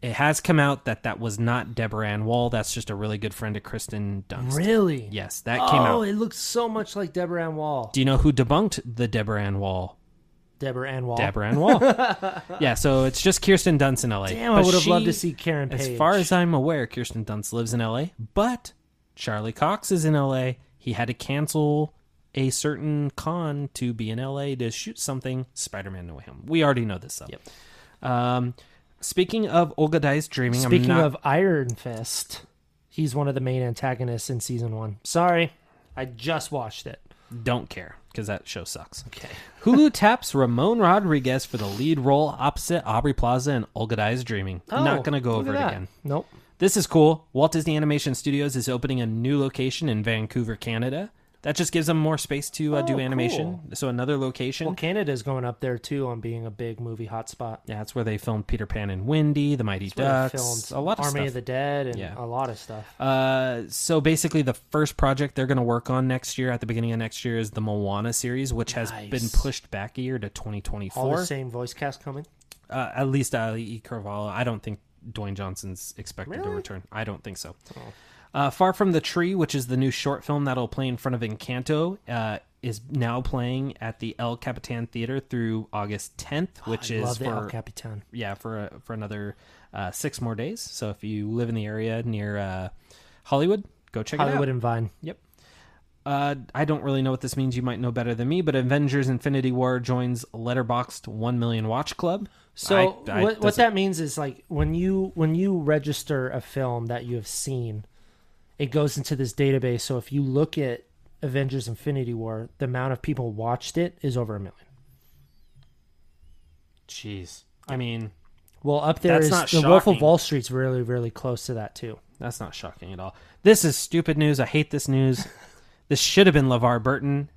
[SPEAKER 2] It has come out that that was not Deborah Ann Wool. That's just a really good friend of Kristen Dunst.
[SPEAKER 3] Really?
[SPEAKER 2] Yes, that
[SPEAKER 3] oh,
[SPEAKER 2] came out.
[SPEAKER 3] it looks so much like Deborah Ann Wall.
[SPEAKER 2] Do you know who debunked the Deborah Ann Wall
[SPEAKER 3] Deborah Ann Wall.
[SPEAKER 2] Deborah Ann
[SPEAKER 3] *laughs*
[SPEAKER 2] Wall. yeah, so it's just Kirsten Dunst in LA.
[SPEAKER 3] Damn, I
[SPEAKER 2] But
[SPEAKER 3] would have
[SPEAKER 2] she-
[SPEAKER 3] loved to see Karen Page.
[SPEAKER 2] As far as I'm aware, Kirsten Dunst lives in LA, but Charlie Cox is in LA. He had to cancel a certain con to be in LA to shoot something Spider-Man No Way Home. We already know this stuff. Yep. Um, speaking of Olga Dice dreaming,
[SPEAKER 3] Speaking
[SPEAKER 2] I'm not,
[SPEAKER 3] of Iron Fist, he's one of the main antagonists in season one. Sorry, I just watched it.
[SPEAKER 2] don't care because that show sucks.
[SPEAKER 3] *laughs*
[SPEAKER 2] Okay. Hulu taps Ramon Rodriguez for the lead role opposite Aubrey Plaza in Olga Dice Dreaming. not going to go
[SPEAKER 3] Oh, look
[SPEAKER 2] over
[SPEAKER 3] at
[SPEAKER 2] it
[SPEAKER 3] that.
[SPEAKER 2] again.
[SPEAKER 3] Nope.
[SPEAKER 2] This is cool. Walt Disney Animation Studios is opening a new location in Vancouver, Canada. That just gives them more space to uh,
[SPEAKER 3] Oh,
[SPEAKER 2] do animation. So another location.
[SPEAKER 3] Well, Canada's going up there too on being a big movie hotspot.
[SPEAKER 2] Yeah, that's where they filmed Peter Pan and Wendy, The Mighty
[SPEAKER 3] Where they
[SPEAKER 2] Ducks,
[SPEAKER 3] filmed
[SPEAKER 2] a lot of
[SPEAKER 3] Army
[SPEAKER 2] stuff.
[SPEAKER 3] of the Dead and
[SPEAKER 2] Yeah.
[SPEAKER 3] a lot of stuff.
[SPEAKER 2] Uh, so basically, the first project they're going to work on next year, at the beginning of next year, is the Moana series, which has been
[SPEAKER 3] Nice.
[SPEAKER 2] pushed back a year to
[SPEAKER 3] All
[SPEAKER 2] 2024.
[SPEAKER 3] the same voice cast coming.
[SPEAKER 2] uh, at least Ali E. Carvalho. I don't think Dwayne Johnson's expected to
[SPEAKER 3] Really? Oh.
[SPEAKER 2] return. I don't think so. Uh, Far from the Tree, which is the new short film that'll play in front of Encanto, uh, is now playing at the El Capitan Theater through August 10th, which
[SPEAKER 3] *gasps* I
[SPEAKER 2] is
[SPEAKER 3] love the El
[SPEAKER 2] for
[SPEAKER 3] Capitan.
[SPEAKER 2] yeah for uh, for another uh, six more days. So if you live in the area near uh, Hollywood, go check it out.
[SPEAKER 3] Hollywood and Vine.
[SPEAKER 2] Yep. Uh, I don't really know what this means. You might know better than me, but Avengers: Infinity War joins Letterboxed One Million Watch Club.
[SPEAKER 3] So
[SPEAKER 2] I- I-
[SPEAKER 3] what, what
[SPEAKER 2] doesn't-
[SPEAKER 3] that means is like when you when you register a film that you have seen, it goes into this database. So if you look at Avengers: Infinity War, the amount of people watched it is over a million.
[SPEAKER 2] Jeez. I mean,
[SPEAKER 3] Well, up there
[SPEAKER 2] That's
[SPEAKER 3] is
[SPEAKER 2] not
[SPEAKER 3] the Wolf of
[SPEAKER 2] shocking.
[SPEAKER 3] Wall Street's really really close to that too.
[SPEAKER 2] that's not shocking at all. This is stupid news. I hate this
[SPEAKER 3] *laughs*
[SPEAKER 2] news. this should have been LeVar Burton.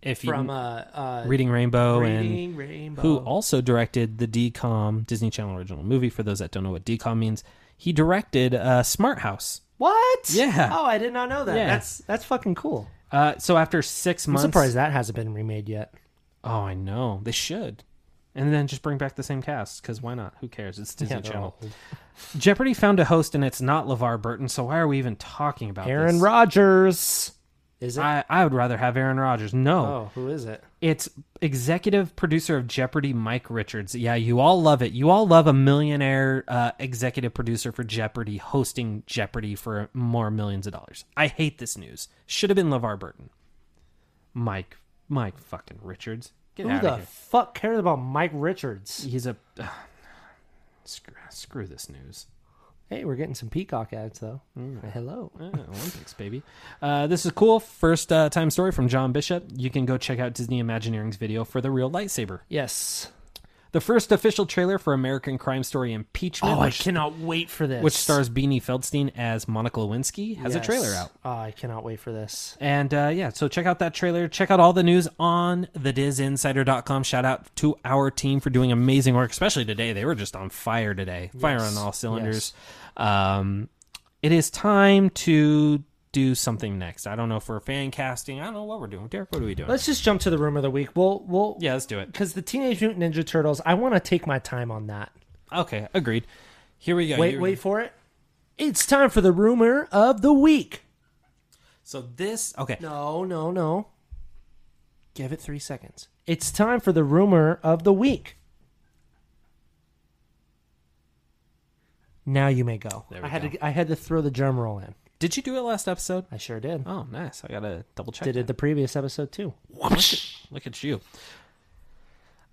[SPEAKER 2] If you
[SPEAKER 3] From uh, uh
[SPEAKER 2] Reading Rainbow and
[SPEAKER 3] Reading Rainbow,
[SPEAKER 2] who also directed the DCOM Disney Channel original movie for those that don't know what DCOM means. He directed uh, Smart House.
[SPEAKER 3] what?
[SPEAKER 2] Yeah.
[SPEAKER 3] Oh, I did not know that.
[SPEAKER 2] Yeah.
[SPEAKER 3] That's that's fucking cool.
[SPEAKER 2] Uh, so after 6
[SPEAKER 3] I'm
[SPEAKER 2] months
[SPEAKER 3] surprised that hasn't been remade yet.
[SPEAKER 2] Oh, I know. They should. And then just bring back the same cast cuz why not? Who cares? It's Disney
[SPEAKER 3] Yeah, they're
[SPEAKER 2] Channel.
[SPEAKER 3] all-
[SPEAKER 2] Jeopardy found a host and it's not LeVar Burton, so why are we even talking about
[SPEAKER 3] Aaron
[SPEAKER 2] this?
[SPEAKER 3] Rodgers. Is it?
[SPEAKER 2] I, I would rather have Aaron Rodgers. No.
[SPEAKER 3] oh, who is it?
[SPEAKER 2] It's executive producer of Jeopardy, Mike Richards. Yeah, you all love it. You all love a millionaire uh, executive producer for Jeopardy hosting Jeopardy for more millions of dollars. I hate this news. Should have been LeVar Burton. Mike, Mike fucking Richards. Get
[SPEAKER 3] Who
[SPEAKER 2] out
[SPEAKER 3] the
[SPEAKER 2] of here.
[SPEAKER 3] fuck cares about Mike Richards?
[SPEAKER 2] He's a. *sighs* ugh. screw, screw this news.
[SPEAKER 3] Hey, we're getting some Peacock ads though. Hello.
[SPEAKER 2] Ah, Olympics, baby. Uh, this is cool. First uh, time story from John Bishop. You can go check out Disney Imagineering's video for the real lightsaber.
[SPEAKER 3] Yes.
[SPEAKER 2] the first official trailer for American Crime Story Impeachment,
[SPEAKER 3] Oh, I
[SPEAKER 2] which,
[SPEAKER 3] cannot wait for this.
[SPEAKER 2] which stars Beanie Feldstein as Monica Lewinsky, has a trailer out.
[SPEAKER 3] Oh, I cannot wait for this.
[SPEAKER 2] And uh, yeah, so check out that trailer. Check out all the news on thedizinsider.com. Shout out to our team for doing amazing work, especially today. They were just on fire today, fire on all cylinders. Um, it is time to do something next. I don't know if we're fan casting. I don't know what we're doing. Derek, what are we doing?
[SPEAKER 3] Let's just jump to the rumor of the week. We'll we'll
[SPEAKER 2] yeah, let's do it.
[SPEAKER 3] because the Teenage Mutant Ninja Turtles. I want to take my time on that.
[SPEAKER 2] Okay, agreed. Here we go.
[SPEAKER 3] Wait,
[SPEAKER 2] You-
[SPEAKER 3] wait for it. It's time for the rumor of the week.
[SPEAKER 2] So this, okay.
[SPEAKER 3] No, no, no. Give it three seconds. It's time for the rumor of the week. Now you may go.
[SPEAKER 2] There
[SPEAKER 3] I
[SPEAKER 2] we
[SPEAKER 3] had
[SPEAKER 2] go.
[SPEAKER 3] to. I had to throw the germ roll in.
[SPEAKER 2] Did you do it last episode?
[SPEAKER 3] I sure did.
[SPEAKER 2] Oh, nice. I gotta double check.
[SPEAKER 3] Did it the previous episode too.
[SPEAKER 2] Look at you.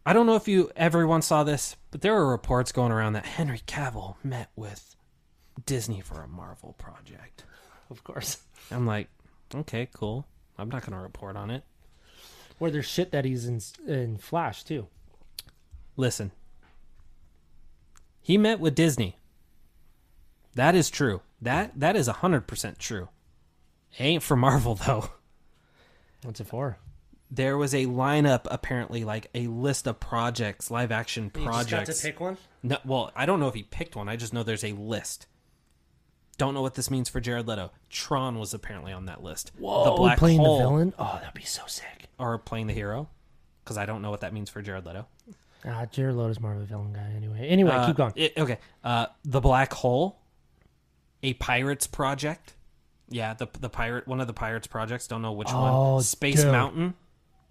[SPEAKER 2] I don't know if you everyone saw this, but there were reports going around that Henry Cavill met with Disney for a Marvel project.
[SPEAKER 3] Of course.
[SPEAKER 2] I'm like, okay, cool. I'm not going to report on it.
[SPEAKER 3] *laughs* Where there's shit that he's in, in Flash too.
[SPEAKER 2] Listen, he met with Disney. That is true. That that is hundred percent true. Ain't for Marvel *laughs* though.
[SPEAKER 3] What's it for?
[SPEAKER 2] There was a lineup apparently, like a list of projects, live action projects.
[SPEAKER 3] one.
[SPEAKER 2] No, well, I don't know if he picked one. I just know there's a list. Don't know what this means for Jared Leto. Tron was apparently on that list. Whoa, the Black
[SPEAKER 3] playing
[SPEAKER 2] Hole
[SPEAKER 3] the villain. Oh, that'd be so sick.
[SPEAKER 2] or playing the hero, because I don't know what that means for Jared Leto.
[SPEAKER 3] Ah, Jared Leto's more of a villain guy anyway. Anyway,
[SPEAKER 2] Uh,
[SPEAKER 3] keep going.
[SPEAKER 2] it- okay, uh, the Black Hole, a Pirates project. Yeah, the the pirate one of the Pirates projects. Don't know which
[SPEAKER 3] Oh,
[SPEAKER 2] one. Space
[SPEAKER 3] dude.
[SPEAKER 2] Mountain.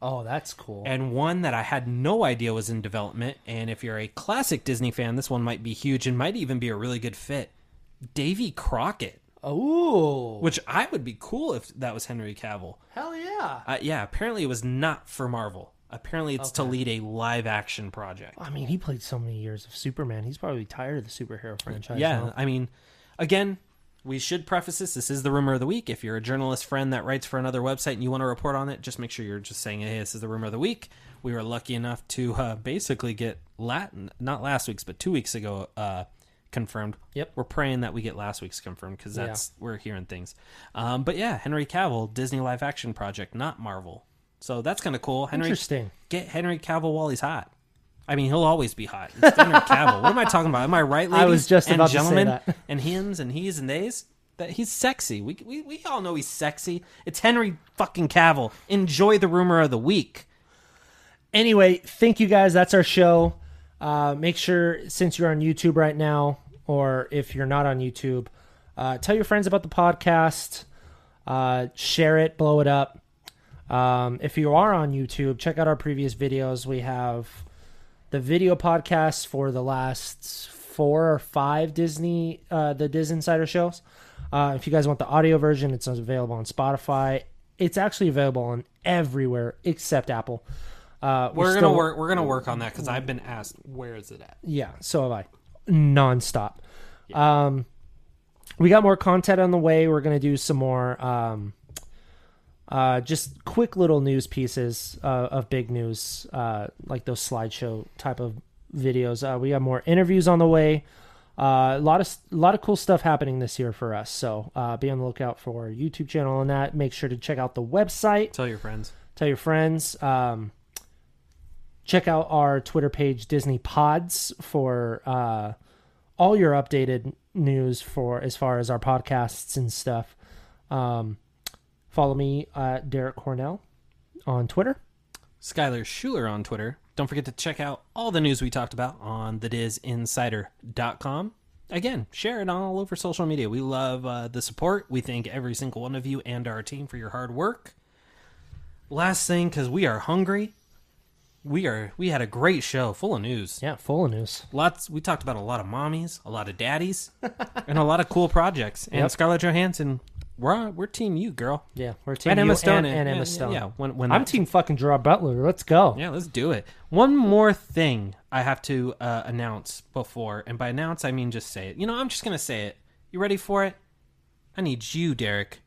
[SPEAKER 3] oh, that's cool.
[SPEAKER 2] and one that I had no idea was in development. And if you're a classic Disney fan, this one might be huge and might even be a really good fit. Davy Crockett,
[SPEAKER 3] Oh,
[SPEAKER 2] which I would be cool if that was Henry Cavill.
[SPEAKER 3] hell yeah!
[SPEAKER 2] Uh, yeah, apparently it was not for Marvel. Apparently it's to lead a live action project.
[SPEAKER 3] I mean, he played so many years of Superman. He's probably tired of the superhero franchise.
[SPEAKER 2] Yeah,
[SPEAKER 3] now.
[SPEAKER 2] I mean, again, we should preface this. This is the rumor of the week. If you're a journalist friend that writes for another website and you want to report on it, just make sure you're just saying, "Hey, this is the rumor of the week." We were lucky enough to uh, basically get Latin, not last week's, but two weeks ago, uh, confirmed.
[SPEAKER 3] Yep.
[SPEAKER 2] We're praying that we get last week's confirmed because that's we're hearing things. Um, but yeah, Henry Cavill, Disney live action project, not Marvel. So that's kind of cool. Henry,
[SPEAKER 3] Interesting.
[SPEAKER 2] Get Henry Cavill while he's hot. I mean, he'll always be hot. It's
[SPEAKER 3] *laughs*
[SPEAKER 2] Henry Cavill. what am I talking about? Am I right, ladies
[SPEAKER 3] I was just
[SPEAKER 2] and
[SPEAKER 3] about to say
[SPEAKER 2] gentlemen
[SPEAKER 3] that.
[SPEAKER 2] *laughs* and hims and he's and theys? That he's sexy. We, we we all know he's sexy. It's Henry fucking Cavill. Enjoy the rumor of the week.
[SPEAKER 3] Anyway, thank you guys. That's our show. Uh, make sure since you're on YouTube right now, or if you're not on YouTube, uh, tell your friends about the podcast. Uh, share it, blow it up. Um, if you are on YouTube, check out our previous videos. We have the video podcasts for the last four or five Disney, uh, the Disney Insider shows. Uh, if you guys want the audio version, it's available on Spotify. It's actually available on everywhere except Apple. Uh,
[SPEAKER 2] We're
[SPEAKER 3] still-
[SPEAKER 2] gonna work. We're gonna work on that because I've been asked where is it at.
[SPEAKER 3] yeah, so have I. Nonstop. Um we got more content on the way. We're gonna do some more um uh just quick little news pieces uh, of big news, uh like those slideshow type of videos. Uh we got more interviews on the way. Uh, a lot of a lot of cool stuff happening this year for us. So uh, be on the lookout for our YouTube channel and that. Make sure to check out the website
[SPEAKER 2] Tell your friends.
[SPEAKER 3] tell your friends. Um, check out our Twitter page, Disney Pods, for uh, all your updated news for as far as our podcasts and stuff. Um, follow me, uh, Derek Cornell, on Twitter.
[SPEAKER 2] Skylar Schuler on Twitter. Don't forget to check out all the news we talked about on thedizinsider.com. Again, share it all over social media. We love uh, the support. We thank every single one of you and our team for your hard work. Last thing, because we are hungry, we are we had a great show full of news.
[SPEAKER 3] Yeah, full of news.
[SPEAKER 2] Lots we talked about a lot of mommies, a lot of
[SPEAKER 3] *laughs*
[SPEAKER 2] daddies, and a lot of cool projects. And Scarlett Johansson, we're on, we're team you, girl.
[SPEAKER 3] Yeah, we're team
[SPEAKER 2] And
[SPEAKER 3] you
[SPEAKER 2] Emma Stone
[SPEAKER 3] and, and
[SPEAKER 2] yeah,
[SPEAKER 3] Emma
[SPEAKER 2] yeah,
[SPEAKER 3] Stone.
[SPEAKER 2] Yeah, when, when
[SPEAKER 3] I'm
[SPEAKER 2] that-
[SPEAKER 3] team fucking Gerard Butler. Let's go.
[SPEAKER 2] yeah, let's do it. One more thing I have to uh, announce before, and by announce I mean just say it. You know, I'm just gonna say it. You ready for it? I need you, Derek,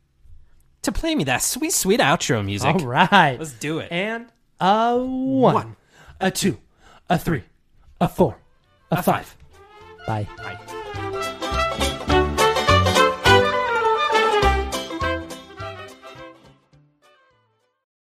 [SPEAKER 2] to play me that sweet, sweet outro music.
[SPEAKER 3] All right.
[SPEAKER 2] Let's do it.
[SPEAKER 3] And a one, a two, a three, a four, a, five.
[SPEAKER 2] five.
[SPEAKER 3] Bye.
[SPEAKER 2] Bye.